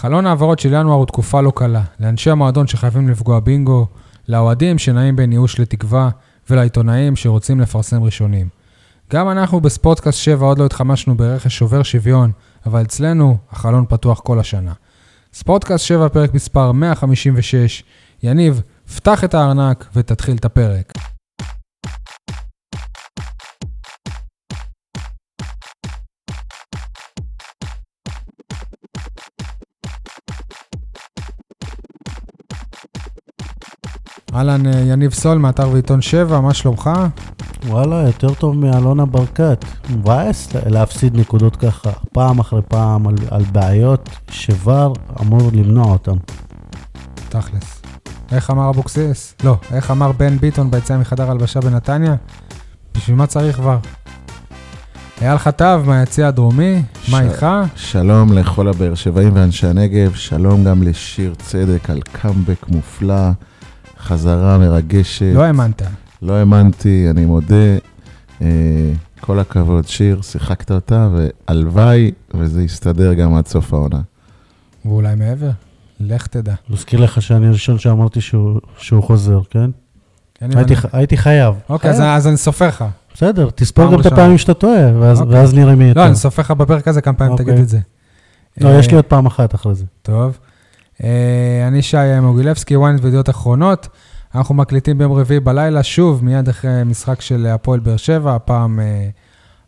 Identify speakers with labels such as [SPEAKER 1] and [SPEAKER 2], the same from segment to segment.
[SPEAKER 1] חלון ההעברות של ינואר הוא תקופה לא קלה. לאנשי המועדון שחייבים לפגוע בינגו, לאוהדים שנעים בין ייאוש לתקווה, ולעיתונאים שרוצים לפרסם ראשונים. גם אנחנו בספורטקאסט 7 עוד לא התחמשנו ברכש שובר שוויון, אבל אצלנו החלון פתוח כל השנה. ספורטקאסט 7 פרק מספר 156. יניב, פתח את הארנק ותתחיל את הפרק. אהלן, אה, יניב סול, מאתר ועיתון 7, מה שלומך?
[SPEAKER 2] וואלה, יותר טוב מאלונה ברקת. מבאס לה- להפסיד נקודות ככה, פעם אחרי פעם, על, על בעיות שוואר אמור למנוע אותן.
[SPEAKER 1] תכלס. איך אמר אבוקסיס? לא, איך אמר בן ביטון ביציאה מחדר הלבשה בנתניה? בשביל מה צריך כבר? אייל חטב מהיציע הדרומי, מה
[SPEAKER 3] ש-
[SPEAKER 1] איתך?
[SPEAKER 3] שלום לכל הבאר שבעים ואנשי הנגב, שלום גם לשיר צדק על קאמבק מופלא, חזרה מרגשת.
[SPEAKER 1] לא האמנת.
[SPEAKER 3] לא האמנתי, אני מודה. אה, כל הכבוד, שיר, שיחקת אותה, והלוואי וזה יסתדר גם עד סוף העונה.
[SPEAKER 1] ואולי מעבר? לך תדע.
[SPEAKER 2] מזכיר לך שאני הראשון שאמרתי שהוא, שהוא חוזר, כן?
[SPEAKER 1] אין לי
[SPEAKER 2] הייתי,
[SPEAKER 1] מה-
[SPEAKER 2] ח- אה? הייתי חייב.
[SPEAKER 1] אוקיי, אז
[SPEAKER 2] חייב.
[SPEAKER 1] אז אני סופר לך.
[SPEAKER 2] בסדר, תספור
[SPEAKER 1] פעם
[SPEAKER 2] גם את
[SPEAKER 1] ראשונה.
[SPEAKER 2] הפעמים שאתה טועה, ואז,
[SPEAKER 1] אוקיי.
[SPEAKER 2] ואז נראה מי יותר.
[SPEAKER 1] לא, אני סופר לך בפרק הזה כמה פעמים תגיד
[SPEAKER 2] אוקיי.
[SPEAKER 1] את זה.
[SPEAKER 2] לא,
[SPEAKER 1] אה,
[SPEAKER 2] יש לי עוד פעם אחת אחרי זה.
[SPEAKER 1] טוב. אה, אני שי מוגילבסקי, ynet וידיעות אחרונות. אנחנו מקליטים ביום רביעי בלילה, שוב, מיד אחרי משחק של הפועל באר שבע, הפעם אה,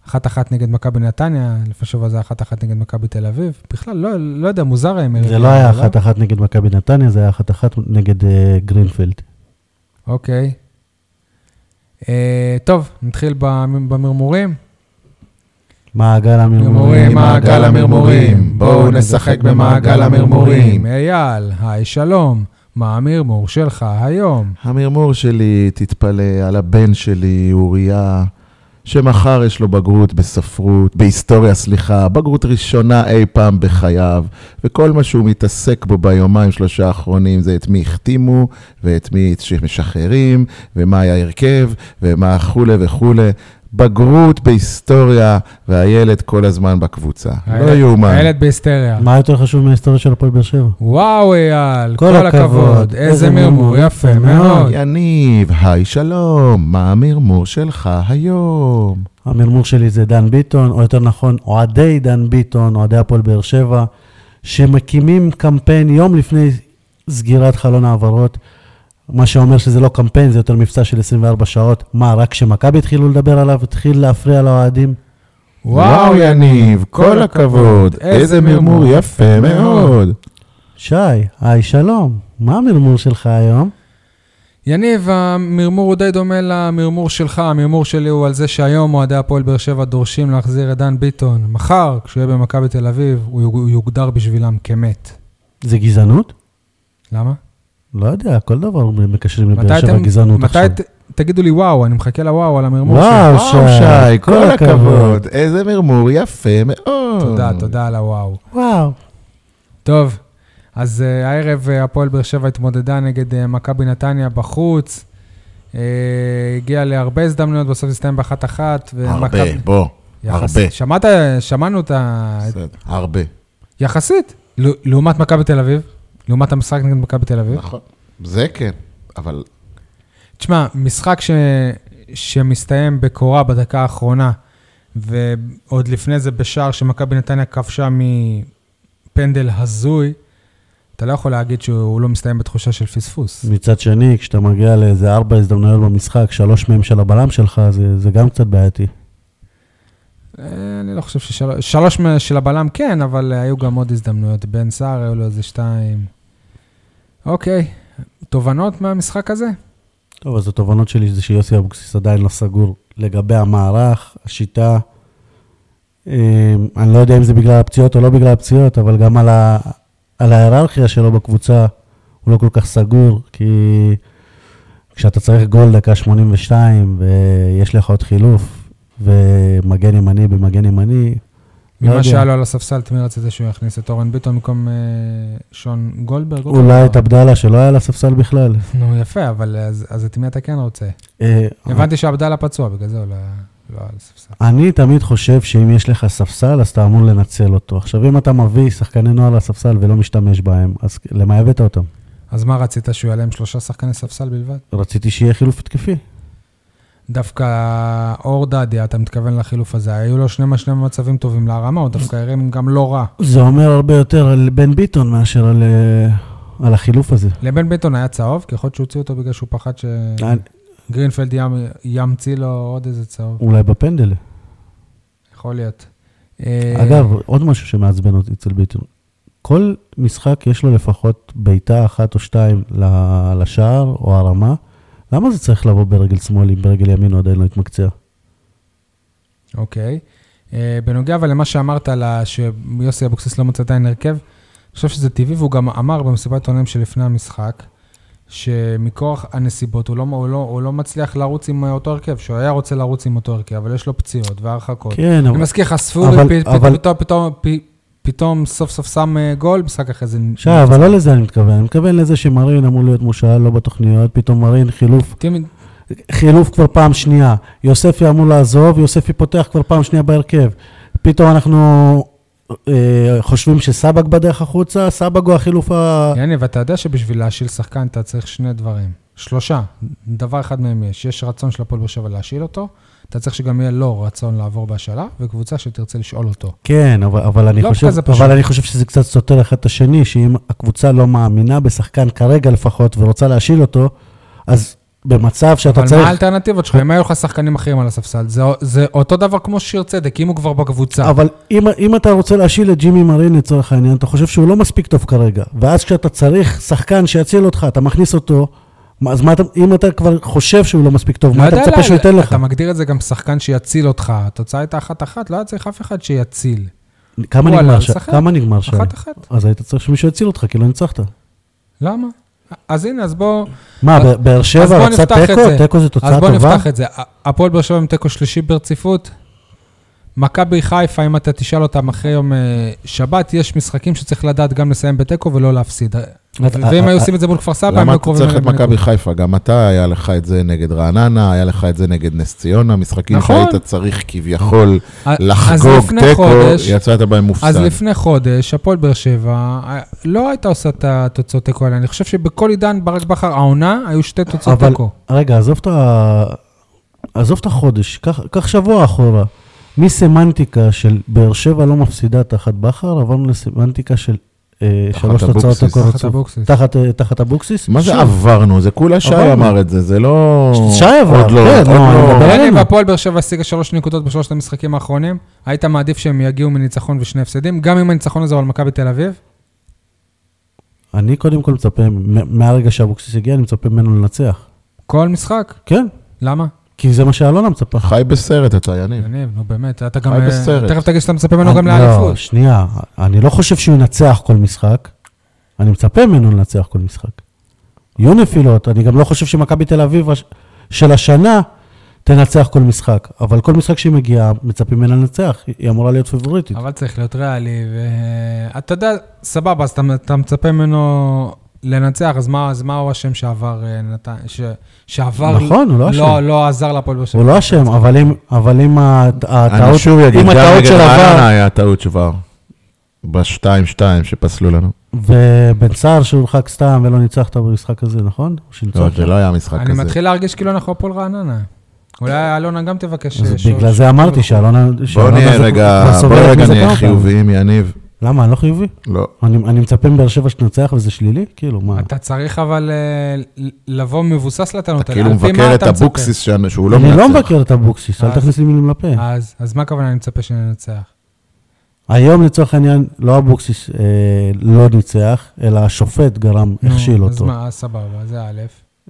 [SPEAKER 1] אחת-אחת נגד מכבי נתניה, לפני שבוע זה אחת-אחת נגד מכבי תל אביב. בכלל, לא, לא יודע, מוזר היה.
[SPEAKER 2] זה לא היה אחת אחת נגד מכבי נתניה, זה היה אחת אחת נגד אה, גרינפילד.
[SPEAKER 1] אוקיי. אה, טוב, נתחיל במ- במרמורים.
[SPEAKER 2] מעגל המרמורים.
[SPEAKER 3] מרמורים, מעגל המרמורים, בואו נשחק במעגל המרמורים.
[SPEAKER 1] אייל, היי שלום, מה המרמור שלך היום?
[SPEAKER 3] המרמור שלי, תתפלא, על הבן שלי, אוריה, שמחר יש לו בגרות בספרות, בהיסטוריה, סליחה, בגרות ראשונה אי פעם בחייו, וכל מה שהוא מתעסק בו ביומיים שלושה האחרונים זה את מי החתימו, ואת מי שמשחררים, ומה היה ההרכב, ומה כולי וכולי. בגרות בהיסטוריה, והילד כל הזמן בקבוצה. לא
[SPEAKER 1] הילד-
[SPEAKER 3] יאומן.
[SPEAKER 1] הילד בהיסטריה.
[SPEAKER 2] מה יותר חשוב מההיסטוריה של הפועל באר שבע?
[SPEAKER 1] וואו, אייל,
[SPEAKER 2] כל
[SPEAKER 1] כל הכבוד,
[SPEAKER 2] הכבוד.
[SPEAKER 1] איזה מרמור יפה מאוד.
[SPEAKER 3] יניב, היי שלום, מה המרמור שלך היום?
[SPEAKER 2] המרמור שלי זה דן ביטון, או יותר נכון, אוהדי דן ביטון, אוהדי הפועל באר שבע, שמקימים קמפיין יום לפני סגירת חלון העברות, מה שאומר שזה לא קמפיין, זה יותר מבצע של 24 שעות. מה, רק כשמכבי התחילו לדבר עליו, התחיל להפריע לאוהדים?
[SPEAKER 3] וואו יניב, כל הכבוד, איזה מרמור יפה מאוד.
[SPEAKER 2] שי, היי שלום, מה המרמור שלך היום?
[SPEAKER 1] יניב, המרמור הוא די דומה למרמור שלך. המרמור שלי הוא על זה שהיום אוהדי הפועל באר שבע דורשים להחזיר את דן ביטון. מחר, כשהוא יהיה במכבי תל אביב, הוא יוג- הוא יוגדר בשבילם כמת.
[SPEAKER 2] זה גזענות?
[SPEAKER 1] למה?
[SPEAKER 2] לא יודע, כל דבר מקשרים
[SPEAKER 1] מתי
[SPEAKER 2] לבאר שבע
[SPEAKER 1] אתם-
[SPEAKER 2] גזענות
[SPEAKER 1] מתי
[SPEAKER 2] עכשיו.
[SPEAKER 1] ת- תגידו לי וואו, אני מחכה לוואו על המרמור שלך.
[SPEAKER 2] וואו,
[SPEAKER 3] וואו שי, כל הכבוד, איזה מרמור יפה מאוד.
[SPEAKER 1] תודה, תודה על הוואו.
[SPEAKER 2] וואו.
[SPEAKER 1] טוב, אז uh, הערב אה, הפועל באר שבע התמודדה נגד uh, מכבי נתניה בחוץ. Uh, הגיעה להרבה הזדמנויות, בסוף הסתיים באחת אחת.
[SPEAKER 3] הרבה, בוא, הרבה.
[SPEAKER 1] שמעת, שמענו את ה...
[SPEAKER 3] בסדר, הרבה.
[SPEAKER 1] יחסית, ל- לעומת מכבי תל אביב, לעומת המשחק נגד מכבי תל אביב.
[SPEAKER 3] נכון. זה כן, אבל
[SPEAKER 1] תשמע, משחק ש... שמסתיים בקורה בדקה האחרונה, ועוד לפני זה בשער שמכבי נתניה כבשה מפנדל הזוי, אתה לא יכול להגיד שהוא לא מסתיים בתחושה של פספוס.
[SPEAKER 2] מצד שני, כשאתה מגיע לאיזה ארבע הזדמנויות במשחק, שלוש מהן של הבלם שלך, זה, זה גם קצת בעייתי.
[SPEAKER 1] אה, אני לא חושב ששלוש שלוש מה- של הבלם כן, אבל היו גם עוד הזדמנויות. בן סער היו לו איזה שתיים. אוקיי, תובנות מהמשחק הזה?
[SPEAKER 2] לא טוב, אז התובנות שלי זה שיוסי אבוקסיס עדיין לא סגור לגבי המערך, השיטה. אה, אני לא יודע אם זה בגלל הפציעות או לא בגלל הפציעות, אבל גם על, ה, על ההיררכיה שלו בקבוצה, הוא לא כל כך סגור, כי כשאתה צריך גול דקה 82 ויש לך עוד חילוף, ומגן ימני במגן ימני, לא
[SPEAKER 1] ממה
[SPEAKER 2] יודע.
[SPEAKER 1] שהיה לו על הספסל, תמירץ את זה שהוא יכניס את אורן ביטון במקום אה, שון גולדברג. אוקיי.
[SPEAKER 2] אולי את עבדאללה שלא היה על הספסל בכלל.
[SPEAKER 1] נו, יפה, אבל אז אז את מי אתה כן רוצה?
[SPEAKER 2] אה,
[SPEAKER 1] הבנתי שעבדאללה פצוע, בגלל זה הוא לא- לא על הספסל.
[SPEAKER 2] אני תמיד חושב שאם יש לך ספסל, אז אתה אמור לנצל אותו. עכשיו, אם אתה מביא שחקני נוער לספסל ולא משתמש בהם, אז למה הבאת אותם?
[SPEAKER 1] אז מה רצית, שהוא יעלה עם שלושה שחקני ספסל בלבד?
[SPEAKER 2] רציתי שיהיה חילוף התקפי.
[SPEAKER 1] דווקא אור דדיה, אתה מתכוון לחילוף הזה, היו לו שני שני מצבים טובים להרמה, הוא דווקא הרים גם לא רע.
[SPEAKER 2] זה אומר הרבה יותר על בן ביטון מאשר על, אה, על החילוף הזה.
[SPEAKER 1] לבן ביטון היה צהוב, כי יכול להיות שהוציאו אותו בגלל שהוא פחד
[SPEAKER 2] אה,
[SPEAKER 1] שגרינפלד ים- ימציא לו עוד איזה צהוב.
[SPEAKER 2] אולי בפנדל.
[SPEAKER 1] יכול להיות. אה,
[SPEAKER 2] אגב, עוד משהו שמעצבן אותי אצל ביטון. כל משחק יש לו לפחות בעיטה אחת או שתיים ל- לשער או הרמה. למה זה צריך לבוא ברגל שמאל אם ברגל ימין הוא עדיין לא התמקצע?
[SPEAKER 1] אוקיי. אה, בנוגע אבל למה שאמרת, על ה- שיוסי אבוקסיס לא מוצא עדיין הרכב, אני חושב שזה טבעי, והוא גם אמר במסיבת העונאים שלפני המשחק, שמכורח הנסיבות הוא לא, הוא, לא, הוא לא מצליח לרוץ עם אותו הרכב, שהוא היה רוצה לרוץ עם אותו הרכב, אבל יש לו פציעות והרחקות.
[SPEAKER 2] כן,
[SPEAKER 1] אני
[SPEAKER 2] אבל
[SPEAKER 1] מזכיר לך, ספורי
[SPEAKER 2] אבל-
[SPEAKER 1] פ- פ-
[SPEAKER 2] אבל-
[SPEAKER 1] פתאום- פתאום- פ- פתאום סוף סוף שם אה, גול, משחק אחרי זה... נ-
[SPEAKER 2] עכשיו, אבל לא לזה אני מתכוון. אני מתכוון לזה שמרין אמור להיות מושאל, לא בתוכניות, פתאום מרין חילוף,
[SPEAKER 1] תמיד-
[SPEAKER 2] חילוף כבר פעם שנייה. יוספי אמור לעזוב, יוספי פותח כבר פעם שנייה בהרכב. פתאום אנחנו אה, חושבים שסבק בדרך החוצה, סבק הוא החילוף ה...
[SPEAKER 1] יניב, ואתה יודע שבשביל להשיל שחקן אתה צריך שני דברים. שלושה. דבר אחד מהם יש. יש רצון של הפועל באר שבע להשיל אותו, אתה צריך שגם יהיה לו רצון לעבור בהשאלה, וקבוצה שתרצה לשאול אותו.
[SPEAKER 2] כן, אבל, אבל, אני
[SPEAKER 1] לא
[SPEAKER 2] חושב,
[SPEAKER 1] כזה פשוט.
[SPEAKER 2] אבל אני חושב שזה קצת סותר אחד את השני, שאם הקבוצה לא מאמינה בשחקן כרגע לפחות ורוצה להשיל אותו, אז במצב שאתה
[SPEAKER 1] אבל
[SPEAKER 2] צריך...
[SPEAKER 1] מה האלטרנטיבות שלך? אם היו לך שחקנים אחרים על הספסל, זה- זה אותו דבר כמו שיר צדק, אם הוא כבר בקבוצה.
[SPEAKER 2] אבל אם, אם אתה רוצה להשיל את ג'ימי מרין לצורך העניין, אתה חושב שהוא לא מספיק טוב כרגע, ואז כשאתה צריך שחקן שיציל אותך, אתה מכניס אותו, מה- אז מה אתה, אם אתה כבר חושב שהוא לא מספיק טוב,
[SPEAKER 1] לא
[SPEAKER 2] מה אתה
[SPEAKER 1] יודע,
[SPEAKER 2] מצפה
[SPEAKER 1] לא,
[SPEAKER 2] שהוא ייתן לך?
[SPEAKER 1] אתה מגדיר את זה גם שחקן שיציל אותך. התוצאה הייתה אחת-אחת, לא היה צריך אף אחד שיציל.
[SPEAKER 2] כמה
[SPEAKER 1] וואלה,
[SPEAKER 2] נגמר שי?
[SPEAKER 1] לשחק.
[SPEAKER 2] כמה נגמר שי?
[SPEAKER 1] אחת-אחת.
[SPEAKER 2] אז היית צריך שמישהו יציל אותך, כי לא ניצחת.
[SPEAKER 1] למה? אז הנה, אז בוא...
[SPEAKER 2] מה,
[SPEAKER 1] אז-
[SPEAKER 2] ב- באר
[SPEAKER 1] אז בוא
[SPEAKER 2] שבע רצה
[SPEAKER 1] נפתח את
[SPEAKER 2] תיקו? תיקו זה תוצאה
[SPEAKER 1] אז בוא
[SPEAKER 2] טובה?
[SPEAKER 1] נפתח את זה. הפועל באר שבע עם תיקו שלישי ברציפות. מכבי חיפה, אם אתה תשאל אותם אחרי יום אה, שבת, יש משחקים שצריך לדעת גם לסיים בתיקו ולא להפסיד. ואם היו עושים את זה מול כפר סבא, הם
[SPEAKER 3] אה, למה
[SPEAKER 1] היו
[SPEAKER 3] אתה
[SPEAKER 1] קרובים
[SPEAKER 3] צריך את
[SPEAKER 1] לנקודה.
[SPEAKER 3] מכבי חיפה? גם אתה, היה לך את זה נגד רעננה, היה לך את זה נגד נס ציונה, משחקים
[SPEAKER 1] נכון.
[SPEAKER 3] שהיית צריך כביכול
[SPEAKER 1] אז- אה, אז
[SPEAKER 3] לחגוג
[SPEAKER 1] לפני
[SPEAKER 3] תיקו,
[SPEAKER 1] חודש-
[SPEAKER 3] יצאת בהם
[SPEAKER 1] אז
[SPEAKER 3] מופסד.
[SPEAKER 1] לפני חודש, הפועל באר שבע אה, לא הייתה עושה את התוצאות תיקו האלה. אני חושב שבכל עידן ברק בכר, העונה, היו שתי תוצאות
[SPEAKER 2] אבל,
[SPEAKER 1] תיקו.
[SPEAKER 2] רגע, עזוב את ה... עזוב את החודש, קח קח שבוע אחורה. מסמנטיקה של באר שבע לא מפסידה תחת בכר, עברנו לסמנטיקה של אה,
[SPEAKER 3] תחת
[SPEAKER 2] שלוש תוצאות
[SPEAKER 3] אבוקסיס.
[SPEAKER 2] תיקו
[SPEAKER 1] תחת
[SPEAKER 2] רצוף.
[SPEAKER 1] אבוקסיס.
[SPEAKER 2] תחת, אה, תחת אבוקסיס.
[SPEAKER 3] מה זה
[SPEAKER 2] שוב,
[SPEAKER 3] עברנו? זה כולה שי
[SPEAKER 2] עברנו.
[SPEAKER 3] אמר את זה, זה לא...
[SPEAKER 2] שי עבר,
[SPEAKER 3] עוד לא-
[SPEAKER 2] כן,
[SPEAKER 3] עוד
[SPEAKER 2] נו,
[SPEAKER 3] לא-
[SPEAKER 2] אני מדבר-
[SPEAKER 1] יניב,
[SPEAKER 2] עלינו.
[SPEAKER 1] הפועל באר שבע השיגה שלוש נקודות בשלושת המשחקים האחרונים. היית מעדיף שהם יגיעו מניצחון ושני הפסדים, גם אם הניצחון הזה הוא על מכבי תל אביב?
[SPEAKER 2] אני קודם כל מצפה, מ- מהרגע שאבוקסיס הגיע, אני מצפה ממנו לנצח.
[SPEAKER 1] כל משחק?
[SPEAKER 2] כן,
[SPEAKER 1] למה?
[SPEAKER 2] כי זה מה שאלונה מצפה.
[SPEAKER 3] חי בסרט אתה,
[SPEAKER 2] כן.
[SPEAKER 3] יניב.
[SPEAKER 1] יניב, נו באמת, אתה גם...
[SPEAKER 3] חי
[SPEAKER 1] אה,
[SPEAKER 3] בסרט.
[SPEAKER 1] תכף תגיד שאתה מצפה ממנו גם
[SPEAKER 2] אני-
[SPEAKER 1] לאליפות.
[SPEAKER 2] לא, שנייה, אני לא חושב שהוא ינצח כל משחק, אני מצפה ממנו לנצח כל משחק. יהיו נפילות, אני גם לא חושב שמכבי תל אביב הש- של השנה תנצח כל משחק, אבל כל משחק שהיא מגיעה, מצפים ממנה לנצח, היא- היא אמורה להיות פיבוריטית.
[SPEAKER 1] אבל צריך להיות ריאלי, ואתה יודע, סבבה, אז אתה, אתה מצפה ממנו לנצח, אז מה, אז מה הוא אשם שעבר אה, נתן... ש... שעבר...
[SPEAKER 2] נכון, הוא לא אשם.
[SPEAKER 1] לא, לא עזר להפועל באר שבע.
[SPEAKER 2] הוא לא אשם, אבל אם, אבל אם ה-
[SPEAKER 3] אני
[SPEAKER 2] הטעות,
[SPEAKER 3] שוב אגיד,
[SPEAKER 2] אם
[SPEAKER 3] גם
[SPEAKER 2] הטעות
[SPEAKER 3] נגד
[SPEAKER 2] של
[SPEAKER 3] רעננה
[SPEAKER 2] עבר,
[SPEAKER 3] היה טעות שבר. ב-2-2 שפסלו לנו.
[SPEAKER 2] ובן סער שהורחק סתם ולא ניצחת במשחק הזה, נכון? או
[SPEAKER 3] לא,
[SPEAKER 2] שניצחת?
[SPEAKER 3] זה לא היה משחק
[SPEAKER 1] אני
[SPEAKER 3] כזה.
[SPEAKER 1] מתחיל להרגיש כאילו אנחנו הפועל רעננה. אולי אלונה גם תבקש...
[SPEAKER 2] אז
[SPEAKER 1] אה, ש-
[SPEAKER 2] בגלל זה אמרתי שאלונה...
[SPEAKER 3] בואו
[SPEAKER 2] שאלונה
[SPEAKER 3] נהיה
[SPEAKER 2] זה-
[SPEAKER 3] רגע,
[SPEAKER 2] כבר
[SPEAKER 3] בואו
[SPEAKER 2] סובלת
[SPEAKER 3] רגע
[SPEAKER 2] מזה
[SPEAKER 3] נהיה
[SPEAKER 2] כמה פעמים.
[SPEAKER 3] חיוביים, יניב.
[SPEAKER 2] למה, אני לא חיובי?
[SPEAKER 3] לא.
[SPEAKER 2] אני, אני מצפה מבאר שבע שתנצח וזה שלילי? כאילו, מה?
[SPEAKER 1] אתה צריך אבל אה, לבוא מבוסס לטענות
[SPEAKER 3] אתה
[SPEAKER 1] האלה.
[SPEAKER 3] כאילו
[SPEAKER 1] על פי מה
[SPEAKER 3] מבקר את
[SPEAKER 1] אתה מצפה?
[SPEAKER 3] אבוקסיס שאני- שהוא לא
[SPEAKER 2] אני
[SPEAKER 3] מנצח. אה,
[SPEAKER 2] לא מבקר את אבוקסיס, אל
[SPEAKER 1] אז-
[SPEAKER 2] תכניס לי מילים לפה.
[SPEAKER 1] אז, אז מה הכוונה אני מצפה שננצח?
[SPEAKER 2] היום לצורך העניין, לא אבוקסיס אה, לא ניצח, אלא השופט גרם,
[SPEAKER 3] אה,
[SPEAKER 1] נו,
[SPEAKER 2] הכשיל
[SPEAKER 1] אז
[SPEAKER 2] אותו.
[SPEAKER 1] מה, אז סבבה, זה א'.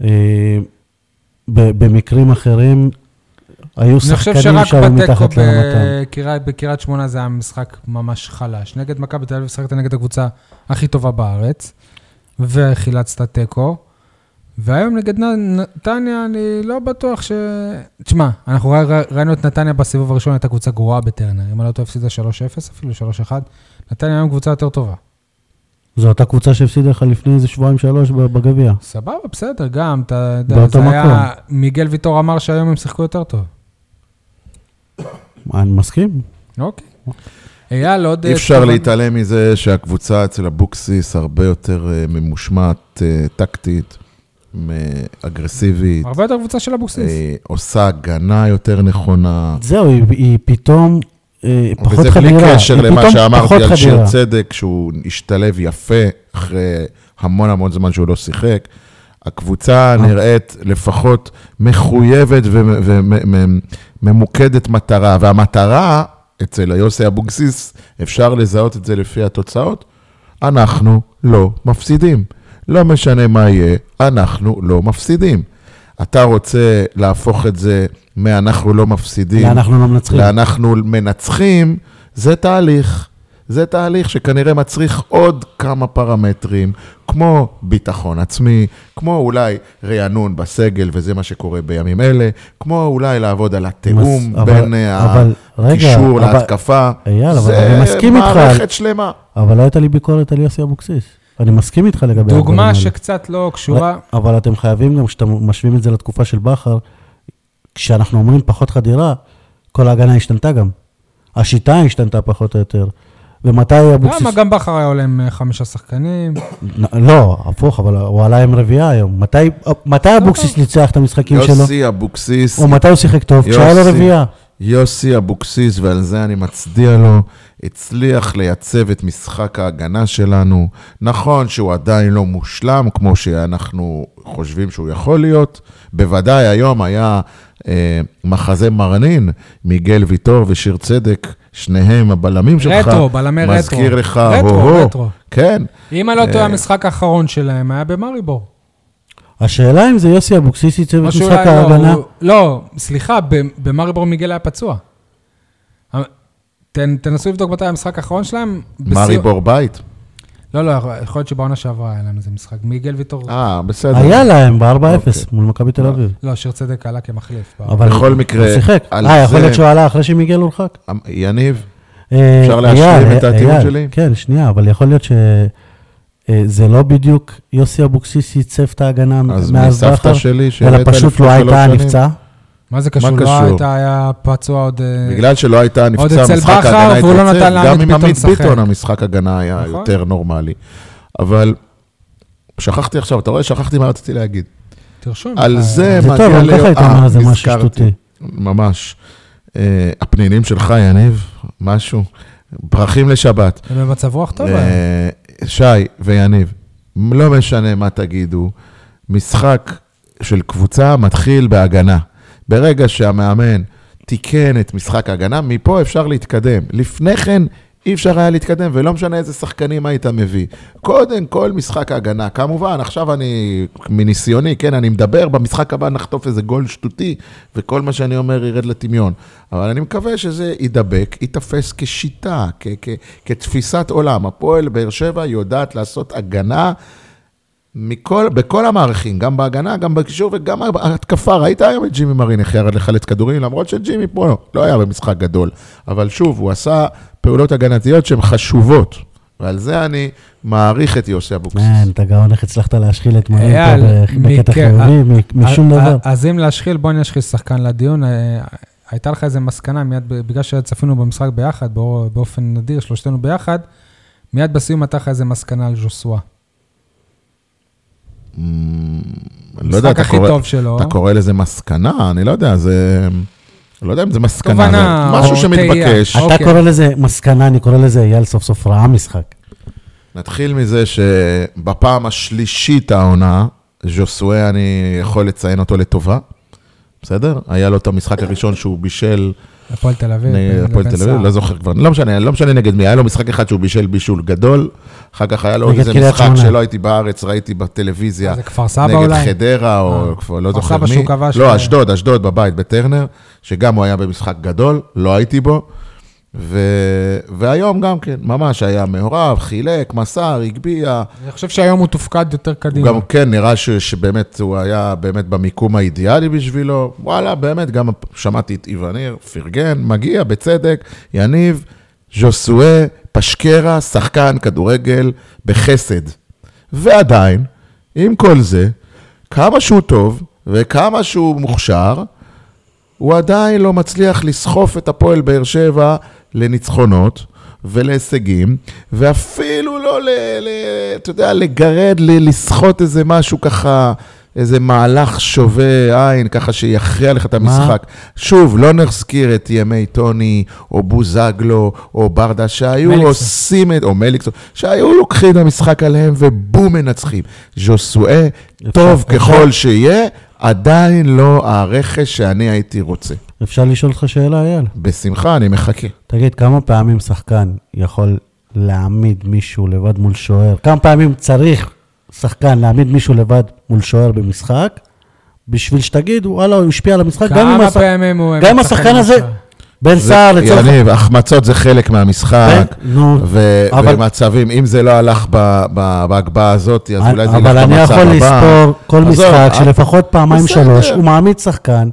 [SPEAKER 2] אה, ב- במקרים אחרים, היו
[SPEAKER 1] אני חושב
[SPEAKER 2] שחקנים
[SPEAKER 1] שרק
[SPEAKER 2] שהיו
[SPEAKER 1] בתיקו
[SPEAKER 2] מתחת לרמתם.
[SPEAKER 1] בקריית- בקריית שמונה זה היה משחק ממש חלש. נגד מכבי תל אביב שחקת נגד הקבוצה הכי טובה בארץ, וחילצת תיקו. והיום נגד נ- נתניה, אני לא בטוח ש... תשמע, אנחנו ר- ר- ראינו את נתניה בסיבוב הראשון, הייתה קבוצה גרועה בטרנר. אם אני לא טועה, הפסידה 3-0, אפילו 3-1. נתניה היום קבוצה יותר טובה.
[SPEAKER 2] זו אותה קבוצה שהפסידה לך לפני איזה שבועיים-שלוש ב- בגביע.
[SPEAKER 1] סבבה, בסדר, גם, אתה יודע,
[SPEAKER 2] באותו
[SPEAKER 1] זה היה...
[SPEAKER 2] מקום.
[SPEAKER 1] מיגל ויטור אמר שהיום הם שיחקו יותר טוב.
[SPEAKER 2] אני מסכים.
[SPEAKER 1] אוקיי. אייל, עוד... אה,
[SPEAKER 3] אי אפשר
[SPEAKER 1] תגובה?
[SPEAKER 3] להתעלם מזה שהקבוצה אצל אבוקסיס הרבה יותר אה, ממושמעת, אה, טקטית, מ- אגרסיבית,
[SPEAKER 1] הרבה יותר קבוצה של אבוקסיס.
[SPEAKER 3] אה, עושה הגנה יותר נכונה.
[SPEAKER 2] זהו, היא, היא פתאום אה, פחות
[SPEAKER 3] וזה
[SPEAKER 2] חדירה.
[SPEAKER 3] בלי קשר
[SPEAKER 2] היא
[SPEAKER 3] למה
[SPEAKER 2] פתאום פחות
[SPEAKER 3] שאמרתי על שיר
[SPEAKER 2] חדירה.
[SPEAKER 3] צדק, שהוא השתלב יפה אחרי המון המון זמן שהוא לא שיחק. הקבוצה
[SPEAKER 2] אה.
[SPEAKER 3] נראית לפחות מחויבת וממוקדת מטרה, והמטרה אצל יוסי אבוקסיס, אפשר לזהות את זה לפי התוצאות, אנחנו לא מפסידים. לא משנה מה יהיה, אנחנו לא מפסידים. אתה רוצה להפוך את זה מ"אנחנו לא מפסידים"
[SPEAKER 2] אנחנו לא מנצחים.
[SPEAKER 3] לאנחנו מנצחים, זה תהליך. זה תהליך שכנראה מצריך עוד כמה פרמטרים, כמו ביטחון עצמי, כמו אולי רענון בסגל, וזה מה שקורה בימים אלה, כמו אולי לעבוד על התיאום
[SPEAKER 2] אבל-
[SPEAKER 3] בין אה,
[SPEAKER 2] אבל- רגע,
[SPEAKER 3] הקישור
[SPEAKER 2] אבל-
[SPEAKER 3] להתקפה.
[SPEAKER 2] אייל, אבל
[SPEAKER 3] זה
[SPEAKER 2] אני מסכים איתך.
[SPEAKER 3] מערכת שלמה.
[SPEAKER 2] אבל לא הייתה לי ביקורת על יוסי אבוקסיס. אני מסכים איתך לגבי... הדברים
[SPEAKER 1] דוגמה
[SPEAKER 2] האלה.
[SPEAKER 1] שקצת לא קשורה.
[SPEAKER 2] אבל- אבל אתם חייבים גם, כשאתם משווים את זה לתקופה של בכר, כשאנחנו אומרים פחות חדירה, כל ההגנה השתנתה גם. השיטה השתנתה פחות או יותר. ומתי אבוקסיס...
[SPEAKER 1] למה גם בכר היה עולה עם אה, חמישה שחקנים?
[SPEAKER 2] נ- לא, הפוך, אבל הוא עלה עם רביעייה היום. מתי-
[SPEAKER 1] לא
[SPEAKER 2] מתי אבוקסיס ניצח את המשחקים שלו?
[SPEAKER 3] יוסי אבוקסיס,
[SPEAKER 2] או מתי כאילו הוא שיחק טוב? כשהיה לו
[SPEAKER 3] יוסי.
[SPEAKER 2] רביעייה.
[SPEAKER 3] יוסי אבוקסיס, ועל זה אני מצדיע לו, הצליח לייצב את משחק ההגנה שלנו. נכון שהוא עדיין לא מושלם, כמו שאנחנו חושבים שהוא יכול להיות. בוודאי היום היה אה, מחזה מרנין, מיגל ויטור ושיר צדק, שניהם הבלמים שלך.
[SPEAKER 1] רטרו, בלמי רטרו.
[SPEAKER 3] מזכיר לך,
[SPEAKER 1] רטרו,
[SPEAKER 3] הו-הו.
[SPEAKER 1] רטרו.
[SPEAKER 3] כן.
[SPEAKER 1] אם אני לא טועה, המשחק האחרון שלהם היה במריבור.
[SPEAKER 2] השאלה אם זה יוסי אבוקסיס ייצב את
[SPEAKER 1] או שהוא
[SPEAKER 2] משחק
[SPEAKER 1] היה- לא,
[SPEAKER 2] ההגנה.
[SPEAKER 1] הוא- לא, סליחה, ב- במריבור מיגל היה פצוע. המ- תן- תנסו לבדוק מתי המשחק האחרון שלהם. בסיום-
[SPEAKER 3] מרי בור בית.
[SPEAKER 1] לא, לא, יכול להיות שבעונה שעברה היה להם איזה משחק. מיגל ויטור,
[SPEAKER 3] אה, בסדר. אוקיי.
[SPEAKER 2] היה להם ב-4-0 מול מכבי תל אביב.
[SPEAKER 1] לא, שיר צדק עלה כמחליף.
[SPEAKER 2] אבל
[SPEAKER 3] אה, בכל מקרה,
[SPEAKER 2] הוא שיחק.
[SPEAKER 3] על
[SPEAKER 2] אה, יכול
[SPEAKER 3] זה-
[SPEAKER 2] להיות שהוא עלה אחרי שמיגל הורחק?
[SPEAKER 3] אמ, יניב,
[SPEAKER 2] אה,
[SPEAKER 3] אפשר להשלים
[SPEAKER 2] אייל,
[SPEAKER 3] את הטיעון
[SPEAKER 2] אייל,
[SPEAKER 3] שלי?
[SPEAKER 2] כן, שנייה, אבל יכול להיות שזה לא בדיוק יוסי אבוקסיס ייצב את ההגנה
[SPEAKER 3] אז
[SPEAKER 2] מאז בכר,
[SPEAKER 3] מסבתא שלי, שהראית
[SPEAKER 2] אלא פשוט
[SPEAKER 3] לפני
[SPEAKER 2] לא
[SPEAKER 3] שלוש
[SPEAKER 2] הייתה
[SPEAKER 3] שנים?
[SPEAKER 2] נפצע.
[SPEAKER 1] מה זה קשור? לא
[SPEAKER 3] קשור?
[SPEAKER 1] הייתה, היה פצוע עוד... אה,
[SPEAKER 3] בגלל שלא הייתה
[SPEAKER 1] עוד
[SPEAKER 3] נפצע,
[SPEAKER 1] אצל
[SPEAKER 3] משחק
[SPEAKER 1] בכר,
[SPEAKER 3] ההגנה
[SPEAKER 1] והוא לא נתן
[SPEAKER 3] התייצב,
[SPEAKER 1] לעמית
[SPEAKER 3] גם עם
[SPEAKER 1] ביטון
[SPEAKER 3] עמית
[SPEAKER 1] לשחק.
[SPEAKER 3] ביטון המשחק הגנה היה
[SPEAKER 1] נכון.
[SPEAKER 3] יותר נורמלי. אבל שכחתי עכשיו, אתה רואה? שכחתי מה רציתי להגיד.
[SPEAKER 1] תרשום.
[SPEAKER 3] על
[SPEAKER 1] אה,
[SPEAKER 3] זה
[SPEAKER 2] זה
[SPEAKER 3] מגיע
[SPEAKER 2] טוב, גם
[SPEAKER 3] להיות-
[SPEAKER 2] ככה היית אומר
[SPEAKER 3] אה,
[SPEAKER 2] איזה משהו
[SPEAKER 3] נזכרתי.
[SPEAKER 2] שטותי.
[SPEAKER 3] ממש. אה, הפנינים שלך, יניב, משהו. פרחים לשבת.
[SPEAKER 1] הם במצב רוח טוב. היה.
[SPEAKER 3] אה, שי ויניב, לא משנה מה תגידו, משחק של קבוצה מתחיל בהגנה. ברגע שהמאמן תיקן את משחק ההגנה, מפה אפשר להתקדם. לפני כן אי אפשר היה להתקדם, ולא משנה איזה שחקנים היית מביא. קודם כל משחק ההגנה. כמובן, עכשיו אני, מניסיוני, כן, אני מדבר, במשחק הבא נחטוף איזה גול שטותי, וכל מה שאני אומר ירד לטמיון. אבל אני מקווה שזה יידבק, ייתפס כשיטה, כ- כ- כתפיסת עולם. הפועל באר שבע יודעת לעשות הגנה מכל, בכל המערכים, גם בהגנה, גם בקישור וגם ההתקפה. ראית היום את ג'ימי מרין, איך ירד לחלץ כדורים, למרות שג'ימי פה לא, לא היה במשחק גדול. אבל שוב, הוא עשה פעולות הגנתיות שהן חשובות. ועל זה אני מעריך את יוסי אבוקסיס.
[SPEAKER 1] אה,
[SPEAKER 2] מן, אתה גאון, כן, איך הצלחת להשחיל את מרין
[SPEAKER 1] אייל,
[SPEAKER 2] פה בקטע
[SPEAKER 1] מכ-
[SPEAKER 2] חיובי, מ- משום
[SPEAKER 1] אה,
[SPEAKER 2] דבר.
[SPEAKER 1] אה, אז אם להשחיל, בוא אני אשחיל שחקן לדיון. אה, הייתה לך איזה מסקנה מיד, ב- בגלל שצפינו במשחק ביחד, באור- באופן נדיר, שלושתנו ביחד, מיד בסיום הייתה לך איזה מסקנה על ז'וסווה.
[SPEAKER 3] אמ, אני לא יודע,
[SPEAKER 1] המשחק
[SPEAKER 3] אתה
[SPEAKER 1] הכי
[SPEAKER 3] קורא,
[SPEAKER 1] טוב שלו.
[SPEAKER 3] אתה קורא לזה מסקנה? אני לא יודע, זה... לא יודע אם זה מסקנה,
[SPEAKER 1] תובנה
[SPEAKER 3] זה משהו
[SPEAKER 1] או
[SPEAKER 3] שמתבקש.
[SPEAKER 1] תהייה.
[SPEAKER 2] אתה
[SPEAKER 1] אוקיי.
[SPEAKER 2] קורא לזה מסקנה, אני קורא לזה אייל סוף סוף ראה משחק.
[SPEAKER 3] נתחיל מזה שבפעם השלישית העונה, ז'וסואה, אני יכול לציין אותו לטובה, בסדר? היה לו את המשחק הראשון שהוא בישל
[SPEAKER 1] הפועל תל אביב. כן,
[SPEAKER 3] נגד הפועל תל אביב, לא זוכר כבר, לא משנה, לא משנה נגד מי, היה לו משחק אחד שהוא בישל בישול גדול, אחר כך היה לו עוד
[SPEAKER 2] נגד
[SPEAKER 3] איזה
[SPEAKER 2] קריית
[SPEAKER 3] משחק
[SPEAKER 2] שמונה.
[SPEAKER 3] שלא הייתי בארץ, ראיתי בטלוויזיה.
[SPEAKER 1] זה כפר סבא
[SPEAKER 3] נגד
[SPEAKER 1] אולי? אה.
[SPEAKER 3] חדרה, או כבר לא
[SPEAKER 1] כפר
[SPEAKER 3] זוכר
[SPEAKER 1] סבא
[SPEAKER 3] מי.
[SPEAKER 1] שהוא כבש ב-
[SPEAKER 3] לא, אשדוד, אשדוד בבית בטרנר, שגם הוא היה במשחק גדול, לא הייתי בו. ו... והיום גם כן, ממש היה מעורב, חילק, מסר, הגביה.
[SPEAKER 1] אני חושב שהיום הוא תופקד יותר
[SPEAKER 3] הוא
[SPEAKER 1] קדימה.
[SPEAKER 3] גם כן, נראה ש... שבאמת הוא היה באמת במיקום האידיאלי בשבילו. וואלה, באמת, גם שמעתי את איווניר, פרגן, מגיע, בצדק, יניב, ז'וסואה, פשקרה, שחקן כדורגל בחסד. ועדיין, עם כל זה, כמה שהוא טוב וכמה שהוא מוכשר, הוא עדיין לא מצליח לסחוף את הפועל באר שבע לניצחונות ולהישגים, ואפילו לא, ל, ל, אתה יודע, לגרד, ל, לסחוט איזה משהו ככה, איזה מהלך שובה עין, ככה שיכריע לך את המשחק. שוב, לא נזכיר את ימי טוני, או בוזגלו, או ברדה, שהיו
[SPEAKER 1] מליקסון.
[SPEAKER 3] עושים את, או מליקסון, שהיו לוקחים את המשחק עליהם ובום מנצחים. ז'וסואה, טוב
[SPEAKER 2] אפשר-
[SPEAKER 3] ככל שיהיה, עדיין לא הרכש שאני הייתי רוצה.
[SPEAKER 2] אפשר לשאול אותך שאלה, אייל?
[SPEAKER 3] בשמחה, אני מחכה.
[SPEAKER 2] תגיד, כמה פעמים שחקן יכול להעמיד מישהו לבד מול שוער? כמה פעמים צריך שחקן להעמיד מישהו לבד מול שוער במשחק, בשביל שתגיד, וואלה, הוא השפיע על המשחק, גם אם
[SPEAKER 1] כמה
[SPEAKER 2] השח-
[SPEAKER 1] פעמים הוא...
[SPEAKER 2] גם אם
[SPEAKER 1] משחק
[SPEAKER 2] השחקן הזה,
[SPEAKER 1] במשחק?
[SPEAKER 2] בן
[SPEAKER 3] זה-
[SPEAKER 2] סער לצורך...
[SPEAKER 3] יניב, אה, החמצות זה חלק מהמשחק,
[SPEAKER 2] בן- נו,
[SPEAKER 3] ו-
[SPEAKER 2] אבל-
[SPEAKER 3] ומצבים, אם זה לא הלך ב- ב- בהגבהה הזאת, אז אולי זה ילך
[SPEAKER 2] אבל אני
[SPEAKER 3] במצב הבא.
[SPEAKER 2] יכול לספור כל
[SPEAKER 3] עזוב,
[SPEAKER 2] משחק
[SPEAKER 3] אה,
[SPEAKER 2] שלפחות פעמיים
[SPEAKER 3] בסדר.
[SPEAKER 2] שלוש, הוא מעמיד שחקן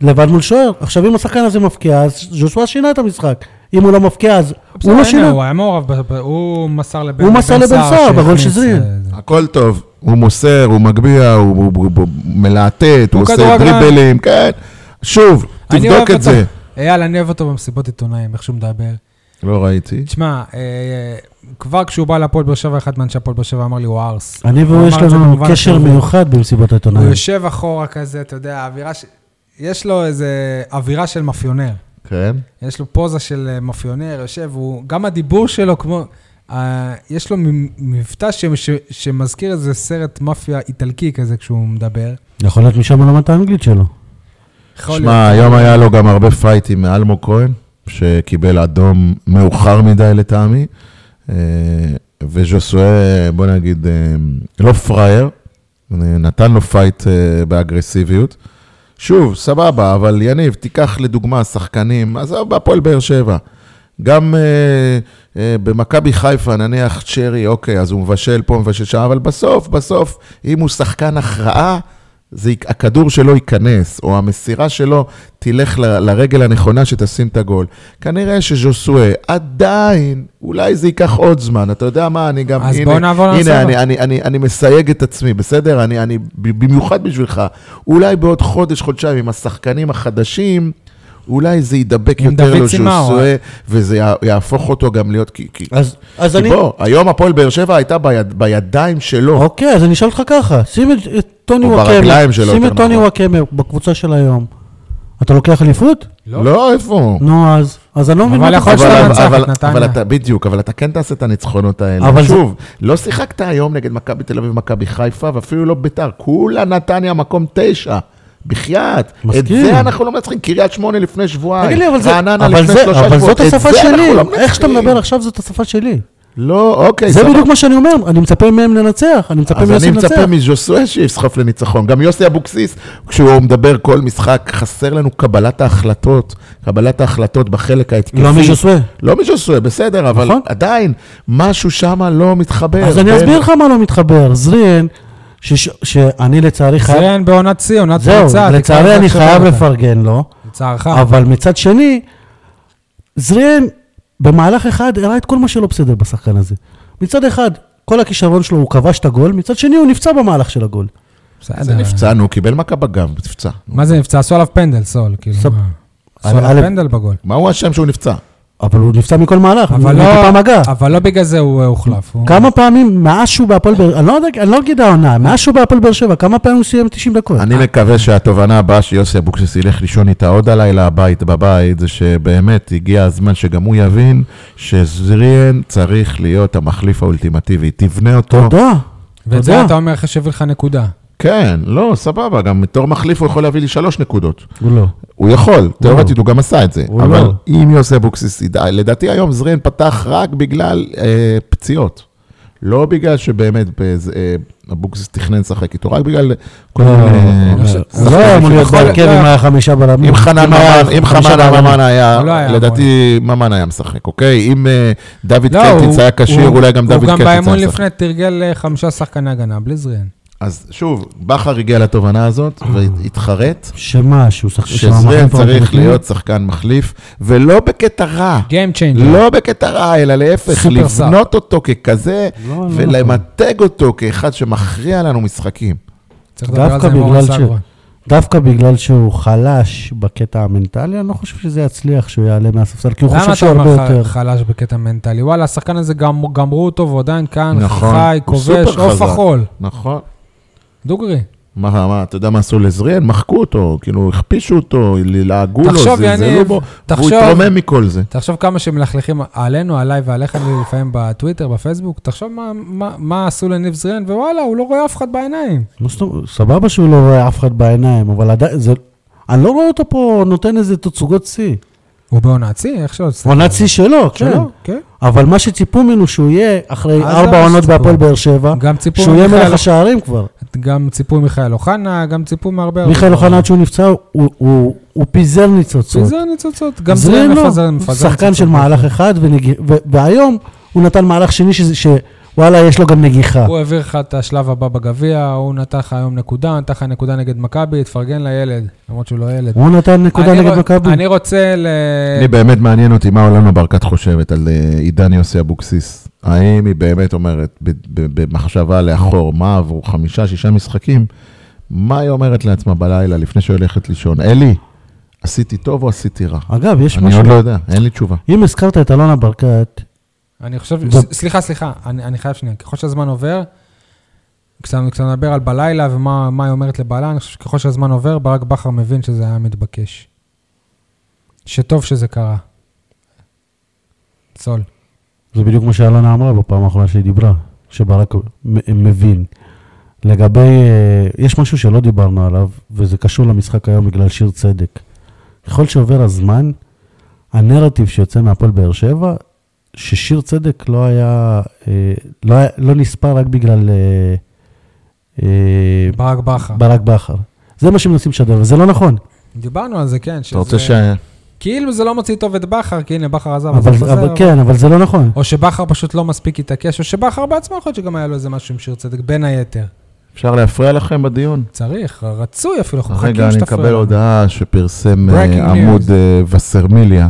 [SPEAKER 2] לבד מול שוער. עכשיו, אם השחקן הזה מפקיע, אז ז'וסווה שינה את המשחק. אם הוא לא מפקיע, אז
[SPEAKER 1] בסדר,
[SPEAKER 2] הוא לא
[SPEAKER 1] הנה,
[SPEAKER 2] שינה.
[SPEAKER 1] הוא היה מעורב, ב- ב- הוא מסר לבן
[SPEAKER 2] הוא
[SPEAKER 1] לבן
[SPEAKER 2] מסר לבן סער בגול
[SPEAKER 1] שהכניס,
[SPEAKER 2] שזריר.
[SPEAKER 1] אה, זה.
[SPEAKER 3] הכל טוב, הוא מוסר, הוא מגביה, הוא- הוא הוא- הוא מלהטט, הוא
[SPEAKER 1] הוא
[SPEAKER 3] עושה
[SPEAKER 1] כדורגלן.
[SPEAKER 3] דריבלים, כן. שוב,
[SPEAKER 1] אני
[SPEAKER 3] תבדוק
[SPEAKER 1] אוהב
[SPEAKER 3] את
[SPEAKER 1] אותו.
[SPEAKER 3] זה.
[SPEAKER 1] אייל, אני אוהב אותו במסיבות עיתונאים, איך שהוא מדבר.
[SPEAKER 3] לא ראיתי.
[SPEAKER 1] תשמע, אה, כבר כשהוא בא להפועל באר שבע, אחד מאנשי הפועל באר שבע אמר לי, הוא ארס.
[SPEAKER 2] אני והוא
[SPEAKER 1] הוא
[SPEAKER 2] יש
[SPEAKER 1] אמר את זה
[SPEAKER 2] לנו
[SPEAKER 1] במובן
[SPEAKER 2] קשר
[SPEAKER 1] החיובי.
[SPEAKER 2] מיוחד במסיבות
[SPEAKER 1] הוא
[SPEAKER 2] העיתונאים.
[SPEAKER 1] יושב אחורה כזה, אתה יודע, האווירה ש... יש לו איזה אווירה של מאפיונר.
[SPEAKER 3] כן.
[SPEAKER 1] יש לו פוזה של אה, מאפיונר, יושב, הוא... גם הדיבור שלו כמו... אה, יש לו מ- מבטא ש... ש... שמזכיר איזה סרט מאפיה איטלקי כזה כשהוא מדבר.
[SPEAKER 2] יכול להיות משם הוא למד את האנגלית שלו.
[SPEAKER 1] יכול
[SPEAKER 3] שמע,
[SPEAKER 1] להיות.
[SPEAKER 3] היום היה לו גם הרבה פייטים מאלמוג כהן, שקיבל אדום מאוחר מדי לטעמי, אה, וז'וסואה, בוא נגיד, אה, לא פראייר, אה, נתן לו פייט אה, באגרסיביות. שוב, סבבה, אבל יניב, תיקח לדוגמה שחקנים, עזוב, בהפועל באר שבע. גם אה, אה, במכבי חיפה, נניח צ'רי, אוקיי, אז הוא מבשל פה, מבשל שם, אבל בסוף, בסוף, אם הוא שחקן הכרעה, זה, יק- הכדור שלו ייכנס, או המסירה שלו תלך ל, לרגל הנכונה שתשים את הגול. כנראה שז'וסואה עדיין, אולי זה ייקח עוד זמן, אתה יודע מה, אני גם...
[SPEAKER 1] אז
[SPEAKER 3] הנה,
[SPEAKER 1] בואו נעבור לנושא
[SPEAKER 3] הנה,
[SPEAKER 1] הבא.
[SPEAKER 3] אני, אני, אני, אני מסייג את עצמי, בסדר? אני, אני, ב- במיוחד בשבילך, אולי בעוד חודש, חודשיים, עם השחקנים החדשים, אולי זה ידבק
[SPEAKER 1] עם
[SPEAKER 3] יותר
[SPEAKER 1] דוד
[SPEAKER 3] לו
[SPEAKER 1] סימאו. אה?
[SPEAKER 3] ז'וסואה, וזה יה- יהפוך אותו גם להיות... כי, כי,
[SPEAKER 2] אז- אז
[SPEAKER 3] כי
[SPEAKER 2] אני...
[SPEAKER 3] בוא, היום הפועל באר שבע הייתה ביד, בידיים שלו.
[SPEAKER 2] אוקיי, אז אני אשאל אותך ככה, שים את את טוני
[SPEAKER 3] או
[SPEAKER 2] וואקמה,
[SPEAKER 3] ברגליים שלו,
[SPEAKER 2] שים
[SPEAKER 3] יותר
[SPEAKER 2] את טוני
[SPEAKER 3] נכון.
[SPEAKER 2] וואקמה בקבוצה של היום. אתה לוקח אליפות?
[SPEAKER 1] לא.
[SPEAKER 3] לא, איפה?
[SPEAKER 2] נו, אז. אז אני לא מבין.
[SPEAKER 1] אבל
[SPEAKER 2] מה
[SPEAKER 1] יכול
[SPEAKER 2] אתה-
[SPEAKER 1] להיות שאתה מנצח
[SPEAKER 3] אבל, אבל,
[SPEAKER 1] את נתניה.
[SPEAKER 3] אבל אתה, בדיוק, אבל אתה כן תעשה את הניצחונות
[SPEAKER 2] אבל
[SPEAKER 3] האלה. אבל
[SPEAKER 2] זה-
[SPEAKER 3] שוב, זה... לא שיחקת היום נגד מכבי תל אביב, מכבי חיפה, ואפילו לא ביתר. כולה נתניה מקום תשע. בחייאת. את
[SPEAKER 2] מסכים.
[SPEAKER 3] זה אנחנו לא מנצחים. קריית שמונה לפני שבועיים.
[SPEAKER 2] תגיד לי, אבל זה...
[SPEAKER 3] רעננה
[SPEAKER 2] אבל
[SPEAKER 3] לפני
[SPEAKER 2] זה-
[SPEAKER 3] שלושה
[SPEAKER 2] אבל
[SPEAKER 3] שבועות.
[SPEAKER 2] זאת
[SPEAKER 3] את
[SPEAKER 2] השפה
[SPEAKER 3] זה אנחנו
[SPEAKER 2] שלי.
[SPEAKER 3] לא
[SPEAKER 2] איך שאתה
[SPEAKER 3] מנצחים.
[SPEAKER 2] מדבר עכשיו זאת השפה שלי.
[SPEAKER 3] לא, אוקיי.
[SPEAKER 2] זה
[SPEAKER 3] סבבה.
[SPEAKER 2] בדיוק מה שאני אומר, אני מצפה מהם לנצח, אני מצפה
[SPEAKER 3] אז
[SPEAKER 2] מיוסי
[SPEAKER 3] אני
[SPEAKER 2] לנצח.
[SPEAKER 3] מצפה מז'וסואה שיסחוף לניצחון. גם יוסי אבוקסיס, כשהוא מדבר כל משחק, חסר לנו קבלת ההחלטות. קבלת ההחלטות בחלק ההתקפי.
[SPEAKER 2] לא מז'וסווה.
[SPEAKER 3] לא מז'וסואה, בסדר, אבל
[SPEAKER 2] נכון.
[SPEAKER 3] עדיין, משהו שם לא מתחבר.
[SPEAKER 2] אז אני
[SPEAKER 3] בין-
[SPEAKER 2] אסביר לך מה לא מתחבר. זריאן, שש- שאני לצערי חייב...
[SPEAKER 1] זריאן בעונת שיא, עונת
[SPEAKER 2] זהו,
[SPEAKER 1] פריצה. תקרא
[SPEAKER 2] לצערי
[SPEAKER 1] לזה
[SPEAKER 2] אני
[SPEAKER 1] איך שאתה
[SPEAKER 2] חייב
[SPEAKER 1] רוצה.
[SPEAKER 2] לפרגן לו.
[SPEAKER 1] לצערך.
[SPEAKER 2] אבל מצד שני, זריאן במהלך אחד הראה את כל מה שלא בסדר בשחקן הזה. מצד אחד, כל הכישרון שלו, הוא כבש את הגול, מצד שני הוא נפצע במהלך של הגול.
[SPEAKER 3] זה
[SPEAKER 1] בסדר.
[SPEAKER 3] נפצע, נו, קיבל מכה בגב, נפצע.
[SPEAKER 1] מה זה נפצע? עשו עליו פנדל, סול. כאילו,
[SPEAKER 2] סב-
[SPEAKER 1] מה?
[SPEAKER 2] א'-
[SPEAKER 1] עשו עליו
[SPEAKER 2] א'-
[SPEAKER 1] פנדל בגול.
[SPEAKER 3] מה הוא אשם שהוא נפצע?
[SPEAKER 2] אבל הוא נפצע מכל מהלך,
[SPEAKER 1] אבל
[SPEAKER 2] הוא
[SPEAKER 1] לא-
[SPEAKER 2] טיפה מגע.
[SPEAKER 1] אבל לא בגלל זה הוא אה, הוחלף. הוא-
[SPEAKER 2] כמה פעמים, מאז שהוא בהפועל באר אני לא יודע- אני לא אגיד העונה, מאז שהוא בהפועל באר שבע, כמה פעמים הוא סיים 90 דקות?
[SPEAKER 3] אני מקווה שהתובנה הבאה שיוסי אבוקסיס ילך לישון איתה עוד הלילה הבית בבית, זה שבאמת הגיע הזמן שגם הוא יבין שזריאן צריך להיות המחליף האולטימטיבי. תבנה אותו.
[SPEAKER 2] תודה.
[SPEAKER 1] ואת זה
[SPEAKER 2] תודה.
[SPEAKER 1] אתה אומר אחרי שהביא לך נקודה.
[SPEAKER 3] כן, לא, סבבה, גם בתור מחליף הוא יכול להביא לי שלוש נקודות.
[SPEAKER 2] הוא לא.
[SPEAKER 3] הוא יכול, תיאורטית הוא גם עשה את זה.
[SPEAKER 2] הוא
[SPEAKER 3] אבל
[SPEAKER 2] לא.
[SPEAKER 3] אם יוסי אבוקסיס ידע, לדעתי היום זריאן פתח רק בגלל אה, פציעות. לא בגלל שבאמת באיזה, אה, אבוקסיס תכנן לשחק איתו, רק בגלל כל
[SPEAKER 2] לא,
[SPEAKER 3] מיני... אה,
[SPEAKER 1] אני חושב-
[SPEAKER 2] הוא לא היה אמור להיות
[SPEAKER 1] יכול-
[SPEAKER 2] בהרכב
[SPEAKER 1] לא
[SPEAKER 2] אם
[SPEAKER 1] היה-
[SPEAKER 2] היה חמישה בלמים.
[SPEAKER 3] אם חנן
[SPEAKER 2] היה
[SPEAKER 3] ממן, אם
[SPEAKER 2] חמישה
[SPEAKER 3] חנן
[SPEAKER 2] בלמים.
[SPEAKER 3] ממן היה,
[SPEAKER 1] הוא לא היה
[SPEAKER 3] לדעתי ממן היה משחק, אוקיי? אם אה, דוד
[SPEAKER 1] לא,
[SPEAKER 3] קלטיץ
[SPEAKER 1] הוא-
[SPEAKER 3] היה כשיר,
[SPEAKER 1] הוא-
[SPEAKER 3] אולי גם דוד
[SPEAKER 1] הוא גם
[SPEAKER 3] קלטיץ היה
[SPEAKER 1] באימון
[SPEAKER 3] משחק.
[SPEAKER 1] לפני תרגל אה, חמישה שחקני הגנה, בלי זריאן.
[SPEAKER 3] אז שוב, בכר הגיע לתובנה הזאת והתחרט
[SPEAKER 2] שמה, שהוא שחק... שהוא אוקיי."
[SPEAKER 3] שזריאן
[SPEAKER 2] המחליף
[SPEAKER 3] צריך
[SPEAKER 2] האולטימטיבי?
[SPEAKER 3] להיות שחקן מחליף, ולא בקטע רע.
[SPEAKER 1] Game changer.
[SPEAKER 3] לא בקטע רע, אלא להפך,
[SPEAKER 1] כן, סופר סאב.
[SPEAKER 3] לבנות אותו ככזה,
[SPEAKER 2] לא, לא
[SPEAKER 3] ולמתג אותו כאחד שמכריע לנו משחקים.
[SPEAKER 1] צריך לדבר על
[SPEAKER 2] דווקא
[SPEAKER 1] זה עם אורן
[SPEAKER 2] בגלל ש-
[SPEAKER 1] סגרון.
[SPEAKER 2] דווקא בגלל שהוא חלש בקטע המנטלי, אני לא חושב שזה יצליח שהוא יעלה מהספסל, כי הוא חושב שהוא הרבה
[SPEAKER 1] למה אתה אומר
[SPEAKER 2] יותר.
[SPEAKER 1] ח- חלש בקטע מנטלי? וואלה, השחקן הזה גמ- גמרו אותו והוא עדיין כאן,
[SPEAKER 3] נכון.
[SPEAKER 1] חי,
[SPEAKER 3] הוא סופר
[SPEAKER 1] כובש, עוף
[SPEAKER 3] חזק.
[SPEAKER 1] החול.
[SPEAKER 3] נכון.
[SPEAKER 1] דוגרי.
[SPEAKER 3] מה, מה, אתה יודע מה עשו לזריאן? מחקו אותו, כאילו, הכפישו אותו, לעגו לו,
[SPEAKER 1] תחשוב,
[SPEAKER 3] זלזלו
[SPEAKER 1] יניב,
[SPEAKER 3] בו, והוא
[SPEAKER 1] תחשוב.
[SPEAKER 3] התרומם מכל זה.
[SPEAKER 1] תחשוב כמה שמלכלכים עלינו, עליי ועליך לפעמים בטוויטר, בפייסבוק, תחשוב מה, מה, מה עשו לניב זריאן, ווואלה, הוא לא רואה אף אחד בעיניים.
[SPEAKER 2] מה זאת אומרת? סבבה שהוא לא רואה אף אחד בעיניים, אבל עדיין, זה... אני לא רואה אותו פה נותן איזה תצוגות שיא.
[SPEAKER 1] הוא בעונת שיא, איך שלא תסתכל.
[SPEAKER 2] עונת שיא שלו, כן.
[SPEAKER 1] שלו, כן.
[SPEAKER 2] אבל מה שציפו ממנו שהוא יהיה אחרי
[SPEAKER 1] אז אה, זה
[SPEAKER 2] ארבע
[SPEAKER 1] מה
[SPEAKER 2] עונות
[SPEAKER 1] שציפו.
[SPEAKER 2] בהפועל באר שבע,
[SPEAKER 1] גם ציפו
[SPEAKER 2] אה? שהוא יהיה מלך
[SPEAKER 1] ממיכאל, כן,
[SPEAKER 2] השערים כבר.
[SPEAKER 1] גם ציפו ממיכאל אוחנה, גם ציפו מהרבה... הרבה
[SPEAKER 2] מיכאל
[SPEAKER 1] דברים.
[SPEAKER 2] אוחנה עד שהוא נפצע, הוא- הוא- הוא פיזר ניצוצות.
[SPEAKER 1] פיזר ניצוצות, גם
[SPEAKER 2] זריאן
[SPEAKER 1] זריאן
[SPEAKER 2] לא.
[SPEAKER 1] מפזר
[SPEAKER 2] הוא
[SPEAKER 1] מפזר
[SPEAKER 2] שחקן של
[SPEAKER 1] ניצוצות.
[SPEAKER 2] מהלך אחד, ונגיח- ו- והיום הוא נתן מהלך שני שזה- שוואלה, יש לו גם נגיחה.
[SPEAKER 1] הוא העביר לך את השלב הבא בגביע, הוא נתן לך היום נקודה, נתן לך נקודה נגד מכבי, תפרגן לילד, למרות שהוא לא ילד.
[SPEAKER 2] הוא נתן נקודה
[SPEAKER 1] אני
[SPEAKER 2] נגד
[SPEAKER 1] רוצ-
[SPEAKER 2] מכבי.
[SPEAKER 1] אני רוצה ל...
[SPEAKER 3] אני באמת מעניין אותי מה עולנו ברקת חושבת על אה, עידן יוסי אבוקסיס. האם היא באמת אומרת, ב- ב- במחשבה לאחור, מה עברו חמישה, שישה משחקים, מה היא אומרת לעצמה בלילה לפני שהיא הולכת לישון? אלי, עשיתי טוב או עשיתי רע?
[SPEAKER 2] אגב, יש
[SPEAKER 3] אני עוד לא
[SPEAKER 2] משהו,
[SPEAKER 3] יודע, אין לי תשובה.
[SPEAKER 2] אם הזכרת את אלונה ברקת,
[SPEAKER 1] אני חושב,
[SPEAKER 2] ב-
[SPEAKER 1] ס- סליחה, סליחה, אני, אני חייב שנייה, ככל שהזמן עובר, כשאתה כשאתה מדבר על בלילה ומה מה היא אומרת לבעלה, אני חושב שככל שהזמן עובר, ברק בכר מבין שזה היה מתבקש. שטוב שזה קרה. סול.
[SPEAKER 2] זה בדיוק מה שאלונה אמרה בפעם האחרונה שהיא דיברה, שברק מ- מבין. לגבי, אה, יש משהו שלא דיברנו עליו, וזה קשור למשחק היום בגלל שיר צדק. ככל שעובר הזמן, הנרטיב שיוצא מהפועל באר שבע, ששיר צדק לא היה, אה, לא, היה, לא נספר רק בגלל אה, אה,
[SPEAKER 1] ברק בכר.
[SPEAKER 2] ברק בכר. זה מה שמנסים לשדר, וזה לא נכון.
[SPEAKER 1] דיברנו על זה, כן, שזה...
[SPEAKER 3] אתה רוצה ש...
[SPEAKER 1] כאילו זה לא מוציא טוב את בכר, כי הנה, בכר עזב, אז הוא
[SPEAKER 2] אבל,
[SPEAKER 1] חוזר.
[SPEAKER 2] אבל כן, אבל זה לא נכון.
[SPEAKER 1] או שבכר פשוט לא מספיק התעקש, או שבכר בעצמו יכול להיות שגם היה לו איזה משהו עם שיר צדק, בין היתר.
[SPEAKER 3] אפשר להפריע לכם בדיון?
[SPEAKER 1] צריך, רצוי אפילו, אנחנו מחכים
[SPEAKER 3] רגע, אני
[SPEAKER 1] שתפריע
[SPEAKER 3] מקבל
[SPEAKER 1] לנו.
[SPEAKER 3] הודעה שפרסם אה,
[SPEAKER 1] Breaking news.
[SPEAKER 3] עמוד אה, וסרמיליה.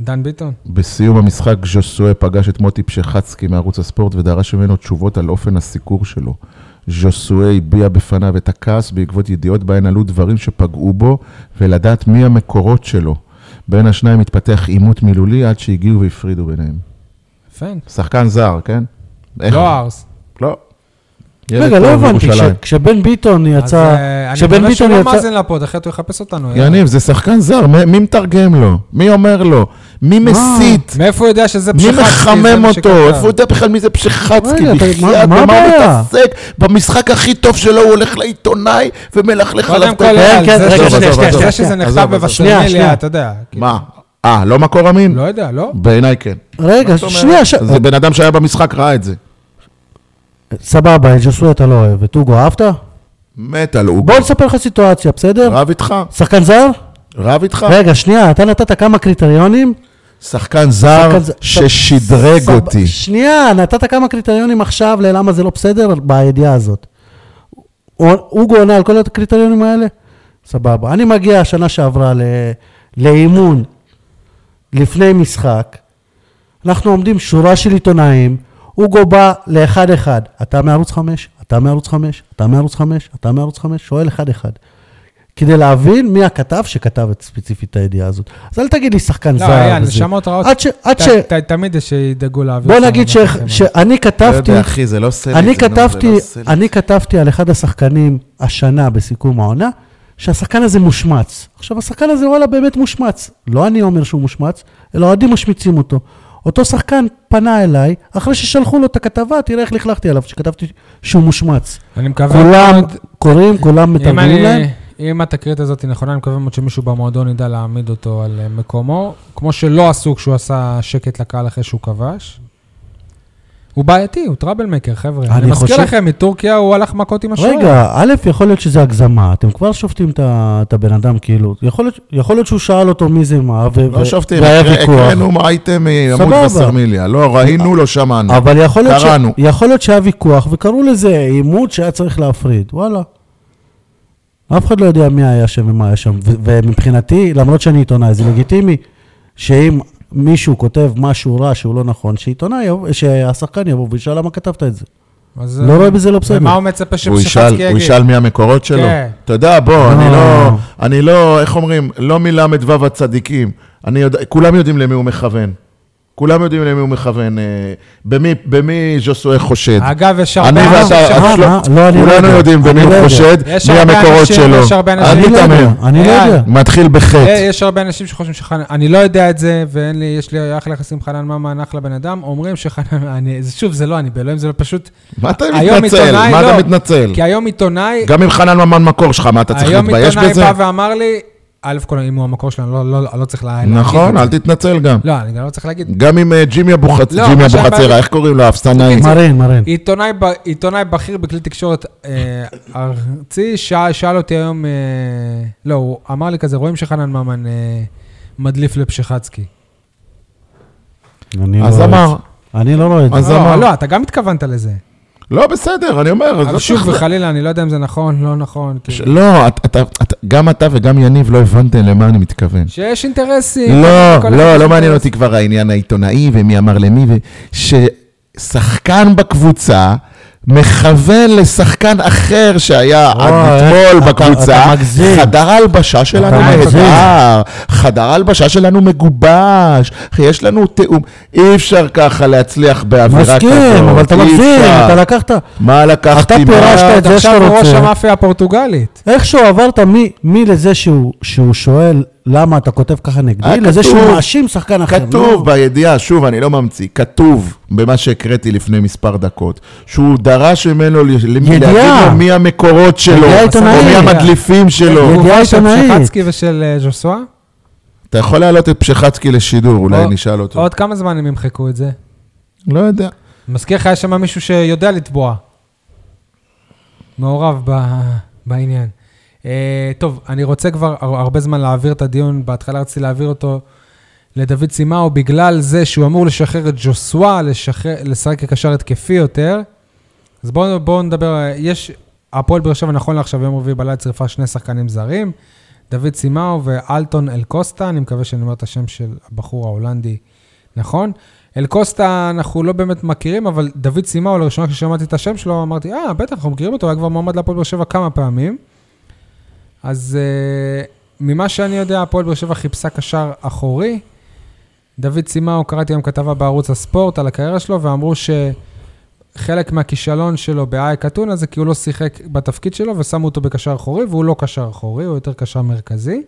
[SPEAKER 1] דן ביטון?
[SPEAKER 3] בסיום המשחק ז'וסואה פגש את מוטי פשחצקי מערוץ הספורט ודרש ממנו תשובות על אופן הסיקור שלו. ז'וסואה הביע בפניו את הכעס בעקבות ידיעות בהן עלו דברים שפגעו בו ולדעת מי המקורות שלו. בין השניים התפתח עימות מילולי עד שהגיעו והפרידו ביניהם.
[SPEAKER 1] יפה.
[SPEAKER 3] שחקן זר, כן? איך?
[SPEAKER 1] לא ארס.
[SPEAKER 3] לא. ילד
[SPEAKER 2] רגע, לא
[SPEAKER 3] טוב
[SPEAKER 2] הבנתי,
[SPEAKER 3] מירושלים.
[SPEAKER 2] כש- כשבן ביטון
[SPEAKER 1] אז,
[SPEAKER 2] יצא,
[SPEAKER 1] אה, אני
[SPEAKER 2] כשבן
[SPEAKER 1] מקווה
[SPEAKER 2] ביטון
[SPEAKER 1] שהוא לא
[SPEAKER 2] יצא-
[SPEAKER 1] מאזין לפוד, אחרת הוא יחפש אותנו. אה.
[SPEAKER 3] יניב, זה שחקן זר, מי- מי מתרגם לו? מי אומר לו? מי מסית?
[SPEAKER 1] מאיפה הוא יודע שזה
[SPEAKER 3] מי
[SPEAKER 1] פשחצקי? זה
[SPEAKER 3] מחמם
[SPEAKER 1] מה
[SPEAKER 3] אותו?
[SPEAKER 1] שכתב.
[SPEAKER 3] איפה הוא יודע בכלל מי זה פשחצקי?
[SPEAKER 2] רגע, אתה-
[SPEAKER 3] בחייאת,
[SPEAKER 2] מה- מה
[SPEAKER 3] במה הוא
[SPEAKER 2] הבעיה?
[SPEAKER 3] מתעסק? במשחק הכי טוב שלו הוא הולך לעיתונאי ומלכלך עליו.
[SPEAKER 1] קודם
[SPEAKER 3] את ה-
[SPEAKER 1] כל,
[SPEAKER 2] כן,
[SPEAKER 1] אה,
[SPEAKER 2] כן,
[SPEAKER 1] זה
[SPEAKER 2] רגע,
[SPEAKER 1] שזה-
[SPEAKER 2] עזוב, עזוב,
[SPEAKER 1] זה
[SPEAKER 2] עזוב,
[SPEAKER 1] שזה
[SPEAKER 3] עזוב,
[SPEAKER 1] נכתב
[SPEAKER 3] עזוב.
[SPEAKER 2] שנייה,
[SPEAKER 1] בבשטרנליה,
[SPEAKER 2] שנייה.
[SPEAKER 1] אתה יודע. כאילו,
[SPEAKER 3] מה? אה, לא מקור אמין?
[SPEAKER 1] לא יודע, לא?
[SPEAKER 3] בעיניי כן.
[SPEAKER 2] רגע,
[SPEAKER 3] זאת אומרת?
[SPEAKER 2] שנייה, ש-
[SPEAKER 3] זה בן אדם שהיה במשחק ראה את זה.
[SPEAKER 2] סבבה, את ג'סוי אתה לא אוהב, את אוגו אהבת?
[SPEAKER 3] מת על אוגו.
[SPEAKER 2] בוא נספר לך סיטואציה, בסדר?
[SPEAKER 3] רב איתך,
[SPEAKER 2] שחקן זר?
[SPEAKER 3] רב איתך.
[SPEAKER 2] רגע, שנייה, אתה נתת כמה קריטריונים?
[SPEAKER 3] שחקן זר
[SPEAKER 2] שחקן זר-
[SPEAKER 3] ששדרג
[SPEAKER 2] סבבה,
[SPEAKER 3] אותי.
[SPEAKER 2] שנייה, נתת כמה קריטריונים עכשיו ללמה זה לא בסדר בידיעה הזאת. א- אוגו עונה על כל הקריטריונים האלה? סבבה. אני מגיע השנה שעברה ל... לאימון לפני משחק, אנחנו עומדים שורה של עיתונאים, אוגו בא לאחד-אחד, אתה מערוץ חמש, אתה מערוץ חמש, אתה מערוץ חמש, אתה מערוץ חמש, שואל אחד-אחד. כדי להבין מי הכתב שכתב את ספציפית את הידיעה הזאת. אז אל תגיד לי שחקן
[SPEAKER 1] לא,
[SPEAKER 2] זר.
[SPEAKER 1] היה,
[SPEAKER 2] וזה.
[SPEAKER 1] נשמות רעות.
[SPEAKER 2] עד ש... עד
[SPEAKER 1] ת-
[SPEAKER 2] ש...
[SPEAKER 1] ת- תמיד יש שידאגו להעביר.
[SPEAKER 2] בוא
[SPEAKER 1] שם
[SPEAKER 2] נגיד ש-
[SPEAKER 1] אנשים.
[SPEAKER 2] שאני
[SPEAKER 3] לא
[SPEAKER 2] כתבתי,
[SPEAKER 3] יודע, אחי, זה לא סלט.
[SPEAKER 2] אני
[SPEAKER 3] זה לא- זה לא
[SPEAKER 2] כתבתי,
[SPEAKER 3] סלט.
[SPEAKER 2] אני כתבתי על אחד השחקנים השנה בסיכום העונה, שהשחקן הזה מושמץ. עכשיו, השחקן הזה וואלה באמת מושמץ. לא אני אומר שהוא מושמץ, אלא אוהדים משמיצים אותו. אותו שחקן פנה אליי, אחרי ששלחו לו את הכתבה, תראה איך לכלכתי עליו, שכתבתי שהוא מושמץ.
[SPEAKER 1] אני מקווה
[SPEAKER 2] כולם
[SPEAKER 1] מאוד-
[SPEAKER 2] קוראים, כולם
[SPEAKER 1] אם
[SPEAKER 2] מתרגמים
[SPEAKER 1] אני-
[SPEAKER 2] להם.
[SPEAKER 1] אם התקרית הזאת היא נכונה, אני מקווה מאוד שמישהו במועדון ידע להעמיד אותו על אה, מקומו, כמו שלא עשו כשהוא עשה שקט לקהל אחרי שהוא כבש. הוא בעייתי, הוא טראבל מקר, חבר'ה.
[SPEAKER 2] אני
[SPEAKER 1] אני מזכיר
[SPEAKER 2] חושב-
[SPEAKER 1] לכם, מטורקיה הוא הלך מכות עם השוער.
[SPEAKER 2] רגע, א', יכול להיות שזה הגזמה, אתם כבר שופטים את ה- את הבן אדם, כאילו, יכול להיות- יכול להיות שהוא שאל אותו מי זה מה, ו-
[SPEAKER 3] לא
[SPEAKER 2] ו-
[SPEAKER 3] שופטים,
[SPEAKER 2] והיה
[SPEAKER 3] הקרא-
[SPEAKER 2] ויכוח.
[SPEAKER 3] הקראנו אייטם מעמוד
[SPEAKER 2] סבבה.
[SPEAKER 3] וסרמיליה. לא ראינו, לא שמענו.
[SPEAKER 2] אבל יכול להיות, ש...
[SPEAKER 3] קראנו.
[SPEAKER 2] יכול להיות שהיה ויכוח, וקראו לזה עימות שהיה צריך להפריד, וואלה. אף אחד לא יודע מי היה שם ומה היה שם, ו- ומבחינתי, למרות שאני עיתונאי, זה לגיטימי שאם מישהו כותב משהו רע שהוא לא נכון, שעיתונאי, יבוא- שהשחקן יבוא וישאל למה כתבת את זה.
[SPEAKER 1] אז...
[SPEAKER 2] לא
[SPEAKER 1] אה,
[SPEAKER 2] רואה בזה לא בסדר.
[SPEAKER 1] ומה הוא מצפה
[SPEAKER 3] הוא ישאל,
[SPEAKER 1] שפשחצקי
[SPEAKER 3] הוא
[SPEAKER 1] יגיד?
[SPEAKER 3] ישאל מי המקורות שלו.
[SPEAKER 1] כן.
[SPEAKER 3] אתה יודע, בוא, אני
[SPEAKER 2] אה.
[SPEAKER 3] לא, אני לא, איך אומרים, לא מל"ו הצדיקים. אני יודע, כולם יודעים למי הוא מכוון. כולם יודעים למי הוא מכוון, אה, במי, במי ז'וסואה חושד.
[SPEAKER 1] אגב, יש הרבה
[SPEAKER 3] אני
[SPEAKER 1] אנשים
[SPEAKER 3] ואתה,
[SPEAKER 1] ש-
[SPEAKER 3] את
[SPEAKER 2] אה,
[SPEAKER 3] לא-
[SPEAKER 2] אה, לא, אני לא
[SPEAKER 3] כולנו
[SPEAKER 2] יודע.
[SPEAKER 3] יודעים במי
[SPEAKER 2] אני
[SPEAKER 3] הוא
[SPEAKER 2] לא יודע.
[SPEAKER 3] חושד,
[SPEAKER 1] יש
[SPEAKER 3] מי
[SPEAKER 1] הרבה
[SPEAKER 3] המקורות
[SPEAKER 1] אנשים,
[SPEAKER 3] שלו.
[SPEAKER 1] יש הרבה
[SPEAKER 3] אני
[SPEAKER 1] אנשים.
[SPEAKER 2] אני לא
[SPEAKER 3] תמר.
[SPEAKER 2] יודע, אני לא
[SPEAKER 1] אה,
[SPEAKER 2] יודע.
[SPEAKER 3] מתחיל בחטא.
[SPEAKER 1] אה, יש הרבה אנשים שחושבים שחנן, אני לא יודע את זה, ואין לי, יש לי אחלה יחסים עם חנן ממן, אחלה בן אדם, אומרים שחנן, אני, זה- שוב, זה לא אני, באלוהים זה לא פשוט,
[SPEAKER 3] מה אתה
[SPEAKER 1] היום
[SPEAKER 3] מתנצל?
[SPEAKER 1] עיתונאי
[SPEAKER 3] מה
[SPEAKER 1] לא.
[SPEAKER 3] אתה מתנצל?
[SPEAKER 1] כי היום עיתונאי,
[SPEAKER 3] כן. גם אם חנן ממן מקור שלך, מה אתה צריך
[SPEAKER 1] היום
[SPEAKER 3] להתבייש
[SPEAKER 1] עיתונאי
[SPEAKER 3] בזה?
[SPEAKER 1] בא ואמר לי, א' כל, אם הוא המקור שלנו, לא, לא, לא צריך לה- להגיד
[SPEAKER 3] נכון,
[SPEAKER 1] את
[SPEAKER 3] אל
[SPEAKER 1] זה.
[SPEAKER 3] תתנצל גם.
[SPEAKER 1] לא, אני גם לא צריך להגיד.
[SPEAKER 3] גם עם אה, ג'ימי אבוחצ-
[SPEAKER 1] לא,
[SPEAKER 3] ג'ימי
[SPEAKER 1] מה שהיה
[SPEAKER 3] אבוחצירא,
[SPEAKER 1] בעיה-
[SPEAKER 3] איך קוראים לו? האפסנאי.
[SPEAKER 2] מרן, מרן.
[SPEAKER 1] עיתונאי, ב- עיתונאי בכיר בכלי תקשורת אה, ארצי שאל, שאל אותי היום, אה, לא, הוא אמר לי כזה, רואים שחנן ממן אה, מדליף לפשחצקי.
[SPEAKER 2] אני לא
[SPEAKER 3] אז
[SPEAKER 2] רואה את זה.
[SPEAKER 3] אמר.
[SPEAKER 2] אני לא רואה את
[SPEAKER 3] אז
[SPEAKER 2] זה.
[SPEAKER 1] לא,
[SPEAKER 3] אמר.
[SPEAKER 1] לא, אתה גם התכוונת לזה.
[SPEAKER 3] לא, בסדר, אני אומר, אז
[SPEAKER 1] אבל
[SPEAKER 3] לא
[SPEAKER 1] שוב
[SPEAKER 3] צריך...
[SPEAKER 1] וחלילה, אני לא יודע אם זה נכון, לא נכון.
[SPEAKER 3] ש-
[SPEAKER 1] כאילו.
[SPEAKER 3] לא, את- אתה- אתה- גם אתה וגם יניב לא הבנתם למה אני מתכוון.
[SPEAKER 1] שיש אינטרסים.
[SPEAKER 3] לא,
[SPEAKER 1] אה, כל אחד
[SPEAKER 3] לא,
[SPEAKER 1] יש
[SPEAKER 3] לא מעניין
[SPEAKER 1] אינטרס.
[SPEAKER 3] אותי כבר העניין העיתונאי ומי אמר למי, ו- ששחקן בקבוצה מכוון לשחקן אחר שהיה עד
[SPEAKER 2] אוי,
[SPEAKER 3] אתמול
[SPEAKER 2] אה, אתה-
[SPEAKER 3] בקבוצה,
[SPEAKER 2] אתה מגזים.
[SPEAKER 3] חדר ההלבשה שלנו
[SPEAKER 2] אתה מגזים.
[SPEAKER 3] נהדר, חדר ההלבשה שלנו מגובש, יש לנו תיאום, אי אפשר ככה להצליח באווירה כזאת,
[SPEAKER 2] מסכים, אבל אתה
[SPEAKER 3] אי
[SPEAKER 2] מגזים,
[SPEAKER 3] אפשר.
[SPEAKER 2] אתה לקחת...
[SPEAKER 3] מה לקחתי?
[SPEAKER 2] אתה
[SPEAKER 3] מה-
[SPEAKER 2] פירשת את
[SPEAKER 1] אתה
[SPEAKER 2] זה
[SPEAKER 1] עכשיו
[SPEAKER 2] שאתה
[SPEAKER 1] הוא ראש
[SPEAKER 2] רוצה.
[SPEAKER 1] המאפיה הפורטוגלית.
[SPEAKER 2] איכשהו עברת מ- מלזה שהוא שהוא שואל למה אתה כותב ככה
[SPEAKER 3] היה
[SPEAKER 2] נגדי, לזה
[SPEAKER 3] כתוב.
[SPEAKER 2] שהוא מאשים שחקן אחר.
[SPEAKER 3] כתוב
[SPEAKER 2] לא.
[SPEAKER 3] בידיעה, שוב, אני לא ממציא, כתוב במה שהקראתי לפני מספר דקות, שהוא דרש ממנו ל- למ-
[SPEAKER 2] ידיעה.
[SPEAKER 3] להגיד לו מי המקורות שלו,
[SPEAKER 2] ידיעה
[SPEAKER 3] או
[SPEAKER 2] עיתונאית. כן.
[SPEAKER 3] מי המדליפים שלו.
[SPEAKER 2] ידיעה
[SPEAKER 1] תגובה של
[SPEAKER 2] עיתונאית.
[SPEAKER 1] פשחצקי ושל אה, ז'וסואה?
[SPEAKER 3] אתה יכול להעלות את פשחצקי לשידור, אולי
[SPEAKER 1] או-
[SPEAKER 3] נשאל אותו.
[SPEAKER 1] עוד כמה זמן הם ימחקו את זה?
[SPEAKER 3] לא יודע.
[SPEAKER 1] מזכיר לך, יש שם מישהו שיודע לתבוע. מעורב ב... בעניין. אה, טוב, אני רוצה כבר הר- הרבה זמן להעביר את הדיון, בהתחלה רציתי להעביר אותו לדוד סימאו, בגלל זה שהוא אמור לשחרר את ג'וסווה, לשחרר- לשחק כקשר התקפי יותר. אז בואו בוא נדבר, אה, יש, הפועל באר שבע נכון לעכשיו, יום רביעי בלילה צירפה שני שחקנים זרים, דוד סימאו ואלטון אלקוסטה, אני מקווה שאני אומר את השם של הבחור ההולנדי נכון? אל קוסטה אנחנו לא באמת מכירים, אבל דוד סימאו, לראשונה כששמעתי את השם שלו, אמרתי, אה, בטח, אנחנו מכירים אותו, היה כבר מועמד להפועל באר שבע כמה פעמים. אז uh, ממה שאני יודע, הפועל באר שבע חיפשה קשר אחורי. דוד סימאו, קראתי היום כתבה בערוץ הספורט על הקריירה שלו, ואמרו שחלק מהכישלון שלו באייק אתונה זה כי הוא לא שיחק בתפקיד שלו ושמו אותו בקשר אחורי, והוא לא קשר אחורי, הוא יותר קשר מרכזי.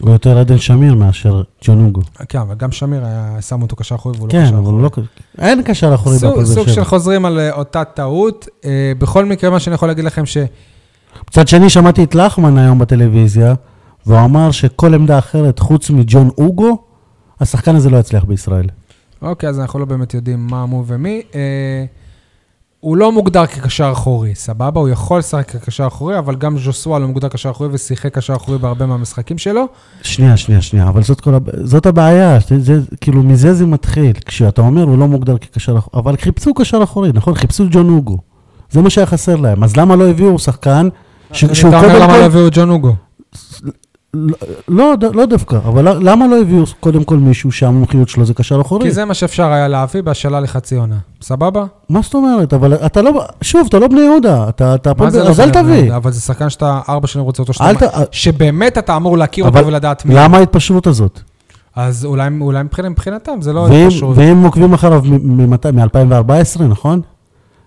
[SPEAKER 2] הוא יותר עדן שמיר מאשר צ'ונוגו.
[SPEAKER 1] כן, אבל גם שמיר היה, שמו אותו קשר אחורי והוא לא קשר
[SPEAKER 2] כן,
[SPEAKER 1] אחורי.
[SPEAKER 2] אבל הוא לא... אין קשר אחורי
[SPEAKER 1] סוג-
[SPEAKER 2] בהפועל באר
[SPEAKER 1] סוג של
[SPEAKER 2] שבע.
[SPEAKER 1] חוזרים על אה, אותה טעות. אה, בכל מקרה, מה שאני יכול להגיד לכם, שכן,
[SPEAKER 2] מצד שני, שמעתי את לחמן היום בטלוויזיה, והוא אמר שכל עמדה אחרת, חוץ מג'ון אוגו, השחקן הזה לא יצליח בישראל.
[SPEAKER 1] אוקיי, אז אנחנו לא באמת יודעים מה מו ומי. אה, הוא לא מוגדר כקשר אחורי, סבבה? הוא יכול לשחק כקשר אחורי, אבל גם ז'וסואה לא מוגדר קשר אחורי ושיחק קשר אחורי בהרבה מהמשחקים שלו.
[SPEAKER 2] שנייה, שנייה, שנייה, אבל זאת, כל הב... זאת הבעיה, זה, זה, כאילו מזה זה מתחיל, כשאתה אומר הוא לא מוגדר כקשר אחורי, אבל חיפשו קשר אחורי, נכון? חיפשו ג'ון אוגו, זה מה שהיה חסר להם, אז למה לא הביאו שחקן ש...
[SPEAKER 1] אז
[SPEAKER 2] שהוא
[SPEAKER 1] אתה אומר למה לא
[SPEAKER 2] כל...
[SPEAKER 1] הביאו את ג'ון אוגו?
[SPEAKER 2] לא, לא, ד- לא דווקא, אבל ל- למה לא הביאו קודם כל מישהו שהמומחיות שלו זה קשר אחורי?
[SPEAKER 1] כי זה מה שאפשר היה להביא בהשאלה לחצי עונה, סבבה?
[SPEAKER 2] מה זאת אומרת? אבל אתה לא, שוב, אתה לא בני יהודה, אתה, אתה
[SPEAKER 1] מה
[SPEAKER 2] הפועל
[SPEAKER 1] זה
[SPEAKER 2] באר-
[SPEAKER 1] לא
[SPEAKER 2] אז אל
[SPEAKER 1] משנה,
[SPEAKER 2] תביא.
[SPEAKER 1] אבל זה שחקן שאתה ארבע שנים רוצה אותו,
[SPEAKER 2] אל
[SPEAKER 1] שאתה-
[SPEAKER 2] ת-
[SPEAKER 1] שבאמת אתה אמור להכיר
[SPEAKER 2] אבל- לא-
[SPEAKER 1] אותו ולדעת מי.
[SPEAKER 2] למה ההתפשרות הזאת?
[SPEAKER 1] אז אולי אולי מבחינ- מבחינתם זה לא
[SPEAKER 2] ואם,
[SPEAKER 1] פשוט.
[SPEAKER 2] ואם עוקבים אחריו מ-2014, נכון?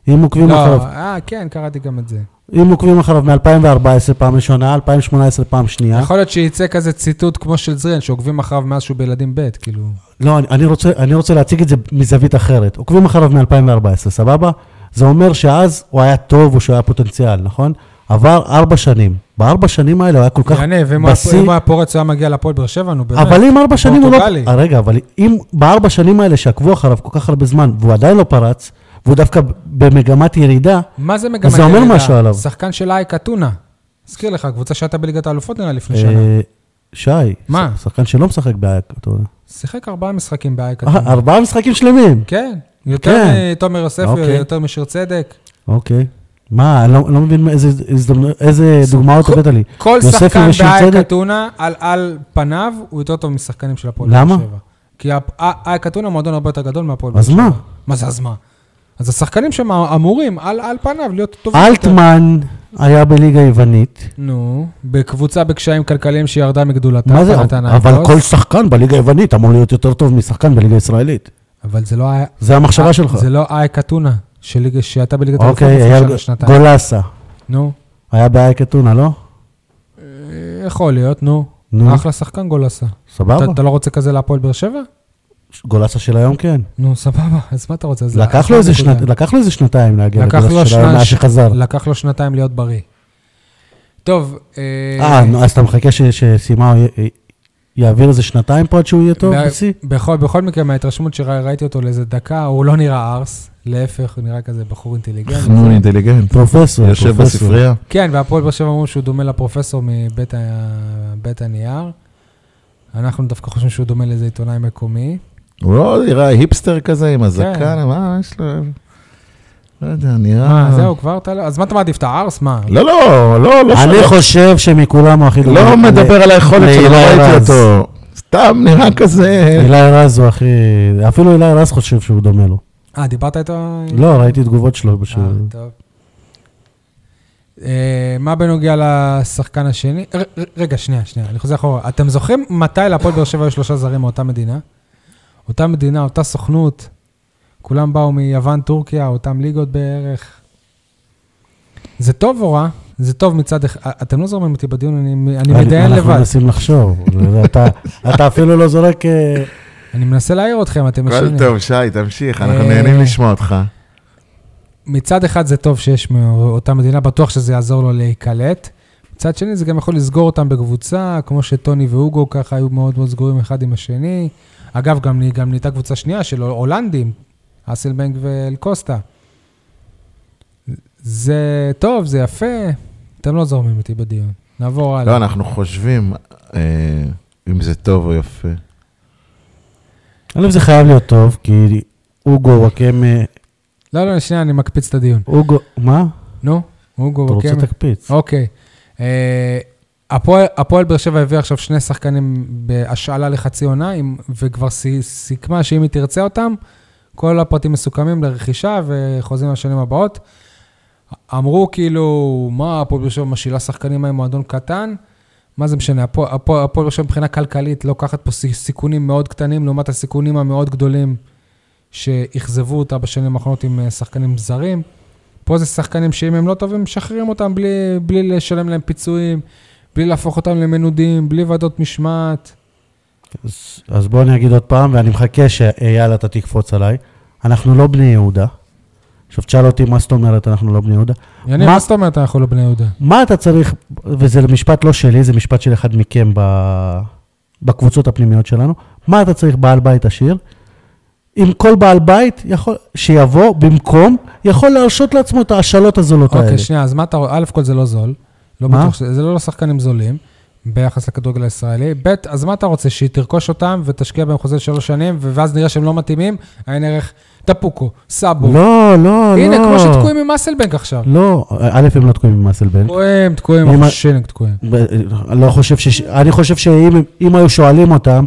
[SPEAKER 2] אם עוקבים אחריו...
[SPEAKER 1] לא, אה, כן, קראתי גם את זה.
[SPEAKER 2] אם עוקבים אחריו מ-2014 פעם ראשונה, 2018 פעם שנייה.
[SPEAKER 1] יכול להיות שיצא כזה ציטוט כמו של זרין, שעוקבים אחריו מאז שהוא בילדים ב', כאילו.
[SPEAKER 2] לא, אני, אני, רוצה, אני רוצה להציג את זה מזווית אחרת. עוקבים אחריו מ-2014, סבבה? זה אומר שאז הוא היה טוב או שהוא היה פוטנציאל, נכון? עבר ארבע שנים. בארבע שנים האלה הוא היה כל כך
[SPEAKER 1] יניב, אם הוא היה- אם הוא היה פורץ, הוא היה מגיע לפועל באר שבע, נו באמת.
[SPEAKER 2] אבל אם ארבע שנים הוא לא...
[SPEAKER 1] פורטוגלי.
[SPEAKER 2] אה, רגע, אבל אם בארבע שנים האלה שעקבו אחריו כל כך הרבה זמן, והוא עדיין לא פרץ, והוא דווקא במגמת ירידה,
[SPEAKER 1] מה זה מגמת
[SPEAKER 2] זה אומר
[SPEAKER 1] ירידה?
[SPEAKER 2] משהו עליו.
[SPEAKER 1] שחקן של אייק אתונה. אזכיר לך, קבוצה שהייתה בליגת האלופות נראה לפני שנה.
[SPEAKER 2] אה, שי,
[SPEAKER 1] מה?
[SPEAKER 2] ש- שחקן שלא משחק באייק, אתה יודע.
[SPEAKER 1] שיחק ארבעה משחקים באייק
[SPEAKER 2] אה,
[SPEAKER 1] אתונה.
[SPEAKER 2] ארבעה משחקים שלמים.
[SPEAKER 1] כן, יותר
[SPEAKER 2] כן.
[SPEAKER 1] מתומר יוספי,
[SPEAKER 2] אוקיי.
[SPEAKER 1] יותר משיר צדק.
[SPEAKER 2] אוקיי. מה, אני לא, לא מבין איזה, הזדמנו- איזה דוגמאות
[SPEAKER 1] כל-
[SPEAKER 2] הבאת לי.
[SPEAKER 1] כל
[SPEAKER 2] יוספי
[SPEAKER 1] שחקן
[SPEAKER 2] ושיר
[SPEAKER 1] באייק
[SPEAKER 2] צדק?
[SPEAKER 1] אתונה, על- על פניו, הוא יותר טוב משחקנים של הפועל
[SPEAKER 2] למה?
[SPEAKER 1] באר שבע. כי הפ- אייק אתונה מועדון הרבה יותר גדול מהפועל באר
[SPEAKER 2] אז
[SPEAKER 1] שבע.
[SPEAKER 2] מה?
[SPEAKER 1] מה זה אז מה? אז השחקנים שם אמורים, על, על פניו, להיות טובים.
[SPEAKER 2] אלטמן היה בליגה היוונית.
[SPEAKER 1] נו, בקבוצה בקשיים כלכליים שירדה מגדולתה. לא?
[SPEAKER 2] מה זה?
[SPEAKER 1] פנתנאיקוס.
[SPEAKER 2] אבל כל שחקן בליגה היוונית אמור להיות יותר טוב משחקן בליגה הישראלית.
[SPEAKER 1] אבל זה לא היה...
[SPEAKER 2] זה המחשבה שלך.
[SPEAKER 1] זה לא אייק אתונה, של ליגה- שהייתה בליגת האליפות
[SPEAKER 2] אוקיי, היה
[SPEAKER 1] לפני שנה, שנתיים.
[SPEAKER 2] גולסה.
[SPEAKER 1] נו,
[SPEAKER 2] היה באייק אתונה, לא?
[SPEAKER 1] אה, יכול להיות, נו.
[SPEAKER 2] נו.
[SPEAKER 1] אחלה שחקן גולסה. אתה
[SPEAKER 2] סבבה?
[SPEAKER 1] אתה לא רוצה כזה להפועל באר שבע?
[SPEAKER 2] גולסה של היום כן.
[SPEAKER 1] נו, סבבה, אז מה אתה רוצה? אז
[SPEAKER 2] לקח
[SPEAKER 1] אחלה
[SPEAKER 2] לו איזה
[SPEAKER 1] נקודה.
[SPEAKER 2] שנת- לקח לו איזה שנתיים להגיע
[SPEAKER 1] לקח לו
[SPEAKER 2] לגולסה של היום
[SPEAKER 1] שנה-
[SPEAKER 2] מאז שחזר.
[SPEAKER 1] לקח לו שנתיים להיות בריא. טוב,
[SPEAKER 2] אה, נו, אז אתה מחכה ש- שסימאו י- י- יעביר איזה שנתיים פה עד שהוא יהיה טוב
[SPEAKER 1] ב-
[SPEAKER 2] בשיא?
[SPEAKER 1] בכל, בכל מקרה, מההתרשמות שראיתי אותו לאיזה דקה, הוא לא נראה ארס, להפך, הוא נראה כזה בחור אינטליגנט.
[SPEAKER 3] חנון אינטליגנט,
[SPEAKER 2] פרופסור,
[SPEAKER 3] יושב
[SPEAKER 2] פרופסור.
[SPEAKER 3] בספרייה.
[SPEAKER 1] כן, והפועל באר שבע אמרו שהוא דומה לפרופסור מבית ה... בית הנייר. אנחנו דווקא חושבים שהוא דומה לאיזה עיתונאי מקומי.
[SPEAKER 3] הוא לא נראה היפסטר כזה עם
[SPEAKER 1] כן.
[SPEAKER 3] הזקן, מה יש לו? לא יודע,
[SPEAKER 2] אה.
[SPEAKER 3] נראה...
[SPEAKER 1] מה, זהו, כבר אתה לא... אז מה אתה מעדיף, אתה ארס? מה?
[SPEAKER 3] לא, לא, לא, לא
[SPEAKER 2] אני
[SPEAKER 3] שלא-
[SPEAKER 2] חושב שמכולם הוא הכי
[SPEAKER 3] לא
[SPEAKER 2] דומה.
[SPEAKER 3] מדבר על היכולת שלו, לא
[SPEAKER 2] לאילי
[SPEAKER 3] ראיתי
[SPEAKER 2] רז.
[SPEAKER 3] אותו. סתם נראה כזה...
[SPEAKER 2] אילי רז הוא הכי... אפילו אילי רז חושב שהוא דומה לו.
[SPEAKER 1] אה, דיברת איתו?
[SPEAKER 2] לא, ראיתי תגובות שלו.
[SPEAKER 1] אה,
[SPEAKER 2] בשביל-
[SPEAKER 1] טוב. אה, מה בנוגע לשחקן השני? ר- ר- רגע, שנייה, שנייה, אני חוזר אחורה. אתם זוכרים מתי להפועל באר שבע היו שלושה זרים מאותה מדינה? אותה מדינה, אותה סוכנות, כולם באו מיוון, טורקיה, אותם ליגות בערך. זה טוב או רע? זה טוב מצד אחד. אתם לא זורמים איתי בדיון, אני, אני מדיין
[SPEAKER 2] אנחנו
[SPEAKER 1] לבד.
[SPEAKER 2] מנסים לחשוב. אתה- אתה אפילו לא זורק... אה,
[SPEAKER 1] אני מנסה להעיר אתכם, אתם
[SPEAKER 3] הכל
[SPEAKER 1] משנים.
[SPEAKER 3] טוב, שי, תמשיך, אנחנו
[SPEAKER 1] אה,
[SPEAKER 3] נהנים לשמוע אותך.
[SPEAKER 1] מצד אחד זה טוב שיש מאותה מדינה, בטוח שזה יעזור לו להיקלט. מצד שני, זה גם יכול לסגור אותם בקבוצה, כמו שטוני והוגו ככה היו מאוד מאוד סגורים אחד עם השני. אגב, גם, נה- גם נהייתה קבוצה שנייה של הולנדים, אסלבנק ואלקוסטה. זה טוב, זה יפה, אתם לא זורמים איתי בדיון. נעבור הלאה.
[SPEAKER 3] לא, אנחנו חושבים אה, אם זה טוב או יפה.
[SPEAKER 2] א', זה חייב להיות טוב, כי אוגו וואקמה...
[SPEAKER 1] לא, לא, שנייה, אני מקפיץ את הדיון.
[SPEAKER 2] אוגו... מה?
[SPEAKER 1] נו, הוגו,
[SPEAKER 2] אתה רוצה
[SPEAKER 1] ווקמי.
[SPEAKER 2] תקפיץ.
[SPEAKER 1] אוקיי. אה, הפועל- הפועל באר שבע הביא עכשיו שני שחקנים בהשאלה לחצי עונה, עם- וכבר סי- סיכמה שאם היא תרצה אותם, כל הפרטים מסוכמים לרכישה וחוזים לשנים הבאות. אמרו כאילו, מה, הפועל באר שבע משילה שחקנים עם מועדון קטן? מה זה משנה, הפועל הפועל- הפועל באר שבע מבחינה כלכלית לוקחת פה סי- סיכונים מאוד קטנים לעומת הסיכונים המאוד גדולים שאכזבו אותה בשנים האחרונות עם אה, שחקנים זרים. פה זה שחקנים שאם הם לא טובים, משחררים אותם בלי, בלי לשלם להם פיצויים, בלי להפוך אותם למנודים, בלי ועדות משמעת.
[SPEAKER 2] אז- אז בוא אני אגיד עוד פעם, ואני מחכה שאייל אתה תקפוץ עליי. אנחנו לא בני יהודה. עכשיו תשאל אותי מה זאת אומרת אנחנו לא בני יהודה.
[SPEAKER 1] יניב,
[SPEAKER 2] מה-
[SPEAKER 1] מה זאת אומרת אנחנו לא בני יהודה?
[SPEAKER 2] מה אתה צריך, וזה משפט לא שלי, זה משפט של אחד מכם ב... בקבוצות הפנימיות שלנו, מה אתה צריך בעל בית עשיר? אם כל בעל בית יכול, שיבוא במקום, יכול להרשות לעצמו את ההשאלות הזולות האלה.
[SPEAKER 1] אוקיי, שנייה, אז מה אתה רואה? א' כל זה לא זול. לא
[SPEAKER 2] מה?
[SPEAKER 1] בטוח, ש- זה לא שחקנים זולים ביחס לכדורגל הישראלי. ב', אז מה אתה רוצה? שהיא תרכוש אותם ותשקיע בהם חוזה שלוש שנים, ו- ואז נראה שהם לא מתאימים? העין ערך טפוקו, סאבו.
[SPEAKER 2] לא, לא,
[SPEAKER 1] הנה,
[SPEAKER 2] לא.
[SPEAKER 1] כמו שתקועים עם אסלבנק עכשיו.
[SPEAKER 2] לא, א', הם לא תקועים עם אסלבנק.
[SPEAKER 1] תקועים, תקועים,
[SPEAKER 2] אם-
[SPEAKER 1] שינג תקועים.
[SPEAKER 2] ב- לא חושב ש... אני חושב שאם אם היו שואלים אותם,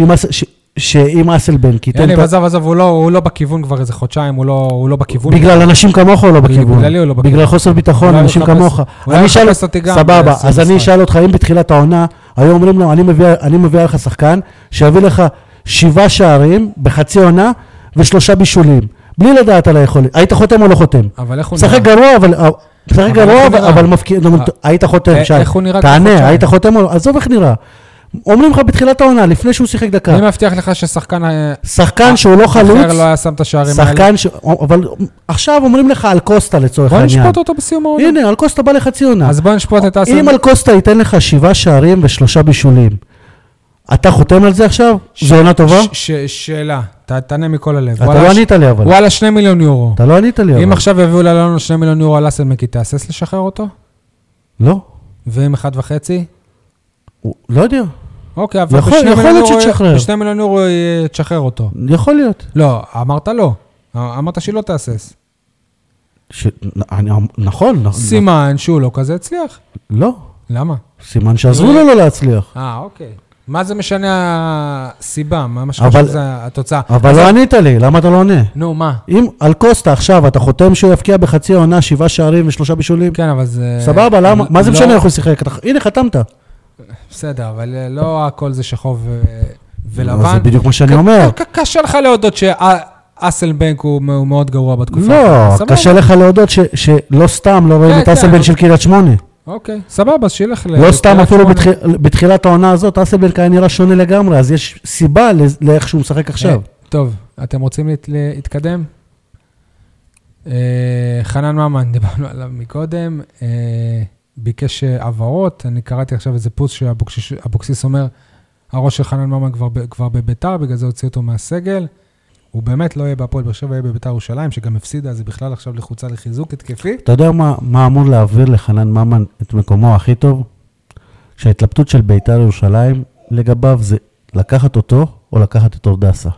[SPEAKER 2] אם אס- ש- שאם אסלבנק ייתן...
[SPEAKER 1] יניב,
[SPEAKER 2] את ה-
[SPEAKER 1] עזב, עזב, הוא לא- הוא לא בכיוון כבר איזה חודשיים, הוא לא- הוא לא בכיוון.
[SPEAKER 2] בגלל אנשים כמוך הוא לא בכיוון.
[SPEAKER 1] בגללי הוא לא בכיוון.
[SPEAKER 2] בגלל חוסר ביטחון,
[SPEAKER 1] אולי הוא לא
[SPEAKER 2] אנשים
[SPEAKER 1] מחפש-
[SPEAKER 2] כמוך.
[SPEAKER 1] אולי
[SPEAKER 2] אני
[SPEAKER 1] הוא
[SPEAKER 2] אשאל-
[SPEAKER 1] מחפש אותי גם
[SPEAKER 2] סבבה,
[SPEAKER 1] ב-
[SPEAKER 2] אז אני אשאל אותך, אם בתחילת העונה, היו אומרים לו, "אני מביא- אני מביאה לך שחקן, שיביא לך שבעה שערים בחצי עונה ושלושה בישולים, בלי לדעת על היכולת. היית חותם או לא חותם?
[SPEAKER 1] אבל איך הוא
[SPEAKER 2] משחק גרוע, אבל... אה, משחק
[SPEAKER 1] אבל
[SPEAKER 2] גרוע,
[SPEAKER 1] איך הוא
[SPEAKER 2] אבל-
[SPEAKER 1] נראה?
[SPEAKER 2] אבל מפקיד... נו,
[SPEAKER 1] אה,
[SPEAKER 2] היית חותם,
[SPEAKER 1] אה,
[SPEAKER 2] שי.
[SPEAKER 1] איך הוא נראה
[SPEAKER 2] תענה,
[SPEAKER 1] כחודשיים?
[SPEAKER 2] היית חותם או לא? עזוב איך נראה. אומרים לך בתחילת העונה, לפני שהוא שיחק דקה,
[SPEAKER 1] אני מבטיח לך ששחקן אה,
[SPEAKER 2] שחקן שהוא לא
[SPEAKER 1] אחר
[SPEAKER 2] חלוץ,
[SPEAKER 1] לא היה שם את השערים האלה.
[SPEAKER 2] שחקן ש... אבל עכשיו אומרים לך על קוסטה לצורך
[SPEAKER 1] בוא
[SPEAKER 2] העניין.
[SPEAKER 1] נשפוט אותו בסיום העונה.
[SPEAKER 2] הנה, על קוסטה בא לחצי עונה.
[SPEAKER 1] אז בוא נשפוט את אסן.
[SPEAKER 2] אם על קוסטה ייתן לך שבעה שערים ושלושה בישולים, אתה חותם על זה עכשיו? זו עונה טובה?
[SPEAKER 1] ש- ש- שאלה, ת- תענה מכל הלב.
[SPEAKER 2] אתה
[SPEAKER 1] וואלה,
[SPEAKER 2] לא
[SPEAKER 1] ש-
[SPEAKER 2] ענית לי אבל.
[SPEAKER 1] וואלה, שני מיליון יורו.
[SPEAKER 2] אתה לא ענית לי אבל.
[SPEAKER 1] אם עכשיו יביאו לנו שני מיליון יורו על אסן מקי, תהסס לשחרר אותו?
[SPEAKER 2] לא.
[SPEAKER 1] ואם אחד וחצי?
[SPEAKER 2] הוא- לא יודע.
[SPEAKER 1] אוקיי, אבל
[SPEAKER 2] יכול-
[SPEAKER 1] בשני
[SPEAKER 2] יכול
[SPEAKER 1] מיליון
[SPEAKER 2] להיות
[SPEAKER 1] יורו-
[SPEAKER 2] שתשחרר.
[SPEAKER 1] בשני מיליון יורו אה, תשחרר אותו.
[SPEAKER 2] יכול להיות.
[SPEAKER 1] לא, אמרת לא. אמרת שלא תהסס.
[SPEAKER 2] לא. ש... נ- אני... נכון. נ-
[SPEAKER 1] סימן שהוא לא כזה הצליח.
[SPEAKER 2] לא.
[SPEAKER 1] למה?
[SPEAKER 2] סימן שעזרו לו לא להצליח.
[SPEAKER 1] אה, אוקיי. מה זה משנה הסיבה? מה
[SPEAKER 2] אבל-
[SPEAKER 1] משנה זה התוצאה?
[SPEAKER 2] אבל לא ענית לי, למה אתה לא עונה?
[SPEAKER 1] נו, מה?
[SPEAKER 2] אם על קוסטה עכשיו אתה חותם שהוא יבקיע בחצי העונה שבעה שערים ושלושה בישולים,
[SPEAKER 1] כן, אבל זה...
[SPEAKER 2] סבבה, למה? מה זה
[SPEAKER 1] לא-
[SPEAKER 2] משנה איך הוא שיחק? אתה- הנה, חתמת.
[SPEAKER 1] בסדר, אבל אה, לא הכל זה שחור ו-
[SPEAKER 2] אבל
[SPEAKER 1] ולבן.
[SPEAKER 2] לא,
[SPEAKER 1] כן,
[SPEAKER 2] זה בדיוק מה שאני
[SPEAKER 1] ק-
[SPEAKER 2] אומר.
[SPEAKER 1] ק- קשה לך להודות שאסלבנק הוא מ- הוא מאוד גרוע בתקופה.
[SPEAKER 2] לא,
[SPEAKER 1] האחרונה. סבבה.
[SPEAKER 2] קשה לך להודות ש- שלא סתם לא רואים
[SPEAKER 1] כן,
[SPEAKER 2] את
[SPEAKER 1] כן,
[SPEAKER 2] אסלבן
[SPEAKER 1] אבל-
[SPEAKER 2] של קריית שמונה.
[SPEAKER 1] אוקיי, סבבה, אז שילך ל...
[SPEAKER 2] לא סתם
[SPEAKER 1] לקריית
[SPEAKER 2] אפילו
[SPEAKER 1] שמונה.
[SPEAKER 2] בתחיל- בתחילת העונה הזאת, אסלבנק היה נראה שונה לגמרי, אז יש סיבה לז- לאיך שהוא משחק עכשיו.
[SPEAKER 1] אה, טוב, אתם רוצים להת- להתקדם? אה, חנן ממן, דיברנו עליו מקודם, אה, ביקש אה, הבהרות, אני קראתי עכשיו איזה פוסט שאבוקסיס אומר, הראש של חנן ממן כבר, ב- כבר בביתר, בגלל זה הוציאו אותו מהסגל. הוא באמת לא יהיה בהפועל באר שבע, יהיה בביתר ירושלים, שגם הפסידה, אז היא בכלל עכשיו לחוצה לחיזוק התקפי.
[SPEAKER 2] אתה יודע מה- מה אמור להעביר לחנן ממן את מקומו הכי טוב? שההתלבטות של בית"ר ירושלים לגביו זה לקחת אותו או לקחת את אורדסה.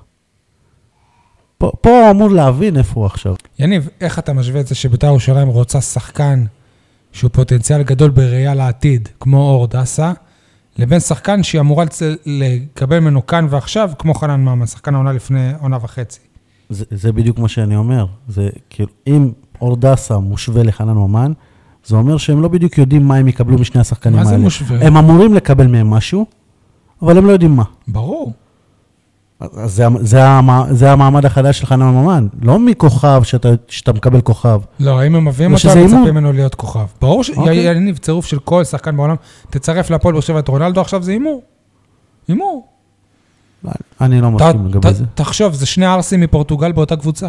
[SPEAKER 2] פה- פה הוא אמור להבין איפה הוא עכשיו.
[SPEAKER 1] יניב, איך אתה משווה את זה שביתר ירושלים רוצה שחקן שהוא פוטנציאל גדול בראייה לעתיד, כמו אור דסה, לבין שחקן שהיא אמורה לצ- לקבל ממנו כאן ועכשיו, כמו חנן ממן, שחקן העונה לפני עונה וחצי.
[SPEAKER 2] זה, זה בדיוק מה שאני אומר. זה כאילו, אם אורדסה מושווה לחנן ממן, זה אומר שהם לא בדיוק יודעים מה הם יקבלו משני השחקנים
[SPEAKER 1] מה
[SPEAKER 2] האלה.
[SPEAKER 1] זה מושווה?
[SPEAKER 2] כן, הם אמורים לקבל מהם משהו, אבל הם לא יודעים מה.
[SPEAKER 1] ברור.
[SPEAKER 2] אז אז זה, המ- זה, המע- זה המעמד החדש של חנן ממן, לא מכוכב שאתה, שאתה מקבל כוכב.
[SPEAKER 1] לא, אם הם מביאים
[SPEAKER 2] לא
[SPEAKER 1] אותו,
[SPEAKER 2] שזה
[SPEAKER 1] הם מצפים
[SPEAKER 2] הימור.
[SPEAKER 1] ממנו להיות כוכב. ברור
[SPEAKER 2] אוקיי.
[SPEAKER 1] שיניב צירוף של כל שחקן בעולם, תצרף להפועל באר שבע את רונלדו, עכשיו זה הימור. הימור.
[SPEAKER 2] אני לא מסכים
[SPEAKER 1] ת-
[SPEAKER 2] לגבי
[SPEAKER 1] ת-
[SPEAKER 2] זה.
[SPEAKER 1] תחשוב, זה שני ערסים מפורטוגל באותה קבוצה.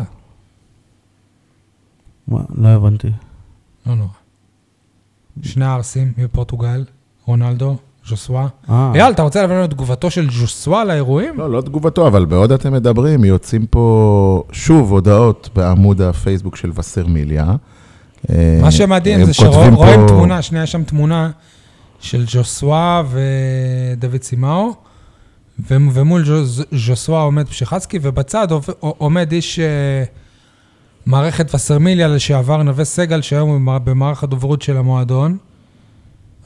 [SPEAKER 2] מה, לא הבנתי.
[SPEAKER 1] לא נורא. שני ערסים מפורטוגל, רונלדו, ז'וסווה.
[SPEAKER 2] אה,
[SPEAKER 1] אייל, אתה רוצה להביא לנו את תגובתו של ז'וסווה לאירועים?
[SPEAKER 3] לא, לא תגובתו, אבל בעוד אתם מדברים, יוצאים פה שוב הודעות בעמוד הפייסבוק של וסרמיליה. אה,
[SPEAKER 1] מה שמדהים זה שרואים תמונה, שנייה, יש שם תמונה של ז'וסווה ודוד סימאו, ו- ומול ז'ו- ז'וסווה עומד פשחצקי, ובצד עוב- עומד איש אה, מערכת וסרמיליה לשעבר נווה סגל, שהיום הוא במע- במערך הדוברות של המועדון.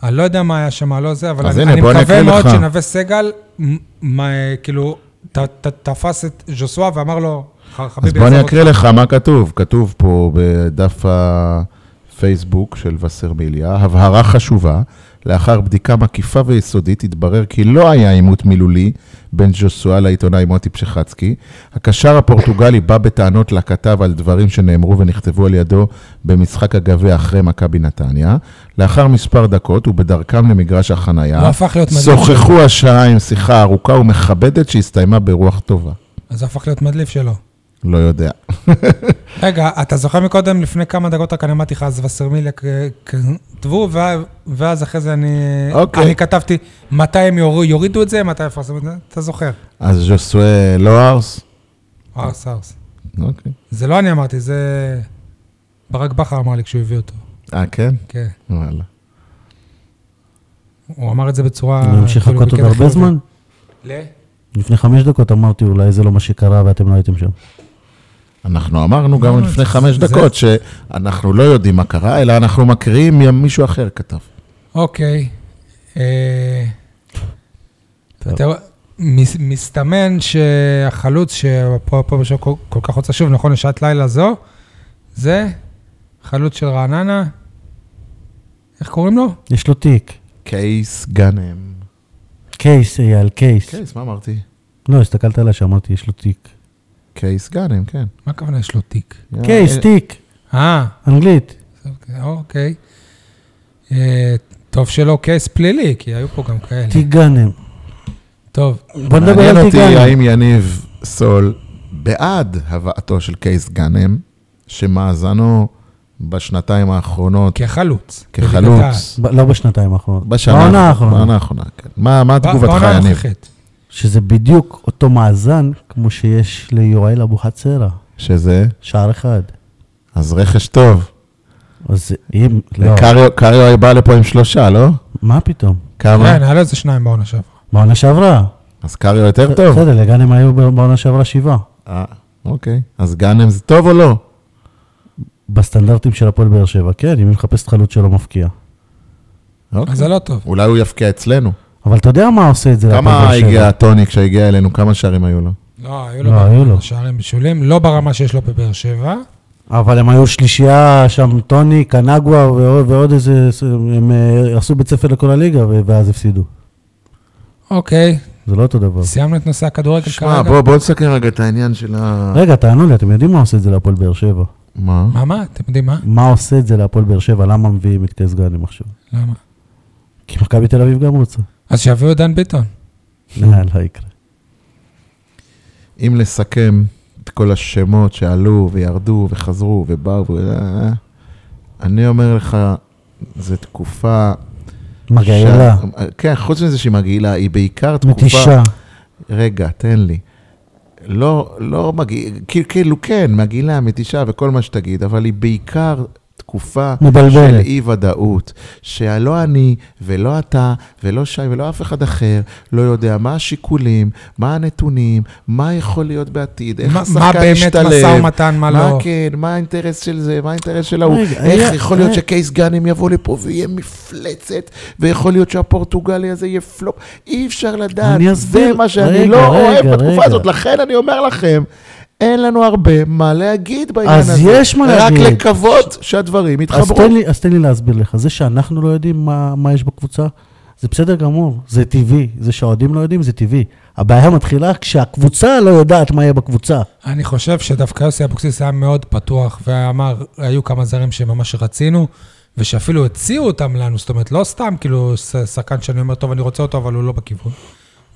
[SPEAKER 1] אני לא יודע מה היה שם, לא זה, אבל
[SPEAKER 3] אז
[SPEAKER 1] אני,
[SPEAKER 3] הנה,
[SPEAKER 1] אני
[SPEAKER 3] בוא אני
[SPEAKER 1] מקווה
[SPEAKER 3] אקריא
[SPEAKER 1] מאוד
[SPEAKER 3] לך.
[SPEAKER 1] שנווה סגל, מ- מה, כאילו, ת, ת, תפס את ז'וסווה ואמר לו, "ח- חביבי,
[SPEAKER 3] אז בוא אני
[SPEAKER 1] עזוב
[SPEAKER 3] אקריא לך מה כתוב. כתוב פה בדף הפייסבוק של וסרמיליה, הבהרה חשובה, לאחר בדיקה מקיפה ויסודית התברר כי לא היה עימות מילולי בין ג'וסואה לעיתונאי מוטי פשחצקי. הקשר הפורטוגלי בא בטענות לכתב על דברים שנאמרו ונכתבו על ידו במשחק הגביע אחרי מכבי נתניה. לאחר מספר דקות ובדרכם למגרש החנייה,
[SPEAKER 1] הוא לא הפך להיות מדליף.
[SPEAKER 3] אה? שוחחו השניים שיחה ארוכה ומכבדת שהסתיימה ברוח טובה.
[SPEAKER 1] אז זה הפך להיות מדליף שלו.
[SPEAKER 3] לא יודע.
[SPEAKER 1] רגע, אתה זוכר מקודם, לפני כמה דקות רק אני אמרתי לך, אז וסרמיליה כ- כתבו, ו- ואז אחרי זה אני,
[SPEAKER 3] אוקיי.
[SPEAKER 1] אני כתבתי מתי הם יור, יורידו את זה, מתי יפרסמו את זה, אתה זוכר.
[SPEAKER 3] אז ז'וסווה לא ארס?
[SPEAKER 2] אה.
[SPEAKER 1] ארס ארס.
[SPEAKER 3] אוקיי.
[SPEAKER 1] זה לא אני אמרתי, זה ברק בכר אמר לי כשהוא הביא אותו.
[SPEAKER 3] אה, כן?
[SPEAKER 1] כן.
[SPEAKER 3] וואלה.
[SPEAKER 1] הוא אמר את זה בצורה...
[SPEAKER 2] אני אמשיך
[SPEAKER 1] כאילו,
[SPEAKER 2] לחכות עוד
[SPEAKER 1] בקטע
[SPEAKER 2] הרבה
[SPEAKER 1] חיובי.
[SPEAKER 2] זמן?
[SPEAKER 1] ל?
[SPEAKER 2] לפני חמש דקות אמרתי, אולי זה לא מה שקרה ואתם לא הייתם שם.
[SPEAKER 3] אנחנו אמרנו גם
[SPEAKER 1] לא,
[SPEAKER 3] לפני
[SPEAKER 1] זה-
[SPEAKER 3] חמש
[SPEAKER 1] זה-
[SPEAKER 3] דקות שאנחנו לא יודעים מה קרה, אלא אנחנו מקריאים מישהו אחר כתב.
[SPEAKER 1] אוקיי. אה, אתה רואה, מס- מסתמן שהחלוץ שפה פה בשוק כל- כל כך רוצה שוב, נכון, לשעת לילה זו, זה חלוץ של רעננה, איך קוראים לו?
[SPEAKER 2] יש לו תיק.
[SPEAKER 3] קייס גאנם.
[SPEAKER 2] קייס, אייל, קייס.
[SPEAKER 3] קייס, מה אמרתי?
[SPEAKER 2] לא, הסתכלת עליי שאמרתי, יש לו תיק.
[SPEAKER 3] קייס גאנם, כן.
[SPEAKER 1] מה הכוונה יש לו תיק?
[SPEAKER 2] קייס,
[SPEAKER 3] אה,
[SPEAKER 2] תיק,
[SPEAKER 1] אה,
[SPEAKER 2] כן, אנגלית.
[SPEAKER 1] אוקיי. אה, טוב שלא קייס פלילי, כי היו פה גם כאלה.
[SPEAKER 2] תיק גאנם.
[SPEAKER 1] טוב,
[SPEAKER 2] בוא נדבר
[SPEAKER 3] מעניין
[SPEAKER 2] על תיק
[SPEAKER 3] אותי
[SPEAKER 2] גאנם.
[SPEAKER 3] האם יניב סול בעד הבאתו של קייס גאנם, שמאזנו בשנתיים האחרונות
[SPEAKER 1] כן. כחלוץ. בליגת העל.
[SPEAKER 3] כחלוץ.
[SPEAKER 2] ב- לא בשנתיים האחרונות.
[SPEAKER 3] בשנה
[SPEAKER 2] בעונה האחרונה.
[SPEAKER 3] בעונה האחרונה, כן. מה מה
[SPEAKER 1] בע-
[SPEAKER 3] תגובתך,
[SPEAKER 1] בעונה
[SPEAKER 3] יניב?
[SPEAKER 1] הנוכחית.
[SPEAKER 2] שזה בדיוק אותו מאזן כמו שיש ליואל אבוחצירא,
[SPEAKER 3] שזה?
[SPEAKER 2] שער אחד.
[SPEAKER 3] אז רכש טוב.
[SPEAKER 2] אז אם, לא,
[SPEAKER 3] אה, קריו- קריו בא לפה עם שלושה, לא?
[SPEAKER 2] מה פתאום?
[SPEAKER 3] כמה?
[SPEAKER 1] כן, היה לו איזה שניים בעונה שעברה.
[SPEAKER 2] בעונה שעברה.
[SPEAKER 3] אז קריו יותר טוב.
[SPEAKER 2] בסדר, לגאנם היו ב- בעונה שעברה שבעה.
[SPEAKER 3] אה, אוקיי. אז גאנם זה טוב או לא?
[SPEAKER 2] בסטנדרטים של הפועל באר שבע, כן, אם היא מחפשת חלוץ שלא מפקיע.
[SPEAKER 3] אוקיי.
[SPEAKER 1] אז זה לא טוב.
[SPEAKER 3] אולי הוא יפקיע אצלנו.
[SPEAKER 2] אבל אתה יודע מה עושה את זה
[SPEAKER 3] כמה
[SPEAKER 2] להפועל באר שבע?
[SPEAKER 3] הגיע טוני כשהגיע אלינו? כמה שערים היו לו?
[SPEAKER 1] לא, היו לו
[SPEAKER 2] לא, היו לו.
[SPEAKER 1] שערים בישולים, לא ברמה שיש לו בבאר שבע.
[SPEAKER 2] אבל הם היו שלישייה שם, טוני, קנגווה ועוד, ועוד איזה, הם אה, עשו בית ספר לכל הליגה ו- ואז הפסידו.
[SPEAKER 1] אוקיי,
[SPEAKER 2] זה לא אותו דבר.
[SPEAKER 1] סיימנו את נושא הכדורגל
[SPEAKER 3] שמע,
[SPEAKER 1] כרגע.
[SPEAKER 3] בוא בוא נסכם רגע את העניין של ה...
[SPEAKER 2] רגע, תענו לי, אתם יודעים מה עושה את זה להפועל באר שבע?
[SPEAKER 3] מה?
[SPEAKER 1] מה, מה? אתם יודעים מה?
[SPEAKER 2] מה עושה את זה להפועל באר שבע? למה מביאים את קייס גאנם עכשיו?
[SPEAKER 1] למה?
[SPEAKER 2] כי מכבי תל אביב גם רוצה.
[SPEAKER 1] אז שיביאו את דן ביטון.
[SPEAKER 2] לא, לא יקרה.
[SPEAKER 3] אם לסכם את כל השמות שעלו וירדו וחזרו ובאו, ו- אה, אה, אני אומר לך, זו תקופה...
[SPEAKER 2] מגעילה,
[SPEAKER 3] שה- כן, חוץ מזה שהיא מגעילה, היא בעיקר תקופה...
[SPEAKER 2] מתישה.
[SPEAKER 3] רגע, תן לי. לא, לא מגעיל, כאילו כן, מגעילה, מתישה וכל מה שתגיד, אבל היא בעיקר תקופה של
[SPEAKER 2] מבלבלת.
[SPEAKER 3] אי-ודאות, שלא אני ולא אתה ולא שי ולא אף אחד אחר לא יודע מה השיקולים, מה הנתונים, מה יכול להיות בעתיד, איך
[SPEAKER 1] מה- מה
[SPEAKER 3] השחקן
[SPEAKER 1] באמת
[SPEAKER 3] משתלב.
[SPEAKER 1] משא ומתן, מה
[SPEAKER 3] מה
[SPEAKER 1] לא?
[SPEAKER 3] כן, מה האינטרס של זה, מה האינטרס של ההוא,
[SPEAKER 2] רגע, אה,
[SPEAKER 3] איך
[SPEAKER 2] היה-
[SPEAKER 3] יכול להיות
[SPEAKER 2] היה-
[SPEAKER 3] שקייס גאנם יבוא לפה ויהיה מפלצת, ויכול להיות שהפורטוגלי הזה יהיה פלופ, אי אפשר לדעת,
[SPEAKER 2] אני
[SPEAKER 3] זה
[SPEAKER 2] אסביר-
[SPEAKER 3] מה שאני
[SPEAKER 2] רגע,
[SPEAKER 3] לא
[SPEAKER 2] רגע,
[SPEAKER 3] אוהב בתקופה
[SPEAKER 2] רגע.
[SPEAKER 3] הזאת, לכן אני אומר לכם, אין לנו הרבה מה להגיד בעניין
[SPEAKER 2] אז
[SPEAKER 3] הזה.
[SPEAKER 2] יש מה להגיד.
[SPEAKER 3] רק לקוות שהדברים
[SPEAKER 2] אז
[SPEAKER 3] יתחברו.
[SPEAKER 2] תן, לי, אז תן לי להסביר לך, זה שאנחנו לא יודעים מה, מה יש בקבוצה, זה בסדר גמור, זה טבעי, זה שהאוהדים לא יודעים, זה טבעי. הבעיה מתחילה כשהקבוצה לא יודעת מה יהיה בקבוצה.
[SPEAKER 1] אני חושב שדווקא יוסי אבוקסיס היה מאוד פתוח, ואמר, היו כמה זרים שממש רצינו, ושאפילו הציעו אותם לנו, זאת אומרת, לא סתם כאילו ש- שחקן שאני אומר, טוב, אני רוצה אותו, אבל הוא לא בכיוון.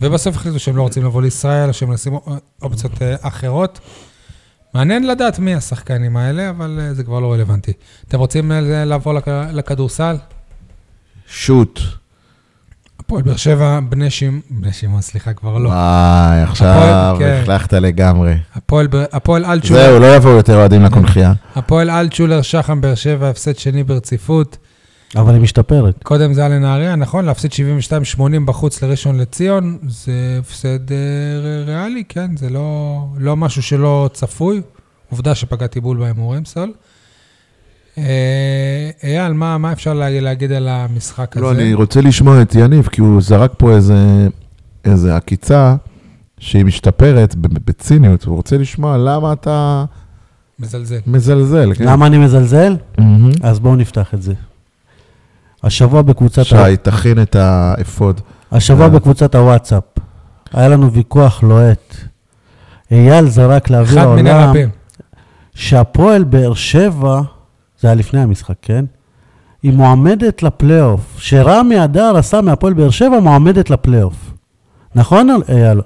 [SPEAKER 1] ובסוף החליטו שהם לא רוצים לבוא לישראל, או שהם מנסים א- אופציות אה, אחרות. מעניין לדעת מי השחקנים האלה, אבל אה, זה כבר לא רלוונטי. אתם רוצים אה, לעבור לכ- לכדורסל?
[SPEAKER 3] שוט.
[SPEAKER 1] הפועל באר שבע, בני שמעון, בני שמעון, סליחה, כבר לא.
[SPEAKER 3] וואי, עכשיו
[SPEAKER 1] הפועל, כן.
[SPEAKER 3] החלכת לגמרי.
[SPEAKER 1] הפועל ב- הפועל אלטשולר,
[SPEAKER 3] זהו, לא יבואו יותר אוהדים לקונכייה.
[SPEAKER 1] הפועל אלטשולר, שחם באר שבע, הפסד שני ברציפות.
[SPEAKER 2] אבל היא משתפרת.
[SPEAKER 1] קודם זה היה לנהריה, נכון? להפסיד 72-80 בחוץ לראשון לציון, זה הפסד אה, ר- ריאלי, כן? זה לא, לא משהו שלא צפוי. עובדה שפגעתי בול בהימורים, סול. אה, אייל, מה, מה אפשר להגיד, להגיד על המשחק הזה?
[SPEAKER 3] לא, אני רוצה לשמוע את יניב, כי הוא זרק פה איזה- איזה עקיצה שהיא משתפרת ב- בציניות. הוא רוצה לשמוע למה אתה
[SPEAKER 1] מזלזל.
[SPEAKER 3] מזלזל, כן?
[SPEAKER 2] למה אני מזלזל?
[SPEAKER 3] מהמם.
[SPEAKER 2] אז בואו נפתח את זה. השבוע בקבוצת, ה...
[SPEAKER 3] שי, תכין את האפוד.
[SPEAKER 2] השבוע
[SPEAKER 3] אה.
[SPEAKER 2] בקבוצת הוואטסאפ, היה לנו ויכוח לוהט. אייל זרק לאוויר
[SPEAKER 1] אחד מן
[SPEAKER 2] העולם
[SPEAKER 1] הרבים.
[SPEAKER 2] שהפועל באר שבע, זה היה לפני המשחק, כן? היא מועמדת לפלייאוף, שרמי אדר עשה מהפועל באר שבע מועמדת לפלייאוף. נכון, אייל?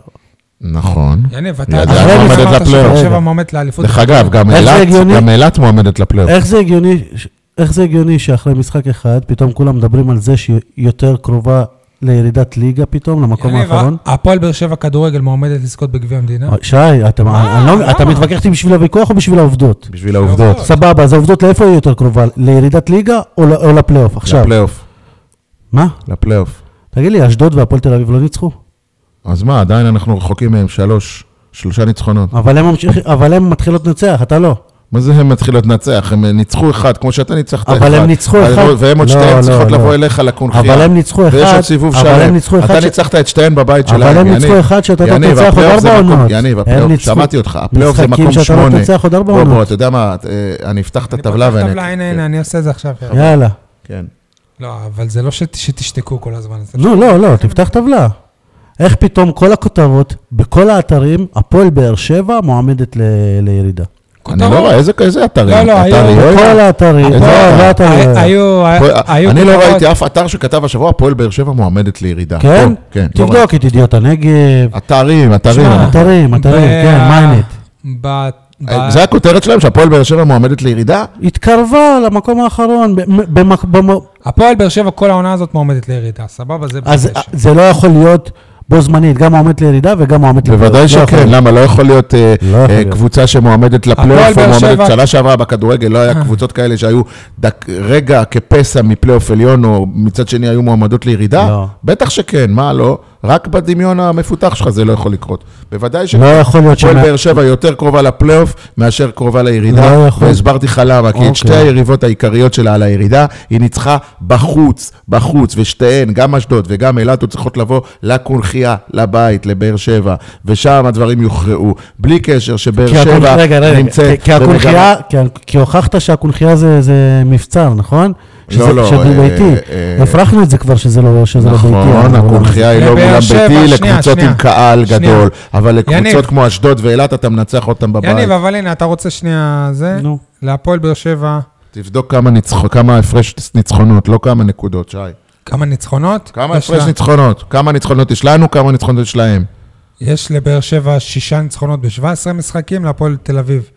[SPEAKER 3] נכון.
[SPEAKER 1] יניב, אתה
[SPEAKER 3] ידעת
[SPEAKER 1] אתה
[SPEAKER 2] מועמדת
[SPEAKER 1] אמרת
[SPEAKER 3] לפלייאוף.
[SPEAKER 1] שבאר שבע מועמדת לאליפות.
[SPEAKER 3] דרך אגב, גם
[SPEAKER 2] איך זה
[SPEAKER 3] אילת-
[SPEAKER 2] הגיוני?
[SPEAKER 3] גם אילת מועמדת לפלייאוף.
[SPEAKER 2] איך זה הגיוני, איך זה הגיוני שאחרי משחק אחד, פתאום כולם מדברים על זה שהיא יותר קרובה לירידת ליגה פתאום, למקום
[SPEAKER 1] יניב,
[SPEAKER 2] האחרון?
[SPEAKER 1] הפועל באר שבע כדורגל מועמדת לזכות בגביע המדינה.
[SPEAKER 3] אה,
[SPEAKER 2] שי, אתה, אני לא, אתה מתווכח איתי בשביל הוויכוח או בשביל העובדות?
[SPEAKER 3] בשביל העובדות.
[SPEAKER 2] סבבה, אז העובדות לאיפה היא יותר קרובה? לירידת ליגה או, ל- או לפלייאוף עכשיו?
[SPEAKER 3] לפלייאוף.
[SPEAKER 2] מה?
[SPEAKER 3] לפלייאוף.
[SPEAKER 2] תגיד לי, אשדוד והפועל תל אביב לא ניצחו?
[SPEAKER 3] אז מה, עדיין אנחנו רחוקים מהם שלוש, שלושה ניצחונות.
[SPEAKER 2] אבל הם, ממשיכים, אבל הם מתחילות לנצח, אתה לא.
[SPEAKER 3] מה זה הם מתחילות לנצח? הם אה, ניצחו אחד, כמו שאתה ניצחת אחד.
[SPEAKER 2] אבל הם ניצחו
[SPEAKER 3] אז
[SPEAKER 2] אחד.
[SPEAKER 3] בוא- והם עוד
[SPEAKER 2] לא,
[SPEAKER 3] שתיהן
[SPEAKER 2] לא,
[SPEAKER 3] צריכות
[SPEAKER 2] לא.
[SPEAKER 3] לבוא אליך לקונחייה.
[SPEAKER 2] אבל הם ניצחו אחד,
[SPEAKER 3] ויש עוד סיבוב שלם.
[SPEAKER 2] אבל הם ניצחו אחד,
[SPEAKER 3] אתה
[SPEAKER 2] ש-
[SPEAKER 3] ניצחת את שתיהן בבית שלהם.
[SPEAKER 2] אבל הם
[SPEAKER 3] יניב.
[SPEAKER 2] ניצחו אחד שאתה לא
[SPEAKER 3] יניב,
[SPEAKER 2] תנצח עוד
[SPEAKER 3] הפלייאוף זה
[SPEAKER 2] ארבע
[SPEAKER 3] מקום-
[SPEAKER 2] עונות.
[SPEAKER 3] יניב,
[SPEAKER 2] הם
[SPEAKER 3] הפלייאוף,
[SPEAKER 2] ניצחו-
[SPEAKER 3] שמעתי אותך, הפלייאוף זה
[SPEAKER 2] משחקים
[SPEAKER 3] מקום
[SPEAKER 2] שאתה לא
[SPEAKER 3] שמונה.
[SPEAKER 2] תנצח עוד ארבע
[SPEAKER 3] בוא, בוא,
[SPEAKER 2] עונות.
[SPEAKER 3] אתה יודע מה, אה, אני אפתח את
[SPEAKER 1] אני
[SPEAKER 3] הטבלה כן,
[SPEAKER 1] פותח
[SPEAKER 3] ואני...
[SPEAKER 1] טבלה, הנה, הנה, אני עושה את זה עכשיו.
[SPEAKER 2] יאללה.
[SPEAKER 3] כן.
[SPEAKER 1] לא, אבל זה לא שת- שתשתקו כל הזמן. זה
[SPEAKER 2] לא, לא, לא, תפתח טבלה. איך פתאום כל הכותרות, בכל האתרים, הפועל באר שבע מועמדת ל- לירידה.
[SPEAKER 3] אני לא רואה, איזה- איזה אתרים?
[SPEAKER 1] לא, לא, היו-
[SPEAKER 3] אתר יואל?
[SPEAKER 2] בכל האתרים, לא,
[SPEAKER 3] איזה אתר?
[SPEAKER 2] לא אתרים. לא.
[SPEAKER 1] אה, היו,
[SPEAKER 3] הפועל-
[SPEAKER 1] היו...
[SPEAKER 3] אני לא
[SPEAKER 1] כתבות-
[SPEAKER 3] ראיתי אף אתר שכתב השבוע, הפועל באר שבע מועמדת לירידה.
[SPEAKER 2] כן?
[SPEAKER 3] לא, כן. לא
[SPEAKER 2] תבדוק את ידיעות הנגב,
[SPEAKER 3] ראיתי. אתרים, אתרים.
[SPEAKER 1] שמע, אה,
[SPEAKER 3] אנחנו-
[SPEAKER 2] אתרים, אתרים,
[SPEAKER 1] ב-
[SPEAKER 2] כן, מיינט.
[SPEAKER 1] ב- ב-
[SPEAKER 3] אה, זה הכותרת שלהם, שהפועל באר שבע מועמדת לירידה?
[SPEAKER 2] התקרבה למקום האחרון, ב- מ- במק- במ-
[SPEAKER 1] הפועל באר שבע כל העונה הזאת מועמדת לירידה, סבבה? זה
[SPEAKER 2] אז
[SPEAKER 1] בסדר.
[SPEAKER 2] זה לא יכול להיות בו זמנית, גם מועמד לירידה וגם מועמד לירידה.
[SPEAKER 3] בוודאי שכן, למה? לא יכול להיות אה,
[SPEAKER 2] לא יכול
[SPEAKER 3] אה,
[SPEAKER 2] להיות.
[SPEAKER 3] קבוצה שמועמדת
[SPEAKER 1] הפועל
[SPEAKER 3] לפלייאוף או
[SPEAKER 1] באר שבע-
[SPEAKER 3] מועמדת, שנה שעברה בכדורגל לא היה קבוצות כאלה שהיו דק- רגע כפסע מפלייאוף עליון, או מצד שני היו מועמדות לירידה?
[SPEAKER 2] לא.
[SPEAKER 3] בטח שכן, מה לא? רק בדמיון המפותח שלך זה לא יכול לקרות. בוודאי
[SPEAKER 2] לא יכול להיות
[SPEAKER 3] שהפועל
[SPEAKER 2] שמה-
[SPEAKER 3] באר שבע יותר קרובה לפלייאוף מאשר קרובה לירידה.
[SPEAKER 2] לא יכול.
[SPEAKER 3] והסברתי לך למה, כי
[SPEAKER 2] אוקיי.
[SPEAKER 3] את שתי היריבות העיקריות שלה על הירידה, היא ניצחה בחוץ, בחוץ, ושתיהן, גם אשדוד וגם אילת, צריכות לבוא לקונכייה, לבית, לבאר שבע, ושם הדברים יוכרעו. בלי קשר
[SPEAKER 2] כי
[SPEAKER 3] שבאר
[SPEAKER 2] הקונ-
[SPEAKER 3] שבע
[SPEAKER 2] רגע, רגע,
[SPEAKER 3] נמצאת...
[SPEAKER 2] כי- כי הקונכייה, כי ה- כי הוכחת שהקונכייה זה- זה מבצר, נכון? שזה-
[SPEAKER 3] לא,
[SPEAKER 2] שזה
[SPEAKER 3] אה,
[SPEAKER 2] ביתי.
[SPEAKER 3] אה, אה,
[SPEAKER 2] הפרחנו את זה כבר שזה לא שזה לא ביתי.
[SPEAKER 3] נכון,
[SPEAKER 2] העולם הזה.
[SPEAKER 3] הקונכייה היא לא
[SPEAKER 1] לבאר
[SPEAKER 3] מולם
[SPEAKER 1] שבע,
[SPEAKER 3] ביתי,
[SPEAKER 1] שנייה,
[SPEAKER 3] לקבוצות
[SPEAKER 1] שנייה.
[SPEAKER 3] עם קהל
[SPEAKER 1] שנייה.
[SPEAKER 3] גדול, אבל לקבוצות
[SPEAKER 1] יניב.
[SPEAKER 3] כמו אשדוד ואילת אתה מנצח אותם בבית.
[SPEAKER 1] יניב, אבל הנה, אתה רוצה שנייה זה?
[SPEAKER 2] נו.
[SPEAKER 1] להפועל באר שבע,
[SPEAKER 3] תבדוק כמה ניצח- כמה הפרש ניצחונות, לא כמה נקודות, שי.
[SPEAKER 1] כמה ניצחונות?
[SPEAKER 3] כמה
[SPEAKER 1] יש
[SPEAKER 3] הפרש
[SPEAKER 1] לה-
[SPEAKER 3] ניצחונות? כמה ניצחונות יש לנו, כמה ניצחונות יש להם.
[SPEAKER 1] יש לבאר שבע שישה ניצחונות ב-17 משחקים, להפועל תל אביב.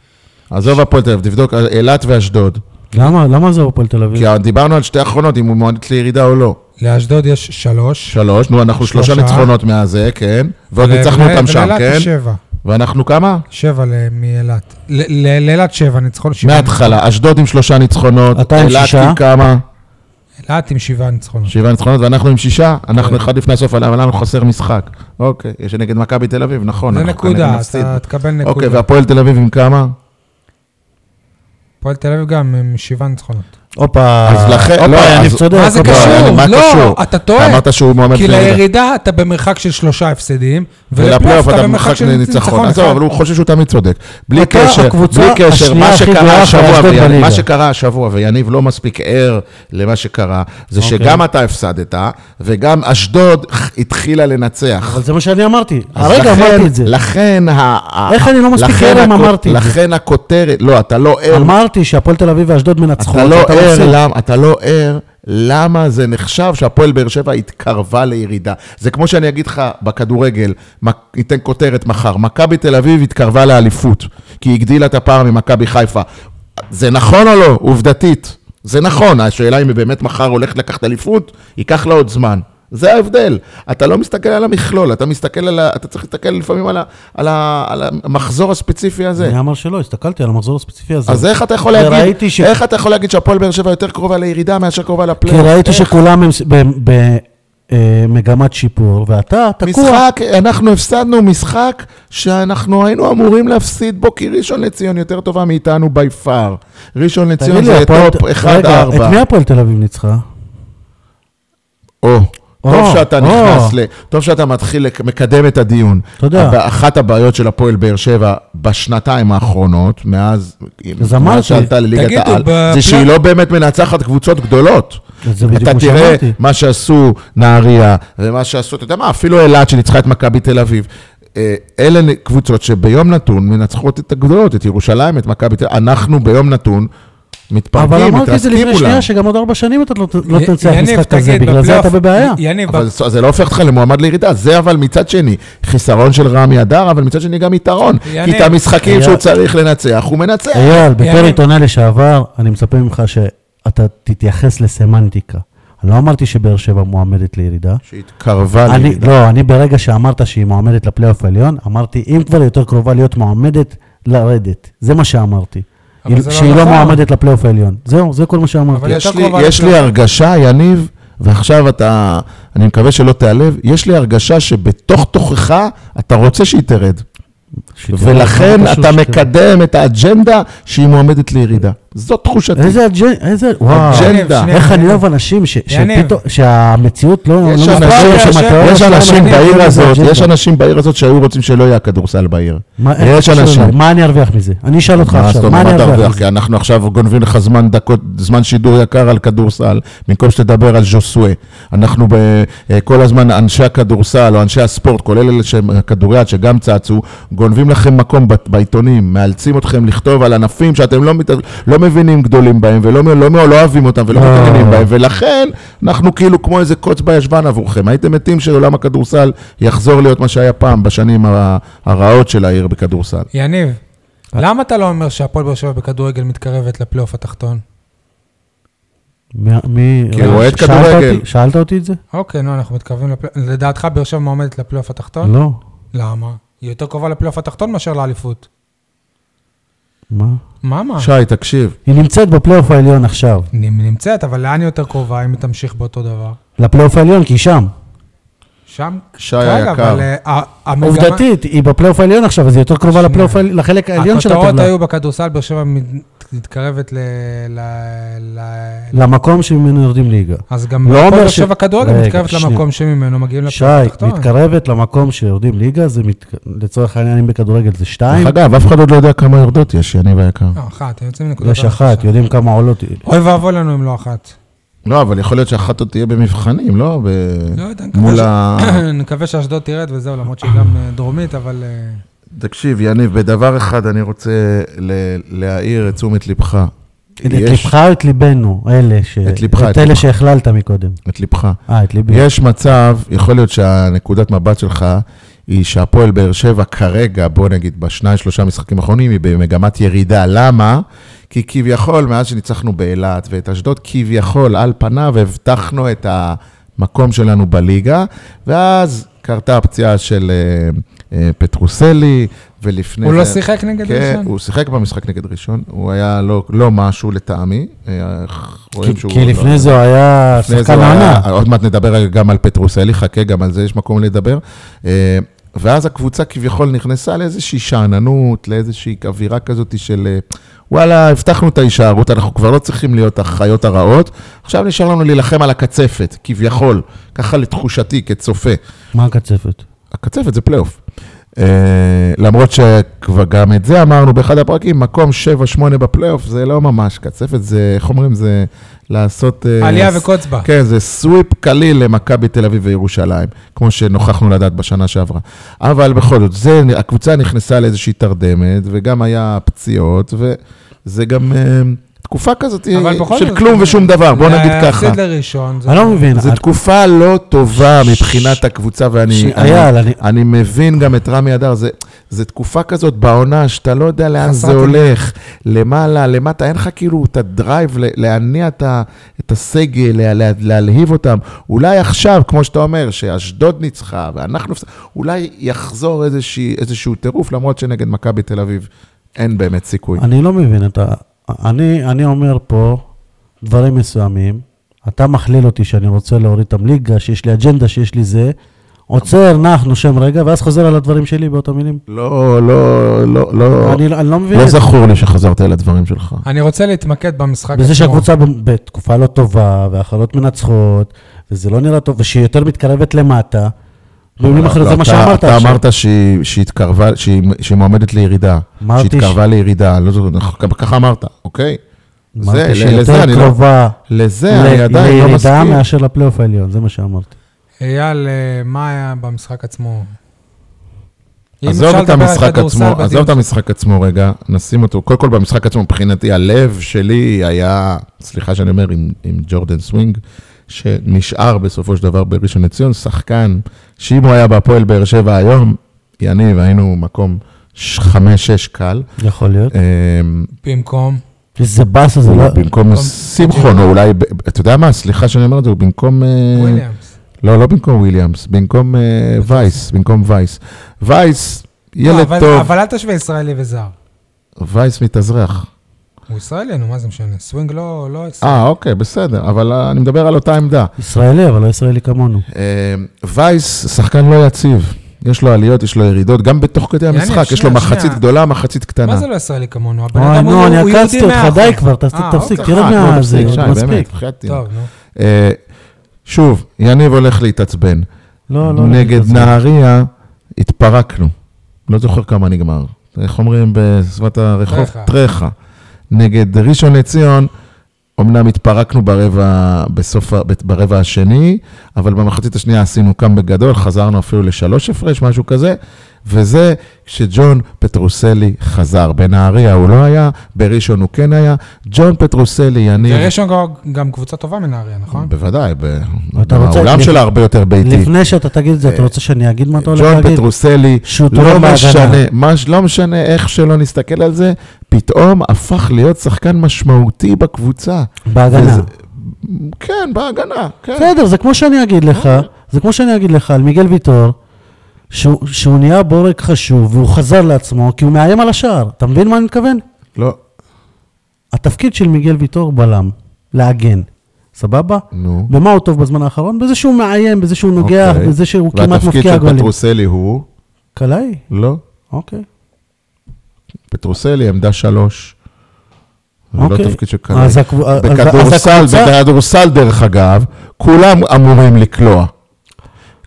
[SPEAKER 3] עזוב הפועל תל אביב, תבדוק אה, אילת ואשדוד.
[SPEAKER 2] למה למה זה הפועל תל אביב?
[SPEAKER 3] כי דיברנו על שתי האחרונות, אם הוא מועדת לירידה או לא.
[SPEAKER 1] לאשדוד יש שלוש.
[SPEAKER 3] שלוש, נו, אנחנו שלושה
[SPEAKER 1] שלושה.
[SPEAKER 3] ניצחונות מהזה, כן. ועוד
[SPEAKER 1] ול-
[SPEAKER 3] ניצחנו אותם שם,
[SPEAKER 1] ולאילת
[SPEAKER 3] כן.
[SPEAKER 1] יש שבע.
[SPEAKER 3] ואנחנו כמה?
[SPEAKER 1] שבע ל- מאילת. ל- ל- לאילת שבע, ניצחון שבעה.
[SPEAKER 3] מההתחלה, אשדוד עם שלושה ניצחונות,
[SPEAKER 2] אתה עם
[SPEAKER 3] אילת
[SPEAKER 2] שישה?
[SPEAKER 3] עם כמה?
[SPEAKER 1] אילת עם שבעה ניצחונות.
[SPEAKER 3] שבעה ניצחונות, ואנחנו עם שישה, אנחנו
[SPEAKER 1] כן.
[SPEAKER 3] אחד לפני הסוף, אבל לנו חסר משחק. אוקיי, יש נגד מכבי תל אביב, נכון.
[SPEAKER 1] זה
[SPEAKER 3] אנחנו כנראה
[SPEAKER 1] נקודה,
[SPEAKER 3] נפסיד.
[SPEAKER 1] אתה תקבל
[SPEAKER 3] אוקיי,
[SPEAKER 1] נקודה.
[SPEAKER 3] והפועל תל אביב עם כמה?
[SPEAKER 1] הפועל תל אביב גם עם שבעה ניצחונות.
[SPEAKER 2] הופה,
[SPEAKER 3] אז לכן- לא,
[SPEAKER 2] הופה, יניב
[SPEAKER 3] אז-
[SPEAKER 2] צודק.
[SPEAKER 1] מה זה
[SPEAKER 2] הופה.
[SPEAKER 1] קשור?
[SPEAKER 3] מה
[SPEAKER 1] לא,
[SPEAKER 3] קשור?
[SPEAKER 1] אתה טועה.
[SPEAKER 3] אמרת שהוא מועמד
[SPEAKER 1] כי
[SPEAKER 3] לירידה.
[SPEAKER 1] לירידה אתה במרחק של שלושה הפסדים,
[SPEAKER 3] ולפלייאוף אתה במרחק לניצחון. עזוב, אבל הוא חושב שהוא תמיד צודק. בלי
[SPEAKER 2] אתה
[SPEAKER 3] קשר,
[SPEAKER 2] הקבוצה
[SPEAKER 3] בלי קשר,
[SPEAKER 2] השנייה
[SPEAKER 3] מה
[SPEAKER 2] הכי
[SPEAKER 3] שקרה
[SPEAKER 2] גרועה
[SPEAKER 3] השבוע,
[SPEAKER 2] באשדוד
[SPEAKER 3] ויניב-
[SPEAKER 2] בליגה.
[SPEAKER 3] מה שקרה השבוע, ויניב לא מספיק ער למה שקרה, זה
[SPEAKER 2] אוקיי.
[SPEAKER 3] שגם אתה הפסדת, וגם אשדוד התחילה לנצח.
[SPEAKER 2] אבל זה מה שאני אמרתי.
[SPEAKER 3] אז
[SPEAKER 2] הרגע
[SPEAKER 3] לכן-
[SPEAKER 2] אמרתי את זה.
[SPEAKER 3] לכן ה... ה-
[SPEAKER 2] איך אני לא מספיק
[SPEAKER 3] לכן
[SPEAKER 2] ער אם
[SPEAKER 3] הכ-
[SPEAKER 2] אמרתי את זה?
[SPEAKER 3] לכן הכותרת, לא, אתה לא ער.
[SPEAKER 2] אמרתי שהפועל תל אביב ואשדוד מנצחות.
[SPEAKER 3] אתה לא ער,
[SPEAKER 2] מפסיד.
[SPEAKER 3] למ- אתה לא ער למה זה נחשב שהפועל באר שבע התקרבה לירידה. זה כמו שאני אגיד לך בכדורגל, מק- ניתן כותרת מחר, מכבי תל אביב התקרבה לאליפות, כי היא הגדילה את הפער ממכבי חיפה. זה נכון או לא? עובדתית. זה נכון, השאלה אם היא באמת מחר הולכת לקחת אליפות, ייקח לה עוד זמן. זה ההבדל. אתה לא מסתכל על המכלול, אתה מסתכל על ה... אתה צריך להסתכל לפעמים על, ה... על, ה... על המחזור הספציפי הזה.
[SPEAKER 2] מי אמר שלא? הסתכלתי על המחזור הספציפי הזה.
[SPEAKER 3] אז איך אתה יכול
[SPEAKER 2] וראיתי
[SPEAKER 3] להגיד,
[SPEAKER 2] ש-
[SPEAKER 3] איך אתה יכול להגיד שהפועל באר שבע יותר קרובה לירידה מאשר קרובה
[SPEAKER 2] כי
[SPEAKER 3] לפלייאוף?
[SPEAKER 2] ראיתי
[SPEAKER 3] איך?
[SPEAKER 2] שכולם הם במגמת אה, שיפור, ואתה תקוע.
[SPEAKER 3] משחק, אנחנו הפסדנו משחק שאנחנו היינו אמורים להפסיד בו, כי ראשון לציון יותר טובה מאיתנו בי פאר. ראשון לציון
[SPEAKER 2] תגיד
[SPEAKER 3] זה
[SPEAKER 2] לי, הפועל-
[SPEAKER 3] טופ 1-4.
[SPEAKER 2] רגע, את מי הפועל תל אביב ניצחה?
[SPEAKER 3] או,
[SPEAKER 2] או,
[SPEAKER 3] טוב שאתה
[SPEAKER 2] או.
[SPEAKER 3] נכנס ל... טוב שאתה מתחיל, לק- מקדם את הדיון.
[SPEAKER 2] תודה.
[SPEAKER 3] הב- אחת הבעיות של הפועל באר שבע בשנתיים האחרונות, מאז...
[SPEAKER 2] אז אמרתי.
[SPEAKER 3] מאז שעלתה לליגת
[SPEAKER 1] תגידו,
[SPEAKER 3] העל,
[SPEAKER 1] בפלייאוף-
[SPEAKER 3] זה שהיא לא באמת מנצחת קבוצות גדולות.
[SPEAKER 2] זה בדיוק
[SPEAKER 3] אתה
[SPEAKER 2] מה
[SPEAKER 3] תראה
[SPEAKER 2] שאמרתי.
[SPEAKER 3] מה שעשו נהריה, ומה שעשו, אתה יודע מה, אפילו אילת שניצחה את מכבי תל אביב. אה, אלה נ- קבוצות שביום נתון מנצחות את הגדולות, את ירושלים, את מכבי תל אביב. אנחנו ביום נתון
[SPEAKER 2] אבל
[SPEAKER 3] מתפרקים,
[SPEAKER 2] אמרתי את זה
[SPEAKER 3] מתרסקים
[SPEAKER 2] לפני שנייה,
[SPEAKER 3] מולם.
[SPEAKER 2] שגם עוד ארבע שנים אתה לא ת- לא
[SPEAKER 1] י-
[SPEAKER 2] תנצח
[SPEAKER 1] יניב,
[SPEAKER 2] משחק כזה,
[SPEAKER 1] תגיד,
[SPEAKER 2] בגלל זה
[SPEAKER 1] בפלייאוף-
[SPEAKER 2] אתה בבעיה.
[SPEAKER 1] י- יניב,
[SPEAKER 3] אבל זה זה לא הופך אותך למועמד לירידה, זה אבל מצד שני, חיסרון של רמי אדר, אבל מצד שני גם יתרון.
[SPEAKER 1] יניב.
[SPEAKER 3] כי את המשחקים
[SPEAKER 2] היה-
[SPEAKER 3] שהוא צריך לנצח, הוא מנצח.
[SPEAKER 2] אייל, בתור
[SPEAKER 1] יניב.
[SPEAKER 2] עיתונאי לשעבר, אני מצפה ממך שאתה תתייחס לסמנטיקה. אני לא אמרתי שבאר שבע מועמדת לירידה.
[SPEAKER 3] שהתקרבה
[SPEAKER 2] אני,
[SPEAKER 3] לירידה.
[SPEAKER 2] לא, אני ברגע שאמרת שהיא מועמדת לפלייאוף העליון, אמרתי, אם כבר היא יותר קרובה להיות מועמדת, לרדת. זה מה שאמרתי.
[SPEAKER 1] אבל
[SPEAKER 2] היא-
[SPEAKER 1] זה לא
[SPEAKER 2] שהיא לא
[SPEAKER 1] נכון.
[SPEAKER 2] מועמדת לפלייאוף העליון. זהו, זה כל מה שאמרתי.
[SPEAKER 1] אבל
[SPEAKER 3] יש
[SPEAKER 1] יותר
[SPEAKER 3] לי,
[SPEAKER 1] קרובה
[SPEAKER 3] יש לי
[SPEAKER 1] לפלייאוף.
[SPEAKER 3] הרגשה, יניב, ועכשיו אתה, אני מקווה שלא תיעלב, יש לי הרגשה שבתוך תוכך אתה רוצה שהיא תרד.
[SPEAKER 2] שתראה,
[SPEAKER 3] ולכן
[SPEAKER 2] לא קשור
[SPEAKER 3] אתה
[SPEAKER 2] שתראה.
[SPEAKER 3] מקדם את האג'נדה שהיא מועמדת לירידה. זו תחושתי.
[SPEAKER 2] איזה אג'נדה, איזה, וואו.
[SPEAKER 3] אג'נדה.
[SPEAKER 1] יניב, שנייה,
[SPEAKER 2] אה, איך אני לא-
[SPEAKER 1] יניב.
[SPEAKER 2] אוהב אנשים ש-
[SPEAKER 1] יניב.
[SPEAKER 2] שפתאום, שהמציאות לא...
[SPEAKER 3] יש
[SPEAKER 2] לא
[SPEAKER 3] אנשים-
[SPEAKER 2] מסתדרת,
[SPEAKER 1] יש-
[SPEAKER 2] שהמטרה
[SPEAKER 3] יש
[SPEAKER 2] שלהם
[SPEAKER 3] אנשים
[SPEAKER 2] אני
[SPEAKER 3] בעיר
[SPEAKER 2] אוהב
[SPEAKER 3] הזאת,
[SPEAKER 2] אג'נדה.
[SPEAKER 3] יש אנשים בעיר הזאת שהיו רוצים שלא יהיה הכדורסל בעיר.
[SPEAKER 2] מה- איך
[SPEAKER 3] יש
[SPEAKER 2] אתה שואל?
[SPEAKER 3] אנשים.
[SPEAKER 2] מה אני ארוויח מזה? אני אשאל אותך
[SPEAKER 3] מה זאת
[SPEAKER 2] עכשיו, מה
[SPEAKER 3] אומרת,
[SPEAKER 2] אני
[SPEAKER 3] מה
[SPEAKER 2] ארוויח
[SPEAKER 3] תרוויח?
[SPEAKER 2] מזה?
[SPEAKER 3] כי אנחנו עכשיו גונבים לך זמן דקות, זמן שידור יקר על כדורסל, במקום שתדבר על ז'וסווה. אנחנו ב, אה, כל הזמן, אנשי הכדורסל או אנשי הספורט, כולל אלה שהם הכדוריד שגם צצו, גונבים לכם מקום ב- בעיתונים, מאלצים אתכם לכתוב על ענפים שאתם לא, מת- לא מבינים גדולים בהם, ולא לא, לא, לא אוהבים אותם ולא
[SPEAKER 2] לא.
[SPEAKER 3] מתעניינים בהם, ולכן אנחנו כאילו כמו איזה קוץ בישבן עבורכם. הייתם מתים שעולם הכדורסל יחזור להיות מה שהיה פעם, בשנים ה- הרעות של העיר בכדורסל.
[SPEAKER 1] יניב,
[SPEAKER 2] אה.
[SPEAKER 1] למה אתה לא אומר שהפועל באר שבע בכדורגל מתקרבת לפלייאוף התחתון?
[SPEAKER 2] מ- מי... אה,
[SPEAKER 3] כי הוא אוהד
[SPEAKER 2] שאלת אותי-
[SPEAKER 3] כדורגל.
[SPEAKER 2] שאלת אותי את זה?
[SPEAKER 1] אוקיי, נו, אנחנו מתקרבים לפלייאוף... לדעתך באר שבע מועמדת לפלייאוף
[SPEAKER 3] כן.
[SPEAKER 1] התחתון?
[SPEAKER 2] לא.
[SPEAKER 1] למה? היא יותר קרובה לפלייאוף התחתון מאשר לאליפות.
[SPEAKER 2] מה?
[SPEAKER 1] מה
[SPEAKER 2] אה.
[SPEAKER 1] מה?
[SPEAKER 3] שי, תקשיב.
[SPEAKER 2] היא נמצאת בפלייאוף העליון עכשיו.
[SPEAKER 1] היא נמצאת, אבל לאן היא יותר קרובה אם היא תמשיך באותו דבר?
[SPEAKER 2] לפלייאוף העליון, כי היא שם.
[SPEAKER 1] שם,
[SPEAKER 3] שי
[SPEAKER 1] כן,
[SPEAKER 3] היקר.
[SPEAKER 1] אבל אה, ה- המגמה...
[SPEAKER 2] עובדתית, היא בפלייאוף העליון עכשיו, אז היא יותר קרובה
[SPEAKER 1] שנייה.
[SPEAKER 2] לפלייאוף, העל- לחלק העליון של
[SPEAKER 1] הכותרות
[SPEAKER 2] הטבלה.
[SPEAKER 1] היו בכדורסל, באר שבע מת- מתקרבת ל... ל... ל... ל...
[SPEAKER 2] למקום שממנו יורדים ליגה.
[SPEAKER 1] אז גם
[SPEAKER 2] לא
[SPEAKER 1] הפועל
[SPEAKER 2] אומר
[SPEAKER 1] באר
[SPEAKER 2] ש-
[SPEAKER 1] שבע כדורגל
[SPEAKER 2] רגע,
[SPEAKER 1] מתקרבת
[SPEAKER 2] שנייה.
[SPEAKER 1] למקום שממנו מגיעים
[SPEAKER 2] שי,
[SPEAKER 1] לפועל התחתון.
[SPEAKER 2] מתקרבת למקום שיורדים ליגה, זה מת... לצורך העניין, אם בכדורגל זה שתיים,
[SPEAKER 3] דרך אגב, אף אחד עוד לא יודע כמה יורדות יש, יניב היקר.
[SPEAKER 1] לא, אחת, הם יוצאים מנקודת
[SPEAKER 2] יש אחת,
[SPEAKER 1] ההנחה.
[SPEAKER 2] יודעים כמה עולות.
[SPEAKER 1] אוי ואבוי לנו אם לא אחת.
[SPEAKER 3] לא, אבל יכול להיות שאחת עוד תהיה במבחנים, לא? ב-
[SPEAKER 1] לא יודע,
[SPEAKER 3] מול
[SPEAKER 1] נקווה
[SPEAKER 3] ה...
[SPEAKER 1] ש- נקווה שאשדוד תרד וזהו, למרות שהיא גם אה, דרומית, אבל... אה,
[SPEAKER 3] תקשיב, יניב, בדבר אחד אני רוצה ל- להעיר את תשומת לבך.
[SPEAKER 2] את
[SPEAKER 3] יש-
[SPEAKER 2] ליבך או את ליבנו, אלה ש...
[SPEAKER 3] את ליבך, את
[SPEAKER 2] את אלה
[SPEAKER 3] ליבך.
[SPEAKER 2] שהכללת מקודם.
[SPEAKER 3] את לבך.
[SPEAKER 2] אה, את ליבי.
[SPEAKER 3] יש מצב, יכול להיות שהנקודת מבט שלך היא שהפועל באר שבע כרגע, בוא נגיד בשניים, שלושה משחקים האחרונים, היא במגמת ירידה. למה? כי כביכול, מאז שניצחנו באילת ואת אשדוד, כביכול, על פניו, הבטחנו את המקום שלנו בליגה, ואז קרתה הפציעה של אה, אה, פטרוסלי, ולפני...
[SPEAKER 1] הוא לא
[SPEAKER 3] זה-
[SPEAKER 1] שיחק נגד
[SPEAKER 3] כן,
[SPEAKER 1] ראשון?
[SPEAKER 3] הוא שיחק במשחק נגד ראשון, הוא היה לא, לא משהו לטעמי, אה, רואים
[SPEAKER 2] כי-
[SPEAKER 3] שהוא...
[SPEAKER 2] כי
[SPEAKER 3] לא-
[SPEAKER 2] לפני זה הוא היה
[SPEAKER 3] לפני זה
[SPEAKER 2] שחקן
[SPEAKER 3] הוא היה-
[SPEAKER 2] העונה.
[SPEAKER 3] עוד מעט נדבר גם על פטרוסלי, חכה, גם על זה יש מקום לדבר. אה, ואז הקבוצה כביכול נכנסה לאיזושהי שאננות, לאיזושהי אווירה כזאת של אה, וואלה, הבטחנו את ההישארות, אנחנו כבר לא צריכים להיות החיות הרעות, עכשיו נשאר לנו להילחם על הקצפת, כביכול, ככה לתחושתי כצופה.
[SPEAKER 2] מה הקצפת?
[SPEAKER 3] הקצפת זה פלייאוף. Uh, למרות שכבר גם את זה אמרנו באחד הפרקים, מקום 7-8 בפלייאוף זה לא ממש קצפת, זה, איך אומרים, זה לעשות... אה,
[SPEAKER 1] עלייה וקוץ בה.
[SPEAKER 3] כן, זה סוויפ קליל למכבי תל אביב וירושלים, כמו שנוכחנו לדעת בשנה שעברה. אבל בכל זאת, זה, הקבוצה נכנסה לאיזושהי תרדמת, וגם היה פציעות, וזה גם אה, תקופה כזאת אה,
[SPEAKER 1] אבל בכל
[SPEAKER 3] של
[SPEAKER 1] זאת- אה,
[SPEAKER 3] כלום ושום דבר, בוא נגיד ככה.
[SPEAKER 1] להפסיד לראשון. זה-
[SPEAKER 2] אני לא מבין.
[SPEAKER 3] זו
[SPEAKER 2] את-
[SPEAKER 3] תקופה לא טובה מבחינת הקבוצה, ואני...
[SPEAKER 2] ש- אייל, אני-
[SPEAKER 3] אני מבין גם את רמי אדר, זה, זה תקופה כזאת בעונה, שאתה לא יודע לאן
[SPEAKER 1] חסרת
[SPEAKER 3] זה
[SPEAKER 1] אונים.
[SPEAKER 3] הולך, למעלה, למטה, אין לך כאילו את הדרייב ל- להניע את, ה, את הסגל, לה, לה, להלהיב אותם. אולי עכשיו, כמו שאתה אומר, שאשדוד ניצחה, ואנחנו... הפס- אולי יחזור איזושהי, איזשהו טירוף, למרות שנגד מכבי תל אביב אין באמת סיכוי.
[SPEAKER 2] אני לא מבין את ה... אני, אני אומר פה דברים מסוימים, אתה מכליל אותי שאני רוצה להוריד את המליגה, שיש לי אג'נדה, שיש לי זה, עוצר, נח, נושם רגע, ואז חוזר על הדברים שלי באותו מילים.
[SPEAKER 3] לא, לא, לא, לא,
[SPEAKER 2] אני, לא- אני לא מבין
[SPEAKER 3] לא
[SPEAKER 2] את זה.
[SPEAKER 3] זכור לי שחזרת אל הדברים שלך.
[SPEAKER 1] אני רוצה להתמקד במשחק
[SPEAKER 2] בזה
[SPEAKER 1] עצמו.
[SPEAKER 2] שהקבוצה ב- בתקופה לא טובה, והאחרות מנצחות, וזה לא נראה טוב, ושהיא יותר מתקרבת למטה. במילים
[SPEAKER 3] לא,
[SPEAKER 2] אחרות,
[SPEAKER 3] לא,
[SPEAKER 2] זה מה
[SPEAKER 3] אתה-
[SPEAKER 2] שאמרת
[SPEAKER 3] אתה
[SPEAKER 2] עכשיו.
[SPEAKER 3] אמרת שהיא- שהיא התקרבה, שהיא שהיא מועמדת לירידה.
[SPEAKER 2] אמרתי
[SPEAKER 3] שהיא התקרבה לירידה, לא זוכר, אנחנו- כ- ככה אמרת, אוקיי? זה,
[SPEAKER 2] אמרתי
[SPEAKER 3] ל-
[SPEAKER 2] שהיא
[SPEAKER 3] לזה
[SPEAKER 2] יותר
[SPEAKER 3] אני לא...
[SPEAKER 2] קרובה
[SPEAKER 3] לזה אני
[SPEAKER 2] ל-
[SPEAKER 3] עדיין לא
[SPEAKER 2] לירידה
[SPEAKER 3] מסכים.
[SPEAKER 2] מאשר לפלייאוף העליון, זה מה שאמרתי.
[SPEAKER 1] אייל, אה, מה היה במשחק עצמו? אם
[SPEAKER 3] עזוב
[SPEAKER 1] אפשר
[SPEAKER 3] את
[SPEAKER 1] לדבר על
[SPEAKER 3] המשחק
[SPEAKER 1] כדורסל
[SPEAKER 3] עצמו,
[SPEAKER 1] בדיון
[SPEAKER 3] עזוב את המשחק עצמו רגע, נשים אותו. קודם כל במשחק עצמו, מבחינתי, הלב שלי היה, סליחה שאני אומר, עם, עם ג'ורדן סווינג, שנשאר בסופו של דבר בראשון לציון, שחקן, שאם הוא היה בהפועל באר שבע היום, יניב, היינו מקום ש- חמש-שש קל.
[SPEAKER 2] יכול להיות.
[SPEAKER 3] אמ,
[SPEAKER 1] במקום,
[SPEAKER 2] איזה באסה זה
[SPEAKER 3] הוא
[SPEAKER 2] לא...
[SPEAKER 3] במקום שמחון, או אולי, ב- אתה יודע מה, סליחה שאני אומר את זה, הוא במקום... אה,
[SPEAKER 1] וויליאמס.
[SPEAKER 3] לא, לא במקום וויליאמס, במקום אה, וייס, במקום וייס. וייס,
[SPEAKER 1] לא,
[SPEAKER 3] ילד
[SPEAKER 1] אבל-
[SPEAKER 3] טוב,
[SPEAKER 1] אבל אל תשווה ישראלי וזר.
[SPEAKER 3] וייס מתאזרח.
[SPEAKER 1] הוא ישראלי, נו, מה זה משנה? סווינג לא... לא ישראלי.
[SPEAKER 3] אה, אוקיי, בסדר, אבל אה, אני מדבר על אותה עמדה.
[SPEAKER 2] ישראלי, אבל לא ישראלי כמונו.
[SPEAKER 3] אה, וייס, שחקן לא יציב. יש לו עליות, יש לו ירידות, גם בתוך כדי
[SPEAKER 1] יניב,
[SPEAKER 3] המשחק, יש לו
[SPEAKER 1] שנייה,
[SPEAKER 3] מחצית
[SPEAKER 1] שנייה.
[SPEAKER 3] גדולה, מחצית קטנה.
[SPEAKER 1] מה זה לא ישראלי כמונו? הבן
[SPEAKER 2] אוי,
[SPEAKER 1] אדם הוא
[SPEAKER 2] נו, אני
[SPEAKER 1] הוא יהודי
[SPEAKER 2] עקצתי אותך,
[SPEAKER 1] 100%.
[SPEAKER 2] די כבר, תפסיק,
[SPEAKER 1] אה,
[SPEAKER 2] תפסיק,
[SPEAKER 1] אוקיי.
[SPEAKER 2] תרד
[SPEAKER 3] אה, נו,
[SPEAKER 2] מה זה,
[SPEAKER 3] מספיק, שי, באמת,
[SPEAKER 2] מספיק.
[SPEAKER 3] בחייאת
[SPEAKER 1] טוב, נו.
[SPEAKER 3] אה, שוב, יניב הולך להתעצבן.
[SPEAKER 2] לא, לא.
[SPEAKER 3] נגד
[SPEAKER 2] לא,
[SPEAKER 3] נהריה, התפרקנו. לא זוכר כמה נגמר. איך אומרים בשפת הרחוב?
[SPEAKER 1] טרחה.
[SPEAKER 3] טרחה. נגד ראשון לציון, אמנם התפרקנו ברבע, בסוף, ה- ברבע השני, אבל במחצית השנייה עשינו קאם בגדול, חזרנו אפילו לשלוש הפרש, משהו כזה, וזה כשג'ון פטרוסלי חזר. בנהריה הוא לא היה, בראשון הוא כן היה. ג'ון פטרוסלי, יניב...
[SPEAKER 1] וראשון גם- גם קבוצה טובה מנהריה, נכון?
[SPEAKER 3] בוודאי, ב-
[SPEAKER 2] אתה רוצה-
[SPEAKER 3] האולם
[SPEAKER 2] לפ-
[SPEAKER 3] שלה הרבה יותר ביתי.
[SPEAKER 2] לפני שאתה תגיד את זה, אתה רוצה שאני אגיד מה אתה הולך
[SPEAKER 3] ג'ון
[SPEAKER 2] להגיד?
[SPEAKER 3] פטרוסלי,
[SPEAKER 2] שהוא
[SPEAKER 3] לא
[SPEAKER 2] תורם
[SPEAKER 3] משנה,
[SPEAKER 2] בהגנה.
[SPEAKER 3] מה, ש- לא משנה איך שלא נסתכל על זה, פתאום הפך להיות שחקן משמעותי בקבוצה.
[SPEAKER 2] בהגנה.
[SPEAKER 3] וזה- כן, בהגנה, כן.
[SPEAKER 2] בסדר, זה כמו שאני אגיד לך, זה כמו שאני אגיד לך על מיגל ויטור, שהוא שהוא נהיה בורג חשוב והוא חזר לעצמו, כי הוא מאיים על השער. אתה מבין מה אני מתכוון?
[SPEAKER 3] לא,
[SPEAKER 2] התפקיד של מיגל ויטור בלם, להגן. סבבה?
[SPEAKER 3] נו.
[SPEAKER 2] במה הוא טוב בזמן האחרון? בזה שהוא מאיים, בזה שהוא נוגח,
[SPEAKER 3] אוקיי.
[SPEAKER 2] בזה שהוא כמעט
[SPEAKER 3] והתפקיד
[SPEAKER 2] מבקיע
[SPEAKER 3] של
[SPEAKER 2] גולים.
[SPEAKER 3] פטרוסלי הוא?
[SPEAKER 2] קלעי?
[SPEAKER 3] לא.
[SPEAKER 2] אוקיי.
[SPEAKER 3] פטרוסלי, עמדה שלוש. זה לא
[SPEAKER 2] אוקיי.
[SPEAKER 3] תפקיד של קלעי.
[SPEAKER 2] אז הקב- אז- אז
[SPEAKER 3] בכדורסל,
[SPEAKER 2] הקבוצה-
[SPEAKER 3] בכדורסל דרך אגב, כולם אמורים לקלוע.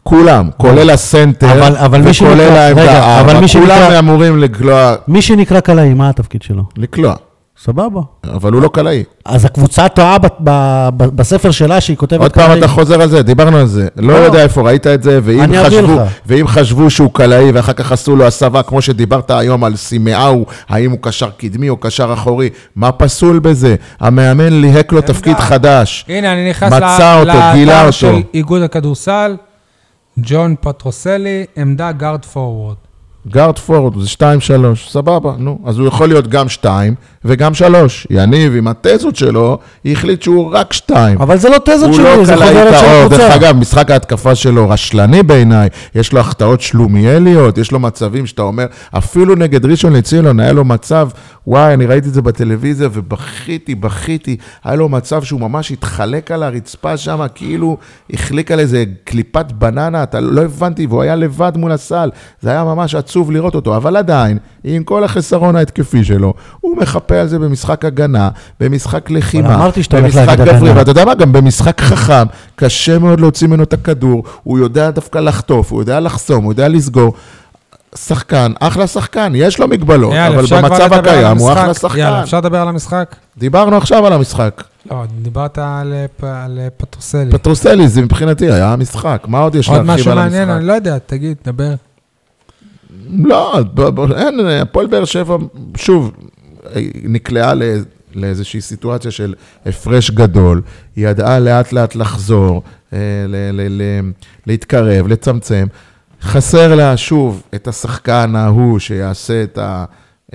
[SPEAKER 3] כולם, כולל הסנטר,
[SPEAKER 2] אבל- אבל מי שנקרא-
[SPEAKER 3] וכולל
[SPEAKER 2] רגע,
[SPEAKER 3] העמדה
[SPEAKER 2] אבל
[SPEAKER 3] ארבע,
[SPEAKER 2] מי
[SPEAKER 3] כולם
[SPEAKER 2] שנקרא-
[SPEAKER 3] אמורים לקלוע,
[SPEAKER 2] מי שנקרא קלעי, מה התפקיד שלו?
[SPEAKER 3] לקלוע,
[SPEAKER 2] סבבה.
[SPEAKER 3] אבל הוא לא קלעי.
[SPEAKER 2] אז הקבוצה טועה ב- ב- ב- בספר שלה שהיא כותבת
[SPEAKER 3] עוד פעם
[SPEAKER 2] קלעי.
[SPEAKER 3] אתה חוזר על זה, דיברנו על זה. לא
[SPEAKER 2] לא.
[SPEAKER 3] יודע איפה ראית את זה, ואם
[SPEAKER 2] אני אביא
[SPEAKER 3] חשבו-
[SPEAKER 2] לך.
[SPEAKER 3] ואם חשבו שהוא קלעי ואחר כך עשו לו הסבה, כמו שדיברת היום על סימאו, האם הוא קשר קדמי או קשר אחורי, מה פסול בזה? המאמן ליהק לו תפקיד חדש.
[SPEAKER 1] הנה, אני נכנס ל-
[SPEAKER 3] מצא אותו, גילה
[SPEAKER 1] לאתר
[SPEAKER 3] אותו.
[SPEAKER 1] של איגוד הכדורסל, ג'ון פטרוסלי, עמדה גארד פורוורד.
[SPEAKER 3] גארד פורד זה 2-3, סבבה, נו. אז הוא יכול להיות גם 2 וגם 3. יניב, עם התזות שלו, החליט שהוא רק 2.
[SPEAKER 2] אבל זה לא תזות
[SPEAKER 3] הוא לא
[SPEAKER 2] שלי, זה
[SPEAKER 3] קלעי
[SPEAKER 2] חוברת של
[SPEAKER 3] טהור,
[SPEAKER 2] הקבוצה.
[SPEAKER 3] דרך אגב, משחק ההתקפה שלו רשלני בעיניי, יש לו החטאות שלומיאליות, יש לו מצבים שאתה אומר, אפילו נגד ראשון לציון היה לו מצב, וואי, אני ראיתי את זה בטלוויזיה ובכיתי, בכיתי, היה לו מצב שהוא ממש התחלק על הרצפה שם, כאילו החליק על איזה קליפת בננה, אתה לא הבנתי, והוא היה לבד מול הסל, זה היה ממש עצוב לראות אותו, אבל עדיין, עם כל החסרון ההתקפי שלו, הוא מחפה על זה במשחק הגנה, במשחק לחימה,
[SPEAKER 2] אמרתי שאתה הולך
[SPEAKER 3] במשחק
[SPEAKER 2] להגיד הגנה.
[SPEAKER 3] גברי, ואתה יודע מה, גם במשחק חכם, קשה מאוד להוציא ממנו את הכדור, הוא יודע דווקא לחטוף, הוא יודע לחסום, הוא יודע לסגור. שחקן, אחלה שחקן, יש לו מגבלות,
[SPEAKER 1] אייל,
[SPEAKER 3] לא, אבל
[SPEAKER 1] אפשר כבר
[SPEAKER 3] במצב
[SPEAKER 1] לדבר על
[SPEAKER 3] הקיים הוא
[SPEAKER 1] המשחק?
[SPEAKER 3] אחלה שחקן.
[SPEAKER 1] יאללה, אפשר לדבר על המשחק?
[SPEAKER 3] דיברנו עכשיו על המשחק.
[SPEAKER 1] לא, דיברת על, אה, פ- על אה, פטרוסלי.
[SPEAKER 3] פטרוסלי, זה מבחינתי היה המשחק, מה עוד יש
[SPEAKER 1] עוד
[SPEAKER 3] להרחיב
[SPEAKER 1] משהו
[SPEAKER 3] על
[SPEAKER 1] מעניין, אני
[SPEAKER 3] המשחק?
[SPEAKER 1] לא יודע, תגיד, דבר.
[SPEAKER 3] לא, ב- ב- אין, הפועל באר שבע, שוב, נקלעה לא- לאיזושהי סיטואציה של הפרש גדול, היא ידעה לאט לאט לחזור, אה, ל- ל- ל- להתקרב, לצמצם. חסר לה שוב את השחקן ההוא שיעשה את ה...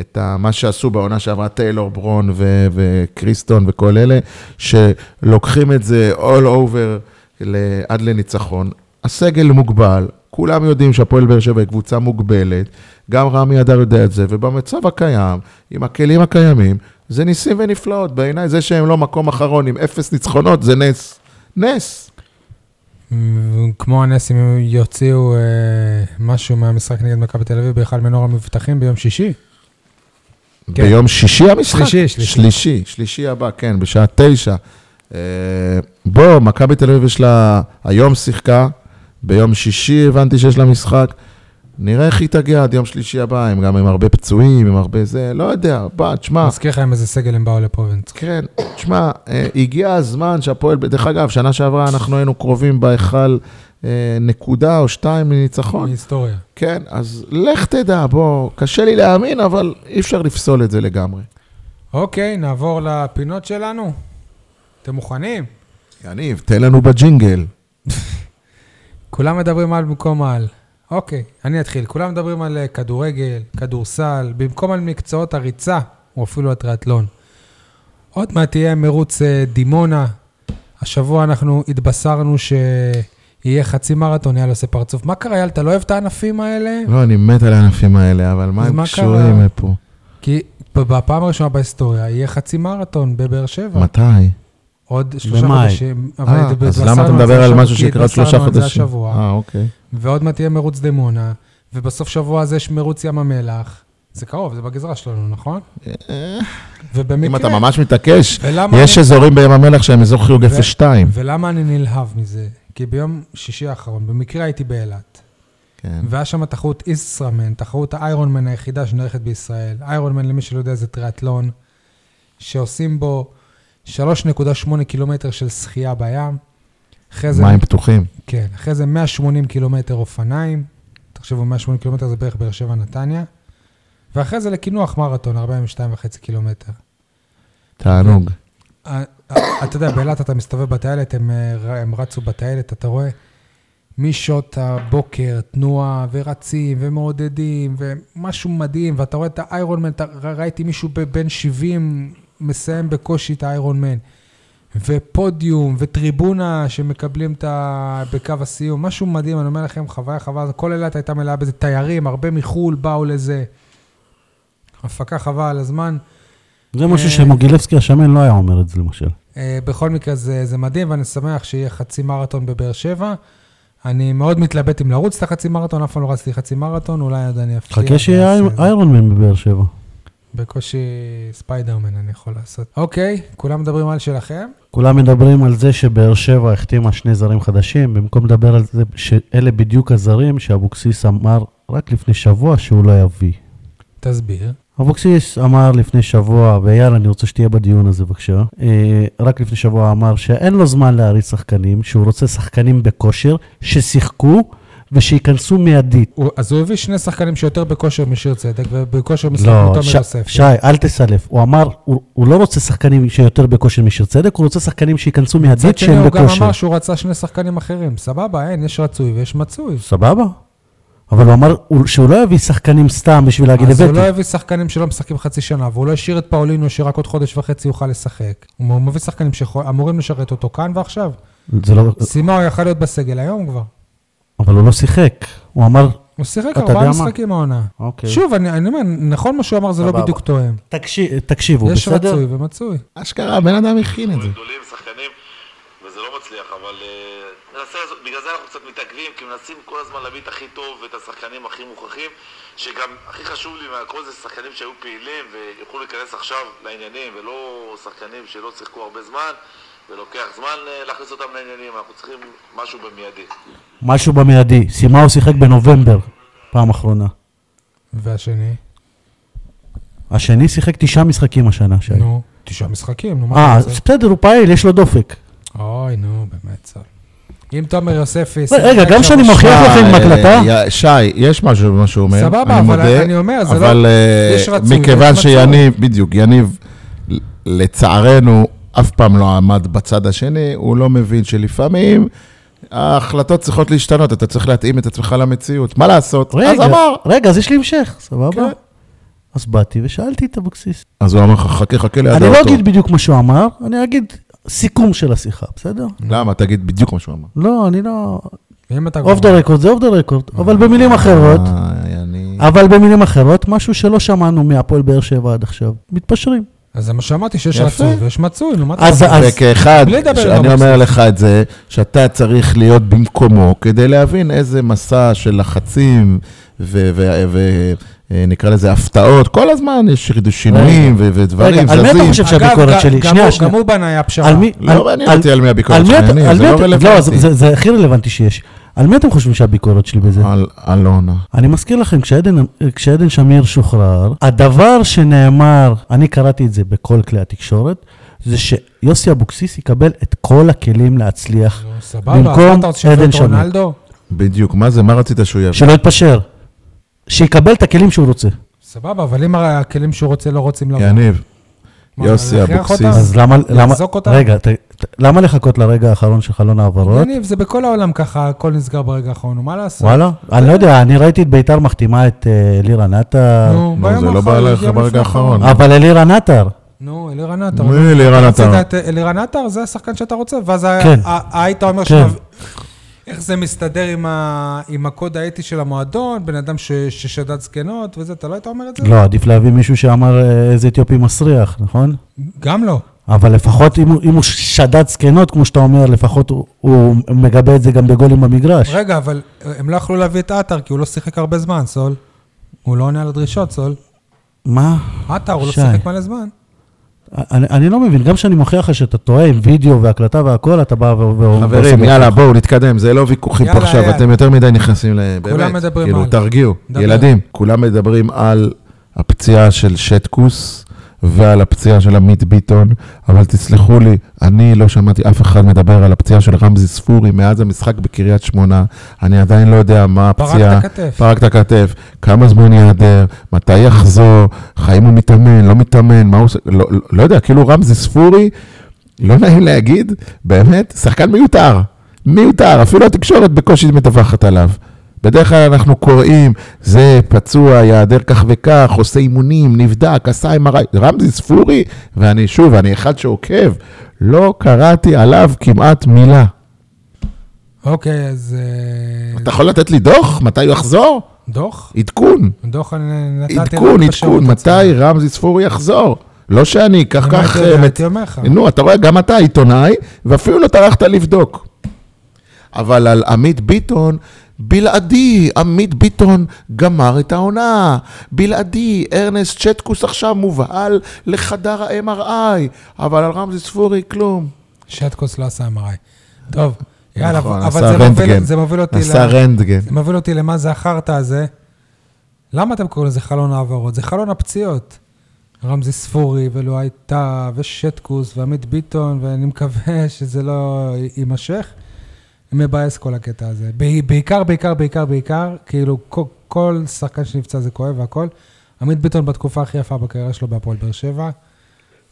[SPEAKER 3] את ה, מה שעשו בעונה שעברה טיילור ברון ו, וקריסטון וכל אלה, שלוקחים את זה all over ל, עד לניצחון. הסגל מוגבל, כולם יודעים שהפועל באר שבע היא קבוצה מוגבלת, גם רמי אדר יודע את זה, ובמצב הקיים, עם הכלים הקיימים, זה ניסים ונפלאות. בעיניי זה שהם לא מקום אחרון עם אפס ניצחונות, זה נס. נס.
[SPEAKER 1] מ- כמו הנס, אם הם יוציאו אה, משהו מהמשחק נגד מכבי תל אביב באחד מנור המבטחים ביום שישי. כן.
[SPEAKER 3] ביום שישי המשחק?
[SPEAKER 1] שלישי, שלישי.
[SPEAKER 3] שלישי, שלישי הבא, כן, בשעה תשע. אה, בוא, מכבי תל אביב יש לה, היום שיחקה, ביום שישי הבנתי שיש לה משחק. נראה איך היא תגיע עד יום שלישי הבא, הם גם עם הרבה פצועים, עם הרבה זה, לא יודע, בוא, תשמע.
[SPEAKER 1] מזכיר לך עם איזה סגל הם באו לפה והם צריכים.
[SPEAKER 3] כן, תשמע, אה, הגיע הזמן שהפועל, דרך אגב, שנה שעברה אנחנו היינו קרובים בהיכל אה, נקודה או שתיים מניצחון.
[SPEAKER 1] היסטוריה.
[SPEAKER 3] כן, אז לך תדע, בוא, קשה לי להאמין, אבל אי אפשר לפסול את זה לגמרי.
[SPEAKER 1] אוקיי, נעבור לפינות שלנו. אתם מוכנים?
[SPEAKER 3] יניב, תן לנו בג'ינגל.
[SPEAKER 1] כולם מדברים על במקום על. אוקיי, אני אתחיל. כולם מדברים על אה, כדורגל, כדורסל, במקום על מקצועות הריצה, או אפילו הטריאטלון. עוד מעט יהיה מרוץ אה, דימונה. השבוע אנחנו התבשרנו שיהיה חצי מרתון, יאללה עושה פרצוף. מה קרה, יאללה, אתה לא אוהב את הענפים האלה?
[SPEAKER 3] לא, אני מת על הענפים האלה, אבל מה
[SPEAKER 1] אז
[SPEAKER 3] הם
[SPEAKER 1] מה
[SPEAKER 3] קשורים
[SPEAKER 1] קרה?
[SPEAKER 3] לפה?
[SPEAKER 1] כי ב- בפעם הראשונה בהיסטוריה יהיה חצי מרתון בבאר שבע.
[SPEAKER 3] מתי?
[SPEAKER 1] עוד שלושה
[SPEAKER 2] במאי.
[SPEAKER 1] חודשים. אבל
[SPEAKER 3] אה,
[SPEAKER 1] התבשרנו
[SPEAKER 3] אז
[SPEAKER 1] על
[SPEAKER 3] למה אתה
[SPEAKER 1] זה
[SPEAKER 3] מדבר על
[SPEAKER 1] השבוע,
[SPEAKER 3] משהו
[SPEAKER 1] כי
[SPEAKER 3] שיקרה עוד שלושה
[SPEAKER 1] התבשרנו על זה
[SPEAKER 3] חודשים?
[SPEAKER 1] השבוע.
[SPEAKER 3] אה, אוקיי.
[SPEAKER 1] ועוד מעט יהיה מרוץ דימונה, ובסוף שבוע הזה יש מרוץ ים המלח. זה קרוב, זה בגזרה שלנו, נכון? ובמקרה...
[SPEAKER 3] אם אתה ממש מתעקש,
[SPEAKER 1] ולמה
[SPEAKER 3] יש
[SPEAKER 1] אני-
[SPEAKER 3] אזורים בים המלח שהם אזור חיוג 02.
[SPEAKER 1] ולמה אני נלהב מזה? כי ביום שישי האחרון, במקרה הייתי באילת,
[SPEAKER 3] כן.
[SPEAKER 1] והיה שם תחרות איסרמן, תחרות האיירונמן היחידה שנערכת בישראל. איירונמן, למי שלא יודע, זה טריאטלון, שעושים בו 3.8 קילומטר של שחייה בים. אחרי זה
[SPEAKER 3] מים פתוחים.
[SPEAKER 1] כן, אחרי זה 180 קילומטר אופניים, תחשבו, 180 קילומטר זה בערך באר שבע נתניה, ואחרי זה לקינוח מרתון, 42.5 קילומטר.
[SPEAKER 3] תענוג.
[SPEAKER 1] אה, אה, אתה יודע, באילת אתה מסתובב בטיילת, הם, אה, ר- הם רצו בטיילת, אתה רואה משעות הבוקר, תנועה, ורצים, ומעודדים, ומשהו מדהים, ואתה רואה את האיירון מן, אתה- ר- ראיתי מישהו ב- בן 70 מסיים בקושי את האיירון מן, ופודיום, וטריבונה שמקבלים את ה... בקו הסיום, משהו מדהים, אני אומר לכם, חוויה, חוויה, כל אילת הייתה מלאה בזה תיירים, הרבה מחו"ל באו לזה. הפקה חבל על הזמן.
[SPEAKER 2] זה משהו שמוגילבסקי השמן לא היה אומר את זה, למשל.
[SPEAKER 1] אה, בכל מקרה, זה, זה מדהים, ואני שמח שיהיה חצי מרתון בבאר שבע. אני מאוד מתלבט אם לרוץ את החצי מרתון, אף פעם לא רצתי חצי מרתון, אולי עוד אני אפתיע.
[SPEAKER 2] חכה שיהיה
[SPEAKER 1] ואעשה את
[SPEAKER 2] איירון-
[SPEAKER 1] זה.
[SPEAKER 2] איירון מן בבאר שבע.
[SPEAKER 1] בקושי ספיידרמן אני יכול לעשות. אוקיי, כולם מדברים על שלכם?
[SPEAKER 2] כולם מדברים על זה שבאר שבע החתימה שני זרים חדשים, במקום לדבר על זה שאלה בדיוק הזרים שאבוקסיס אמר רק לפני שבוע שהוא לא יביא.
[SPEAKER 1] תסביר.
[SPEAKER 2] אבוקסיס אמר לפני שבוע, ואייל, אני רוצה שתהיה בדיון הזה בבקשה, אה, רק לפני שבוע אמר שאין לו זמן להריץ שחקנים, שהוא רוצה שחקנים בכושר, ששיחקו ושייכנסו מיידית.
[SPEAKER 1] הוא, אז הוא הביא שני שחקנים שיותר בכושר משיר צדק, ובכושר משחק
[SPEAKER 2] לא,
[SPEAKER 1] מתומר
[SPEAKER 2] ש-
[SPEAKER 1] יוספי.
[SPEAKER 2] שי, אל תסלף. הוא אמר, הוא, הוא לא רוצה שחקנים שיותר בכושר משיר צדק, הוא רוצה שחקנים שייכנסו
[SPEAKER 1] מצד
[SPEAKER 2] מיידית
[SPEAKER 1] שני,
[SPEAKER 2] שהם
[SPEAKER 1] הוא גם
[SPEAKER 2] בכושר.
[SPEAKER 1] אמר שהוא רצה שני שחקנים אחרים. סבבה, אין, יש רצוי ויש מצוי.
[SPEAKER 2] סבבה. אבל הוא אמר הוא- שהוא לא יביא שחקנים סתם בשביל להגיד
[SPEAKER 1] אז הוא
[SPEAKER 2] הבאתי.
[SPEAKER 1] לא הביא שחקנים שלא משחקים חצי שנה, והוא לא השאיר את פאולינו שרק עוד חודש וחצי יוכל לשחק. הוא מביא שחקנים שאמורים לשרת אותו כאן ועכשיו.
[SPEAKER 2] זה לא...
[SPEAKER 1] סימה, הוא יכל להיות בסגל היום כבר.
[SPEAKER 2] אבל הוא לא שיחק. הוא אמר,
[SPEAKER 1] הוא שיחק
[SPEAKER 2] אתה
[SPEAKER 1] ארבעה
[SPEAKER 2] יודע מה?
[SPEAKER 1] משחקים העונה.
[SPEAKER 2] אוקיי.
[SPEAKER 1] שוב, אני אני אומר, נכון מה שהוא אמר, זה לא
[SPEAKER 2] סבבה.
[SPEAKER 1] בדיוק תואם.
[SPEAKER 2] "תקשיב- תקשיבו,
[SPEAKER 1] יש
[SPEAKER 2] בסדר?
[SPEAKER 1] רצוי ומצוי.
[SPEAKER 3] אשכרה, הבן אדם הכין את זה.
[SPEAKER 4] גדולים, שחקנים, וזה לא מצליח, אבל אה, ננסה, לעשות- בגלל זה אנחנו קצת מתעכבים, כי מנסים כל הזמן להביא את הכי טוב ואת השחקנים הכי מוכרחים, שגם הכי חשוב לי מהכל זה שחקנים שהיו פעילים ויוכלו להיכנס עכשיו לעניינים, ולא שחקנים שלא שיחקו הרבה זמן, ולוקח זמן אה, להכניס אותם לעניינים, אנחנו צריכים משהו במיידי.
[SPEAKER 2] משהו במיידי. סימאו שיחק בנובמבר, פעם אחרונה.
[SPEAKER 1] והשני?
[SPEAKER 2] השני שיחק תשעה משחקים השנה, שי.
[SPEAKER 1] נו, תשעה משחקים, נו, מה
[SPEAKER 2] כן. אה,
[SPEAKER 1] אתה רוצה?
[SPEAKER 2] בסדר, הוא פעיל, יש לו דופק.
[SPEAKER 1] אוי, נו, באמת, סל. אם תומר יוספי...
[SPEAKER 2] רגע,
[SPEAKER 1] שיחק
[SPEAKER 2] גם
[SPEAKER 1] שם
[SPEAKER 2] שאני
[SPEAKER 1] בשבוע-
[SPEAKER 2] מוכיח לכם עם
[SPEAKER 3] אה,
[SPEAKER 2] הקלטה?
[SPEAKER 3] יא- שי, יש משהו במה שהוא אומר, אני מודה.
[SPEAKER 1] סבבה, אבל אני אומר, זה לא-
[SPEAKER 3] אבל אה,
[SPEAKER 1] יש רצוי
[SPEAKER 3] מכיוון
[SPEAKER 1] ויש מצוי.
[SPEAKER 3] שיניב, בדיוק, יניב, ל- לצערנו, אף פעם לא עמד בצד השני, הוא לא מבין שלפעמים ההחלטות צריכות להשתנות, אתה צריך להתאים את עצמך למציאות. מה לעשות? אז
[SPEAKER 2] רגע,
[SPEAKER 3] אמר.
[SPEAKER 2] רגע, אז יש לי המשך, סבבה?
[SPEAKER 3] כן.
[SPEAKER 2] אז באתי ושאלתי את אבוקסיס.
[SPEAKER 3] אז הוא אמר לך, חכה, חכה ליד
[SPEAKER 2] אני לא
[SPEAKER 3] האוטו.
[SPEAKER 2] אגיד בדיוק מה שהוא אמר, אני אגיד סיכום של השיחה, בסדר?
[SPEAKER 3] למה? תגיד בדיוק מה שהוא אמר.
[SPEAKER 2] לא, אני לא...
[SPEAKER 1] אם אתה
[SPEAKER 2] אוף דה רקורד זה אוף דה רקורד, אבל במילים אחרות,
[SPEAKER 3] אה, אני...
[SPEAKER 2] אבל במילים אחרות, משהו שלא שמענו מהפועל באר שבע עד עכשיו, מתפשרים.
[SPEAKER 1] אז זה מה שאמרתי, שיש
[SPEAKER 3] יפה.
[SPEAKER 1] רצוי ויש מצוי, נו, מה אתה...
[SPEAKER 2] אז
[SPEAKER 1] רוצה?
[SPEAKER 2] אז-
[SPEAKER 3] וכאחד,
[SPEAKER 1] בלי לדבר
[SPEAKER 3] ש-
[SPEAKER 1] עם
[SPEAKER 3] אני אומר
[SPEAKER 1] אבוקסיס.
[SPEAKER 3] לך את זה, שאתה צריך להיות במקומו כדי להבין איזה מסע של לחצים ונקרא לזה הפתעות, כל הזמן יש שינויים ו- ודברים
[SPEAKER 2] רגע, על מי אתה
[SPEAKER 3] זזים.
[SPEAKER 2] חושב
[SPEAKER 1] אגב,
[SPEAKER 2] שהביקורת
[SPEAKER 1] ג-
[SPEAKER 2] שלי?
[SPEAKER 1] גם
[SPEAKER 2] שנייה,
[SPEAKER 1] הוא-
[SPEAKER 2] שנייה.
[SPEAKER 1] גם הוא בנאי הפשרה.
[SPEAKER 2] על מי?
[SPEAKER 3] לא מעניין אותי על מי הביקורת
[SPEAKER 2] על מי
[SPEAKER 3] שלי,
[SPEAKER 2] אתה-
[SPEAKER 3] אני-
[SPEAKER 2] על
[SPEAKER 3] זה
[SPEAKER 2] מי
[SPEAKER 3] לא
[SPEAKER 2] אתה-
[SPEAKER 3] רלוונטי.
[SPEAKER 2] לא, זה- זה- זה הכי רלוונטי שיש. על מי אתם חושבים שהביקורת שלי בזה?
[SPEAKER 3] על אלונה.
[SPEAKER 2] אני מזכיר לכם, כשעדן, כשעדן שמיר שוחרר, הדבר שנאמר, אני קראתי את זה בכל כלי התקשורת, זה שיוסי אבוקסיס יקבל את כל הכלים
[SPEAKER 3] לא.
[SPEAKER 2] להצליח,
[SPEAKER 1] נו, סבבה, אז מה
[SPEAKER 2] במקום
[SPEAKER 1] אתה רוצה שיביא
[SPEAKER 2] עדן
[SPEAKER 1] את
[SPEAKER 2] שמיר.
[SPEAKER 1] רונלדו?
[SPEAKER 3] בדיוק, מה זה, מה רצית שהוא יביא?
[SPEAKER 2] שלא יתפשר, שיקבל את הכלים שהוא רוצה.
[SPEAKER 1] סבבה, אבל אם הכלים שהוא רוצה לא רוצים לבוא.
[SPEAKER 3] יניב,
[SPEAKER 1] מה,
[SPEAKER 3] יוסי
[SPEAKER 1] להכריח אותם?
[SPEAKER 3] אבוקסיס.
[SPEAKER 2] אז למה, למה,
[SPEAKER 1] יחזוק אותם?
[SPEAKER 2] רגע, ת, ת, למה לחכות לרגע האחרון של חלון העברות?
[SPEAKER 1] יניב, זה בכל העולם ככה, הכל נסגר ברגע האחרון, נו, מה לעשות?
[SPEAKER 2] וואלה, אני לא יודע, אני ראיתי את ביתר מחתימה את אה, אלירה נטר,
[SPEAKER 1] נו,
[SPEAKER 3] נו,
[SPEAKER 1] ביום
[SPEAKER 3] זה לא
[SPEAKER 1] האחרון,
[SPEAKER 3] בא לך
[SPEAKER 1] יום
[SPEAKER 3] ברגע
[SPEAKER 1] לפני
[SPEAKER 3] האחרון.
[SPEAKER 2] אבל אלירה נטר,
[SPEAKER 1] נו, אלירן עטר.
[SPEAKER 3] מי
[SPEAKER 1] אתה
[SPEAKER 3] אלירן עטר?
[SPEAKER 1] רוצה את אלירן עטר? זה השחקן שאתה רוצה, ואז ה-
[SPEAKER 2] כן.
[SPEAKER 1] ה- היית אומר
[SPEAKER 2] כן.
[SPEAKER 1] שמב- איך זה מסתדר עם ה- עם הקוד האתי של המועדון, בן אדם ש- ששדד זקנות וזה, אתה לא היית אומר את זה?
[SPEAKER 2] לא, עדיף להביא מישהו שאמר אה, איזה אתיופי מסריח, נכון?
[SPEAKER 1] גם לא.
[SPEAKER 2] אבל לפחות אם, הוא- אם הוא שדד זקנות, כמו שאתה אומר, לפחות הוא, הוא מגבה את זה גם בגולים במגרש.
[SPEAKER 1] רגע, אבל הם לא יכלו להביא את עטר, כי הוא לא שיחק הרבה זמן, סול. הוא לא עונה על הדרישות, סול.
[SPEAKER 2] מה?
[SPEAKER 1] עטר, הוא לא
[SPEAKER 2] שי.
[SPEAKER 1] שיחק מלא זמן.
[SPEAKER 2] אני, אני לא מבין, גם כשאני מוכיח לך שאתה טועה עם וידאו והקלטה והכל, אתה בא ו... ו- ועושה
[SPEAKER 3] חברים,
[SPEAKER 2] לי-
[SPEAKER 3] יאללה, בואו נתקדם, זה לא ויכוחים פה
[SPEAKER 1] יאללה,
[SPEAKER 3] עכשיו,
[SPEAKER 1] יאללה.
[SPEAKER 3] אתם יותר מדי נכנסים ל...
[SPEAKER 1] כולם
[SPEAKER 3] באמת,
[SPEAKER 1] מדברים
[SPEAKER 3] כאילו,
[SPEAKER 1] על-
[SPEAKER 3] תרגיעו,
[SPEAKER 1] דבר.
[SPEAKER 3] ילדים, כולם מדברים על הפציעה של שטקוס ועל הפציעה של עמית ביטון, אבל תסלחו לי, אני לא שמעתי אף אחד מדבר על הפציעה של רמזי ספורי מאז המשחק בקריית שמונה, אני עדיין לא יודע מה הפציעה.
[SPEAKER 1] פרק את הכתף.
[SPEAKER 3] פרק את הכתף, כמה זמן ייעדר, מתי יחזור, האם הוא מתאמן, לא מתאמן, מה הוא עושה, לא, לא, לא יודע, כאילו רמזי ספורי, לא נעים להגיד, באמת, שחקן מיותר, מיותר, אפילו התקשורת בקושי מדווחת עליו. בדרך כלל אנחנו קוראים, זה פצוע, ייעדר כך וכך, עושה אימונים, נבדק, עשה MRI, רמזי ספורי, ואני שוב, אני אחד שעוקב, לא קראתי עליו כמעט מילה.
[SPEAKER 1] אוקיי, אז... אה,
[SPEAKER 3] אתה יכול לתת לי דוח? מתי הוא יחזור?
[SPEAKER 1] דוח?
[SPEAKER 3] עדכון.
[SPEAKER 1] דוח אני נתתי... רק
[SPEAKER 3] עדכון,
[SPEAKER 1] בשירות
[SPEAKER 3] עדכון,
[SPEAKER 1] עצמו.
[SPEAKER 3] מתי רמזי ספורי יחזור? לא שאני, כך
[SPEAKER 1] אני
[SPEAKER 3] כך...
[SPEAKER 1] הייתי-
[SPEAKER 3] אה,
[SPEAKER 1] הייתי אומר לך.
[SPEAKER 3] נו, אתה רואה, גם אתה עיתונאי, ואפילו לא טרחת לבדוק. אבל על עמית ביטון, בלעדי, עמית ביטון גמר את העונה. בלעדי, ארנסט שטקוס עכשיו מובהל לחדר ה-MRI, אבל על רמזי ספורי כלום.
[SPEAKER 1] שטקוס לא עשה MRI. טוב, יאללה,
[SPEAKER 3] נכון,
[SPEAKER 1] אבל
[SPEAKER 3] עשה
[SPEAKER 1] זה מוביל-
[SPEAKER 3] רנטגן.
[SPEAKER 1] זה מוביל אותי
[SPEAKER 3] עשה
[SPEAKER 1] ל-
[SPEAKER 3] רנטגן.
[SPEAKER 1] זה מוביל אותי למה זה החרטא הזה. למה אתם קוראים לזה חלון העברות? זה חלון הפציעות. רמזי ספורי, ולא הייתה, ושטקוס, ועמית ביטון, ואני מקווה שזה לא י- יימשך. מבאס כל הקטע הזה. ב- בעיקר, בעיקר, בעיקר, בעיקר, כאילו, כל, כל שחקן שנפצע זה כואב והכל. עמית ביטון בתקופה הכי יפה בקריירה שלו בהפועל באר שבע,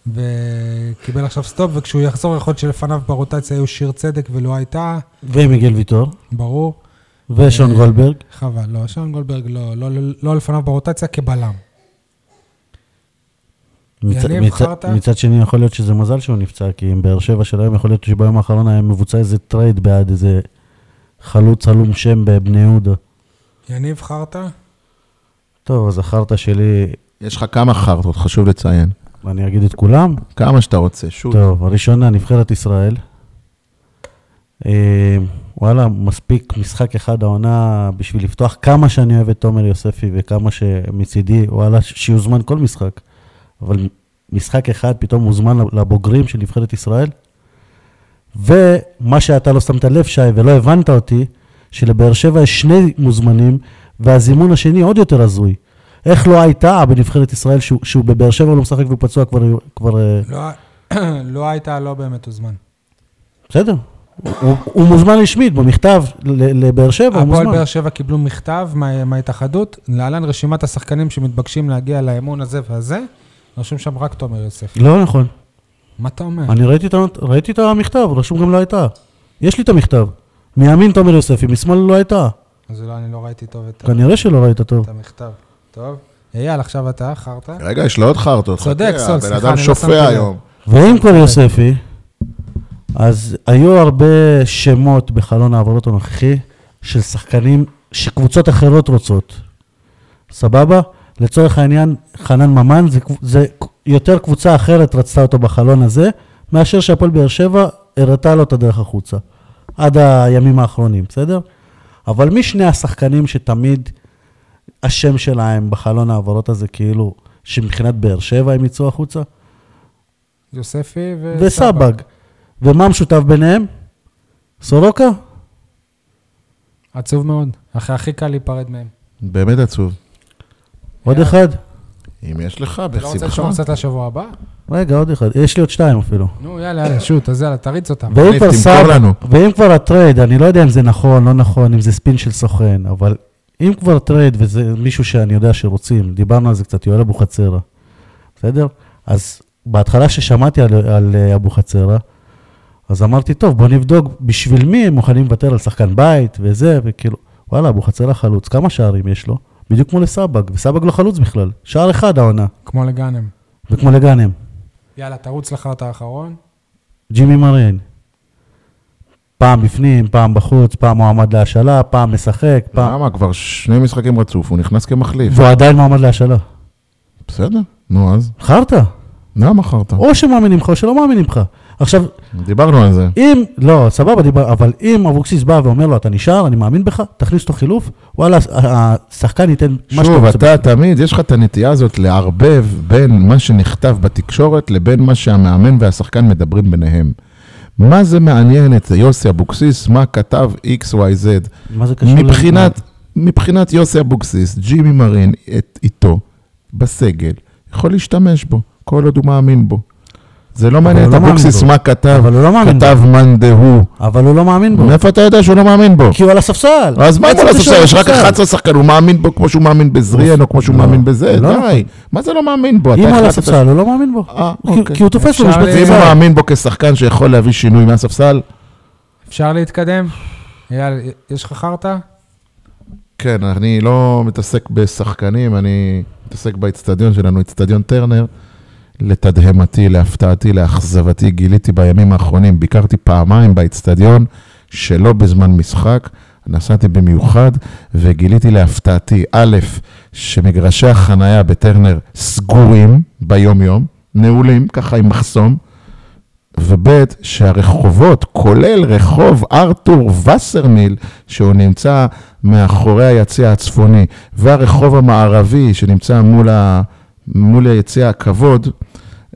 [SPEAKER 1] וקיבל עכשיו סטופ, וכשהוא יחזור, יכול להיות שלפניו ברוטציה היו שיר צדק ולא הייתה,
[SPEAKER 2] ומיגל ויטור,
[SPEAKER 1] ברור.
[SPEAKER 2] ושון גולדברג.
[SPEAKER 1] חבל, לא, שון גולדברג לא, לא, לא, לא לפניו ברוטציה כבלם.
[SPEAKER 2] מצ-
[SPEAKER 1] יניב,
[SPEAKER 2] מצ-
[SPEAKER 1] חרטא?
[SPEAKER 2] מצד שני, יכול להיות שזה מזל שהוא נפצע, כי עם באר שבע של היום, יכול להיות שביום האחרון היה מבוצע איזה טרייד בעד איזה חלוץ עלום שם בבני יהודה.
[SPEAKER 1] יניב חרטא?
[SPEAKER 2] טוב, אז החרטא שלי,
[SPEAKER 3] יש לך כמה חרטות, חשוב לציין.
[SPEAKER 2] אני אגיד את כולם?
[SPEAKER 3] כמה שאתה רוצה, שוב.
[SPEAKER 2] טוב, הראשונה, נבחרת ישראל. אה, וואלה, מספיק משחק אחד העונה בשביל לפתוח כמה שאני אוהב את תומר יוספי וכמה שמצידי, וואלה, ש- שיוזמן כל משחק. אבל משחק אחד פתאום מוזמן לב- לבוגרים של נבחרת ישראל. ומה שאתה לא שמת לב, שי, ולא הבנת אותי, שלבאר שבע יש שני מוזמנים, והזימון השני עוד יותר הזוי. איך לא הייתה בנבחרת ישראל שהוא, שהוא בבאר שבע לא משחק ופצוע כבר, כבר אה,
[SPEAKER 1] לא, לא הייתה, לא באמת הוזמן.
[SPEAKER 2] בסדר. הוא, הוא מוזמן רשמית, במכתב ל- לבאר שבע, הוא
[SPEAKER 1] הפועל
[SPEAKER 2] מוזמן.
[SPEAKER 1] באר שבע קיבלו מכתב מה, מההתאחדות, להלן רשימת השחקנים שמתבקשים להגיע לאמון הזה והזה, רשום שם רק תומר יוסף.
[SPEAKER 2] לא נכון.
[SPEAKER 1] מה אתה אומר?
[SPEAKER 2] אני ראיתי את, ה- ראיתי את המכתב, רשום גם לא הייתה. יש לי את המכתב. מימין תומר יוספי, משמאל לא הייתה.
[SPEAKER 1] אז אולי אני לא ראיתי טוב את, ה-
[SPEAKER 2] כנראה שלא ראית טוב.
[SPEAKER 1] את המכתב. טוב, אייל, עכשיו אתה, חרטא.
[SPEAKER 3] רגע, יש לו עוד חרטות.
[SPEAKER 1] צודק,
[SPEAKER 3] חכה,
[SPEAKER 1] סול, סליחה,
[SPEAKER 3] הבן
[SPEAKER 1] אני לא
[SPEAKER 3] אדם
[SPEAKER 1] שמתי
[SPEAKER 3] שופע
[SPEAKER 1] לב.
[SPEAKER 3] היום.
[SPEAKER 2] ואם כבר יוספי, אז היו הרבה שמות בחלון העברות הנוכחי של שחקנים שקבוצות אחרות רוצות. סבבה? לצורך העניין, חנן ממן, זה, קב- זה ק- יותר קבוצה אחרת רצתה אותו בחלון הזה, מאשר שהפועל באר שבע הראתה לו את הדרך החוצה. עד הימים האחרונים, בסדר? אבל מי שני השחקנים שתמיד השם שלהם בחלון העברות הזה, כאילו, שמבחינת באר שבע הם יצאו החוצה?
[SPEAKER 1] יוספי ו...
[SPEAKER 2] וסבג. ומה המשותף ביניהם? סורוקה?
[SPEAKER 1] עצוב מאוד. אחרי הכי קל להיפרד מהם.
[SPEAKER 3] באמת עצוב.
[SPEAKER 2] עוד אחד?
[SPEAKER 3] אם יש לך,
[SPEAKER 1] אתה לא רוצה לשמור
[SPEAKER 3] בשמחה.
[SPEAKER 1] קצת לשבוע הבא?
[SPEAKER 2] רגע, עוד אחד. יש לי עוד שתיים אפילו.
[SPEAKER 1] נו, יאללה, יאללה, שוט, אז יאללה, תריץ אותם.
[SPEAKER 2] ואם
[SPEAKER 3] תניב,
[SPEAKER 2] כבר
[SPEAKER 3] תמכור
[SPEAKER 2] סבג,
[SPEAKER 3] לנו.
[SPEAKER 2] ואם כבר הטרייד, אני לא יודע אם זה נכון, לא נכון, אם זה ספין של סוכן, אבל אם כבר טרייד וזה מישהו שאני יודע שרוצים, דיברנו על זה קצת, יואל אבוחצירא, בסדר? אז בהתחלה ששמעתי על, על אה, אבוחצירא, אז אמרתי, טוב, בוא נבדוק בשביל מי הם מוכנים לוותר על שחקן בית וזה, וכאילו, וואלה, אבוחצירא חלוץ, כמה שערים יש לו? בדיוק כמו לסבג, וסבג לא חלוץ בכלל, שער אחד העונה,
[SPEAKER 1] כמו לגאנם.
[SPEAKER 2] וכמו לגאנם.
[SPEAKER 1] יאללה, תרוץ לחרטא האחרון.
[SPEAKER 2] ג'ימי מרין. פעם בפנים, פעם בחוץ, פעם מועמד להשאלה, פעם משחק, פעם...
[SPEAKER 3] למה? כבר שני משחקים רצוף, הוא נכנס כמחליף.
[SPEAKER 2] והוא עדיין מועמד להשאלה.
[SPEAKER 3] בסדר, נו אז.
[SPEAKER 2] חרטא.
[SPEAKER 3] למה חרת?
[SPEAKER 2] או שמאמינים לך או שלא מאמינים לך. עכשיו,
[SPEAKER 3] דיברנו על זה.
[SPEAKER 2] אם... לא, סבבה, דיבר, אבל אם אבוקסיס בא ואומר לו, אתה נשאר, אני מאמין בך, תכניס אותו חילוף, וואלה, ה- ה- השחקן ייתן מה שאתה
[SPEAKER 3] שוב,
[SPEAKER 2] רוצה.
[SPEAKER 3] אתה תמיד, יש לך את הנטייה הזאת לערבב בין מה שנכתב בתקשורת לבין מה שהמאמן והשחקן מדברים ביניהם. מה זה מעניין את יוסי אבוקסיס, מה כתב XYZ?
[SPEAKER 2] מה זה קשור?
[SPEAKER 3] מבחינת, מבחינת יוסי אבוקסיס, ג'ימי מרין את, איתו, בסגל, יכול להשתמש בו, כל עוד הוא מאמין בו. זה לא מעניין
[SPEAKER 2] הוא
[SPEAKER 3] את
[SPEAKER 2] לא
[SPEAKER 3] אבוקסיס
[SPEAKER 2] מאמין בו.
[SPEAKER 3] מה כתב,
[SPEAKER 2] אבל הוא לא מאמין
[SPEAKER 3] כתב מאן דהוא.
[SPEAKER 2] אבל הוא לא מאמין בו.
[SPEAKER 3] מאיפה אתה יודע שהוא לא מאמין בו?
[SPEAKER 2] כי הוא על הספסל.
[SPEAKER 3] אז מה אם הוא לא
[SPEAKER 2] צריך שהוא
[SPEAKER 3] סופר?
[SPEAKER 2] על
[SPEAKER 3] יש רק
[SPEAKER 2] הספסל.
[SPEAKER 3] 11 שחקנים, הוא מאמין בו כמו שהוא מאמין בזריאן, או כמו שהוא
[SPEAKER 2] לא.
[SPEAKER 3] מאמין בזה,
[SPEAKER 2] לא
[SPEAKER 3] די. מה זה לא מאמין בו? אתה
[SPEAKER 2] אם הוא על
[SPEAKER 3] החלטת-
[SPEAKER 2] הספסל, הוא לא מאמין בו.
[SPEAKER 3] אה,
[SPEAKER 2] כי-
[SPEAKER 3] אוקיי.
[SPEAKER 2] כי הוא תופס לו
[SPEAKER 1] אפשר
[SPEAKER 2] משבצת
[SPEAKER 3] ואם הוא
[SPEAKER 2] סל.
[SPEAKER 3] מאמין בו כשחקן שיכול להביא שינוי מהספסל?
[SPEAKER 1] אפשר להתקדם? אייל, יש לך חרטא?
[SPEAKER 3] כן, אני לא מתעסק בשחקנים, אני מתעסק באצטדיון שלנו, אצטדיון טרנר. לתדהמתי, להפתעתי, לאכזבתי, גיליתי בימים האחרונים, ביקרתי פעמיים באצטדיון, שלא בזמן משחק, נסעתי במיוחד, וגיליתי להפתעתי, א', שמגרשי החנייה בטרנר סגורים ביום-יום, נעולים, ככה עם מחסום, וב' שהרחובות, כולל רחוב ארתור וסרמיל, שהוא נמצא מאחורי היציע הצפוני, והרחוב המערבי שנמצא מול, ה... מול היציע הכבוד,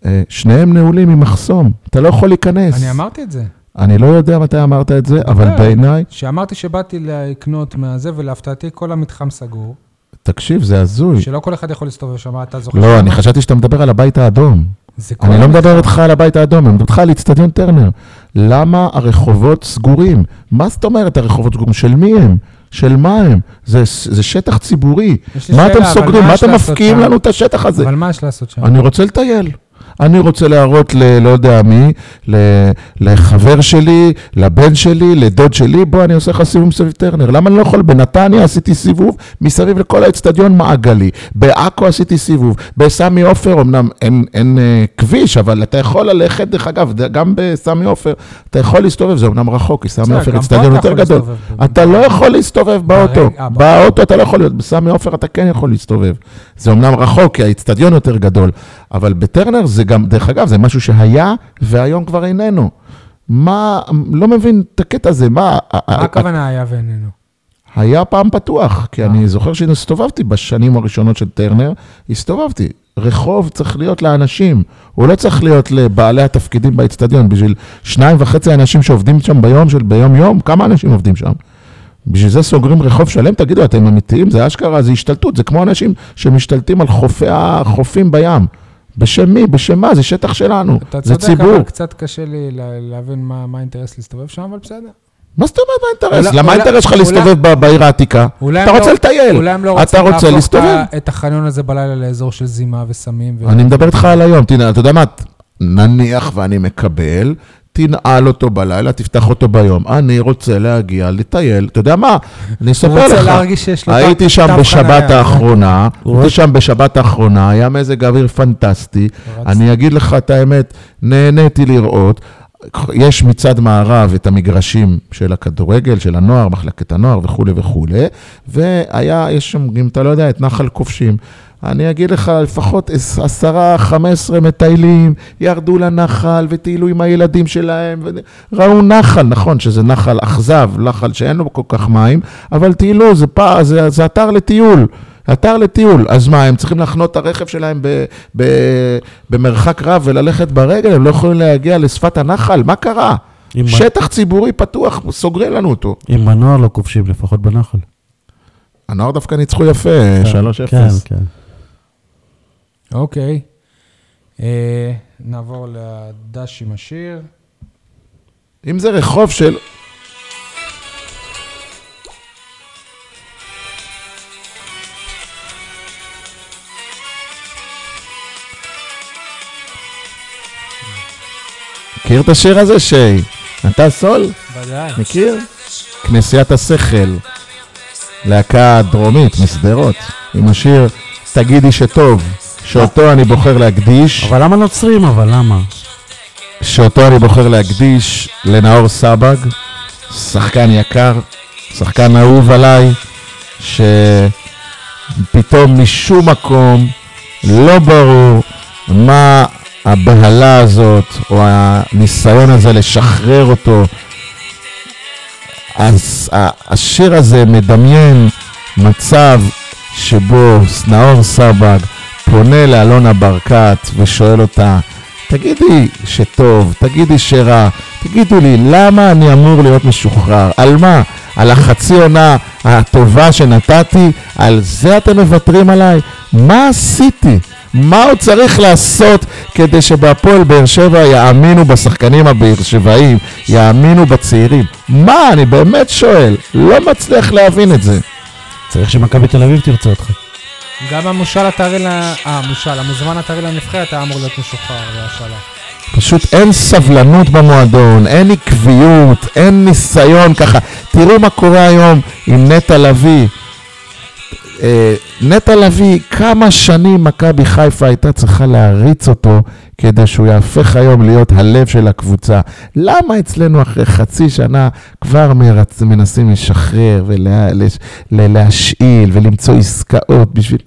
[SPEAKER 3] אה, שניהם נעולים עם מחסום, אתה לא יכול להיכנס.
[SPEAKER 1] אני אמרתי את זה.
[SPEAKER 3] אני לא יודע מתי אמרת את זה, אבל
[SPEAKER 1] כן.
[SPEAKER 3] בעיניי,
[SPEAKER 1] שאמרתי שבאתי לקנות מהזה, ולהפתעתי כל המתחם סגור,
[SPEAKER 3] תקשיב, זה הזוי.
[SPEAKER 1] שלא כל אחד יכול להסתובב שם, אתה זוכר?
[SPEAKER 3] לא,
[SPEAKER 1] שם?
[SPEAKER 3] אני חשבתי שאתה מדבר על הבית האדום.
[SPEAKER 1] זה כל
[SPEAKER 3] אני לא
[SPEAKER 1] המתחם.
[SPEAKER 3] מדבר איתך על הבית האדום, אני מדבר איתך על איצטדיון טרנר. למה הרחובות סגורים? מה זאת אומרת הרחובות סגורים? של מי הם? של מה הם? זה, זה שטח ציבורי.
[SPEAKER 1] יש לי
[SPEAKER 3] מה
[SPEAKER 1] שאלה,
[SPEAKER 3] אתם
[SPEAKER 1] אבל
[SPEAKER 3] סוגרים?
[SPEAKER 1] מה
[SPEAKER 3] מה
[SPEAKER 1] יש
[SPEAKER 3] אתם
[SPEAKER 1] לעשות
[SPEAKER 3] מפקיעים
[SPEAKER 1] שם?
[SPEAKER 3] לנו את השטח הזה?
[SPEAKER 1] אבל מה יש לעשות שם?
[SPEAKER 3] אני רוצה לטייל. אני רוצה להראות ל... לא יודע מי, ל, לחבר שלי, לבן שלי, לדוד שלי, בוא, אני עושה לך סיבוב מסביב טרנר. למה אני לא יכול? בנתניה עשיתי סיבוב מסביב לכל האצטדיון מעגלי. בעכו עשיתי סיבוב. בסמי עופר, אמנם אין, אין אה, כביש, אבל אתה יכול ללכת, דרך אגב, גם בסמי עופר, אתה יכול להסתובב, זה אמנם רחוק, כי סמי
[SPEAKER 1] בסדר,
[SPEAKER 3] עופר
[SPEAKER 1] גם פה
[SPEAKER 3] אצטדיון
[SPEAKER 1] אתה
[SPEAKER 3] יותר
[SPEAKER 1] יכול
[SPEAKER 3] גדול.
[SPEAKER 1] להסתובב בו.
[SPEAKER 3] אתה לא יכול להסתובב באוטו.
[SPEAKER 1] ברגע- אה, באוטו.
[SPEAKER 3] באוטו אתה לא יכול להיות, בסמי עופר אתה כן יכול להסתובב. זה אומנם רחוק, כי האיצטדיון יותר גדול, אבל בטרנר זה גם, דרך אגב, זה משהו שהיה והיום כבר איננו. מה, לא מבין את הקטע הזה, מה... אה,
[SPEAKER 1] מה הכוונה היה ואיננו?
[SPEAKER 3] היה פעם פתוח,
[SPEAKER 1] אה.
[SPEAKER 3] כי אני זוכר שהסתובבתי בשנים הראשונות של טרנר, הסתובבתי. רחוב צריך להיות לאנשים, הוא לא צריך להיות לבעלי התפקידים באצטדיון, בשביל שניים וחצי אנשים שעובדים שם ביום, של ביום יום, כמה אנשים עובדים שם? בשביל זה סוגרים רחוב שלם? תגידו, אתם אמיתיים? זה אשכרה, זה השתלטות, זה כמו אנשים שמשתלטים על חופי החופים בים. בשם מי? בשם מה? זה שטח שלנו,
[SPEAKER 1] אתה
[SPEAKER 3] זה
[SPEAKER 1] צודק,
[SPEAKER 3] ציבור.
[SPEAKER 1] אבל קצת קשה לי לה- להבין מה מה האינטרס להסתובב שם, אבל בסדר.
[SPEAKER 3] מה זאת אומרת מה האינטרס?
[SPEAKER 1] אולי-
[SPEAKER 3] למה
[SPEAKER 1] אולי-
[SPEAKER 3] האינטרס שלך
[SPEAKER 1] אולי-
[SPEAKER 3] להסתובב ב- בעיר העתיקה?
[SPEAKER 1] אולי הם
[SPEAKER 3] אתה
[SPEAKER 1] לא-
[SPEAKER 3] רוצה לטייל,
[SPEAKER 1] אולי הם לא
[SPEAKER 3] אתה
[SPEAKER 1] רוצים
[SPEAKER 3] רוצה
[SPEAKER 1] להפוך את
[SPEAKER 3] להסתובב.
[SPEAKER 1] ה- את החניון הזה בלילה לאזור של זימה וסמים. ו-
[SPEAKER 3] אני מדבר איתך על היום, תנעל, אתה יודע מה, נניח ואני מקבל, תנעל אותו בלילה, תפתח אותו ביום. אני רוצה להגיע, לטייל, אתה יודע מה, אני
[SPEAKER 1] הוא
[SPEAKER 3] אספר
[SPEAKER 1] רוצה
[SPEAKER 3] לך.
[SPEAKER 1] להרגיש שיש לו
[SPEAKER 3] הייתי
[SPEAKER 1] תו-
[SPEAKER 3] שם
[SPEAKER 1] תו
[SPEAKER 3] בשבת
[SPEAKER 1] חנייה.
[SPEAKER 3] האחרונה,
[SPEAKER 2] הוא
[SPEAKER 3] הייתי
[SPEAKER 2] רק-
[SPEAKER 3] שם בשבת האחרונה, היה מזג אוויר פנטסטי.
[SPEAKER 1] רצתי.
[SPEAKER 3] אני אגיד לך את האמת, נהניתי לראות. יש מצד מערב את המגרשים של הכדורגל, של הנוער, מחלקת הנוער וכולי וכולי, והיה, יש שם, אם אתה לא יודע, את נחל כובשים. אני אגיד לך, לפחות עש- עשרה, חמש עשרה מטיילים, ירדו לנחל וטיילו עם הילדים שלהם, ו- ראו נחל, נכון, שזה נחל אכזב, נחל שאין לו כל כך מים, אבל טיילו, זה, פע, זה, זה אתר לטיול. אתר לטיול, אז מה, הם צריכים לחנות את הרכב שלהם ב, ב, במרחק רב וללכת ברגל, הם לא יכולים להגיע לשפת הנחל, מה קרה?
[SPEAKER 2] עם-
[SPEAKER 3] שטח ציבורי פתוח, סוגרים לנו אותו.
[SPEAKER 2] עם הנוער לא כובשים, לפחות בנחל.
[SPEAKER 3] הנוער דווקא ניצחו יפה, 3-0.
[SPEAKER 2] כן, כן.
[SPEAKER 1] אוקיי. אה, נעבור לדש עם השיר.
[SPEAKER 2] כן.
[SPEAKER 3] אם זה רחוב של... מכיר את השיר הזה, שי? אתה סול?
[SPEAKER 1] ודאי.
[SPEAKER 3] מכיר? כנסיית השכל, להקה דרומית משדרות, עם השיר "תגידי שטוב", שאותו אני בוחר להקדיש,
[SPEAKER 2] אבל למה נוצרים, אבל למה?
[SPEAKER 3] שאותו אני בוחר להקדיש לנאור סבג, שחקן יקר, שחקן אהוב עליי, שפתאום משום מקום לא ברור מה הבהלה הזאת, או הניסיון הזה לשחרר אותו. אז ה- השיר הזה מדמיין מצב שבו נאור סבג פונה לאלונה ברקת ושואל אותה, תגידי שטוב, תגידי שרע, תגידו לי, למה אני אמור להיות משוחרר? על מה? על החצי עונה הטובה שנתתי? על זה אתם מוותרים עליי? מה עשיתי? מה עוד צריך לעשות כדי שבהפועל באר שבע יאמינו בשחקנים הבאר שבעים, יאמינו בצעירים? מה? אני באמת שואל. לא מצליח להבין את זה.
[SPEAKER 2] צריך שמכבי תל אביב תרצה אותך.
[SPEAKER 1] גם המושל הטרי ל... אה, המושל, המוזמן הטרי לנבחרת היה אמור להיות משוחרר בהשאלה.
[SPEAKER 3] פשוט אין סבלנות במועדון, אין עקביות, אין ניסיון ככה. תראו מה קורה היום עם נטע לביא. אה, נטע לביא, כמה שנים מכבי חיפה הייתה צריכה להריץ אותו כדי שהוא יהפך היום להיות הלב של הקבוצה. למה אצלנו אחרי חצי שנה כבר מרצ... מנסים לשחרר ולהשאיל ולמצוא עסקאות בשביל...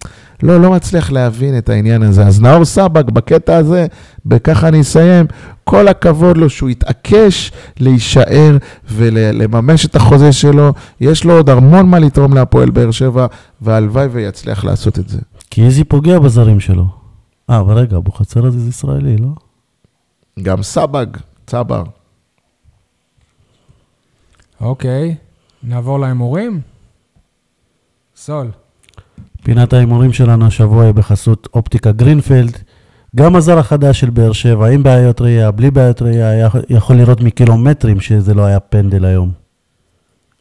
[SPEAKER 3] לא, לא מצליח להבין את העניין הזה. אז נאור סבק, בקטע הזה, בככה אני אסיים, כל הכבוד לו שהוא התעקש להישאר ולממש את החוזה שלו. יש לו עוד המון מה לתרום להפועל באר שבע, והלוואי ויצליח לעשות את זה.
[SPEAKER 2] כי איזי פוגע בזרים שלו. אה, אבל רגע, אבוחצירא זה ישראלי, לא?
[SPEAKER 3] גם סבג, צבר.
[SPEAKER 1] אוקיי, נעבור להימורים? סול.
[SPEAKER 2] פינת ההימורים שלנו השבוע היא בחסות אופטיקה גרינפלד. גם הזר החדש של באר שבע, עם בעיות ראייה, בלי בעיות ראייה, היה- יכול לראות מקילומטרים שזה לא היה פנדל היום.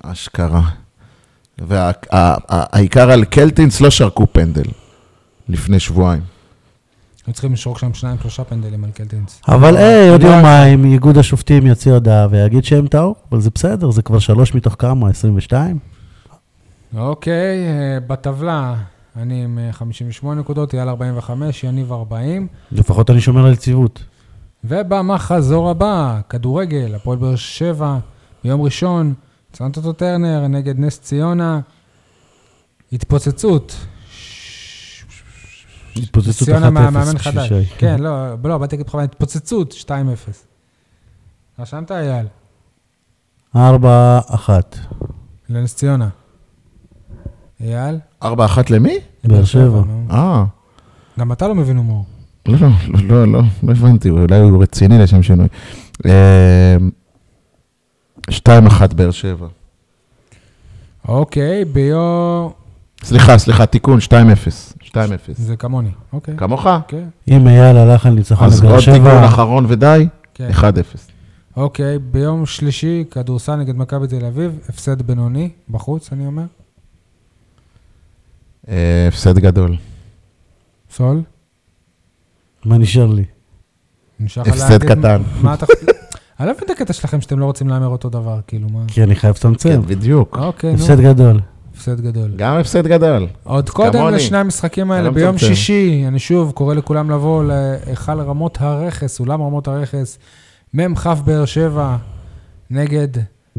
[SPEAKER 3] אשכרה. והעיקר על קלטינס לא שרקו פנדל לפני שבועיים.
[SPEAKER 1] היו צריכים לשרוק שם שניים, שלושה פנדלים על קלטינס.
[SPEAKER 2] אבל היי, עוד
[SPEAKER 1] לא-
[SPEAKER 2] יומיים איגוד השופטים יוציא הודעה ויגיד שהם טעו, אבל זה בסדר, זה כבר שלוש מתוך כמה? 22?
[SPEAKER 1] אוקיי, אה, בטבלה אני עם אה, 58 נקודות, אייל 45, יניב 40.
[SPEAKER 2] לפחות אני שומר על יציבות.
[SPEAKER 1] ובמחזור הבא, כדורגל, הפועל באר שבע, ביום ראשון, צנטוטו טרנר נגד נס ציונה, התפוצצות.
[SPEAKER 2] התפוצצות 1-0.
[SPEAKER 1] ציונה מהמאמן חדש.
[SPEAKER 2] שישי.
[SPEAKER 1] כן, לא, לא, באתי להגיד בכוונה, התפוצצות, 2-0. רשמת, אייל?
[SPEAKER 2] 4-1.
[SPEAKER 1] לנס ציונה. אייל?
[SPEAKER 3] ארבע אחת למי?
[SPEAKER 2] באר שבע.
[SPEAKER 1] נו.
[SPEAKER 3] אה,
[SPEAKER 1] גם אתה לא מבין הומור.
[SPEAKER 3] לא, לא, לא, לא, לא הבנתי, אולי הוא רציני לשם שינוי. אה, שתיים אחת באר שבע.
[SPEAKER 1] אוקיי, ביום...
[SPEAKER 3] סליחה, סליחה, תיקון, שתיים אפס. שתיים אפס.
[SPEAKER 1] זה כמוני, אוקיי.
[SPEAKER 3] כמוך?
[SPEAKER 1] אוקיי,
[SPEAKER 2] אם אייל הלך על ניצחון
[SPEAKER 3] אז
[SPEAKER 2] נכון, לבאר
[SPEAKER 3] עוד נכון. תיקון
[SPEAKER 2] שבע,
[SPEAKER 3] אחרון ודי?
[SPEAKER 1] כן.
[SPEAKER 3] אחד אפס.
[SPEAKER 1] אוקיי, ביום שלישי, כדורסל נגד מכבי תל אביב, הפסד בינוני, בחוץ, אני אומר.
[SPEAKER 3] אה, הפסד גדול.
[SPEAKER 1] סול,
[SPEAKER 2] מה נשאר לי?
[SPEAKER 1] נשאר
[SPEAKER 3] הפסד קטן.
[SPEAKER 1] מה אתה... אני לא מבין את הקטע שלכם שאתם לא רוצים להמר אותו דבר, כאילו, מה...
[SPEAKER 2] כי אני חייב לצמצם.
[SPEAKER 3] כן, בדיוק.
[SPEAKER 1] אוקיי, נו,
[SPEAKER 2] הפסד גדול.
[SPEAKER 1] הפסד גדול.
[SPEAKER 3] גם הפסד גדול.
[SPEAKER 1] עוד קודם
[SPEAKER 3] כמוני.
[SPEAKER 1] לשני המשחקים האלה,
[SPEAKER 3] אתה לא
[SPEAKER 1] ביום
[SPEAKER 3] מצמצם.
[SPEAKER 1] שישי, אני שוב קורא לכולם לבוא להיכל רמות הרכס, אולם רמות הרכס, מ"כ באר שבע, נגד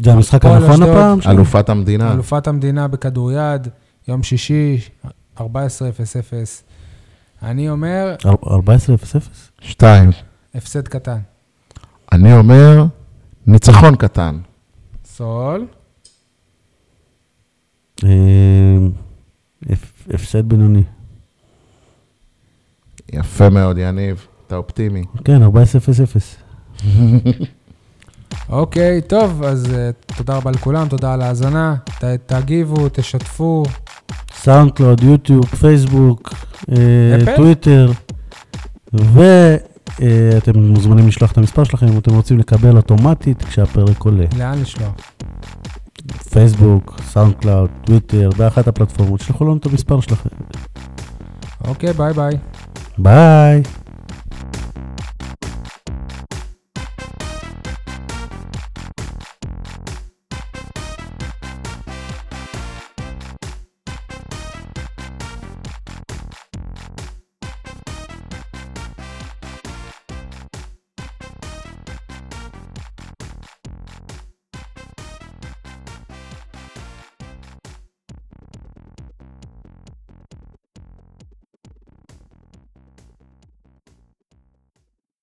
[SPEAKER 2] זה המשחק
[SPEAKER 1] הפועל
[SPEAKER 2] הנכון
[SPEAKER 1] אשדוד.
[SPEAKER 2] הפעם?
[SPEAKER 3] אלופת המדינה.
[SPEAKER 1] אלופת המדינה בכדוריד, יום שישי, 14:00. אני אומר,
[SPEAKER 2] אר- 14-0-0?
[SPEAKER 3] שתיים.
[SPEAKER 1] הפסד קטן.
[SPEAKER 3] אני אומר, ניצחון קטן.
[SPEAKER 1] סול,
[SPEAKER 2] אמ, הפ- הפסד בינוני.
[SPEAKER 3] יפה מאוד, יניב. אתה אופטימי.
[SPEAKER 2] כן, 14-0-0.
[SPEAKER 1] אוקיי, טוב, אז uh, תודה רבה לכולם, תודה על ההאזנה. ת, תגיבו, תשתפו.
[SPEAKER 2] סאונדקלאוד, יוטיוב, פייסבוק, אה,
[SPEAKER 1] אפל?
[SPEAKER 2] טוויטר, ואתם מוזמנים לשלוח את המספר שלכם אם אתם רוצים לקבל אוטומטית כשהפרק עולה.
[SPEAKER 1] לאן לשלוח?
[SPEAKER 2] פייסבוק, סאונדקלאוד, טוויטר, באחת הפלטפורמות, שלחו לנו את המספר שלכם.
[SPEAKER 1] אוקיי, ביי ביי.
[SPEAKER 2] ביי!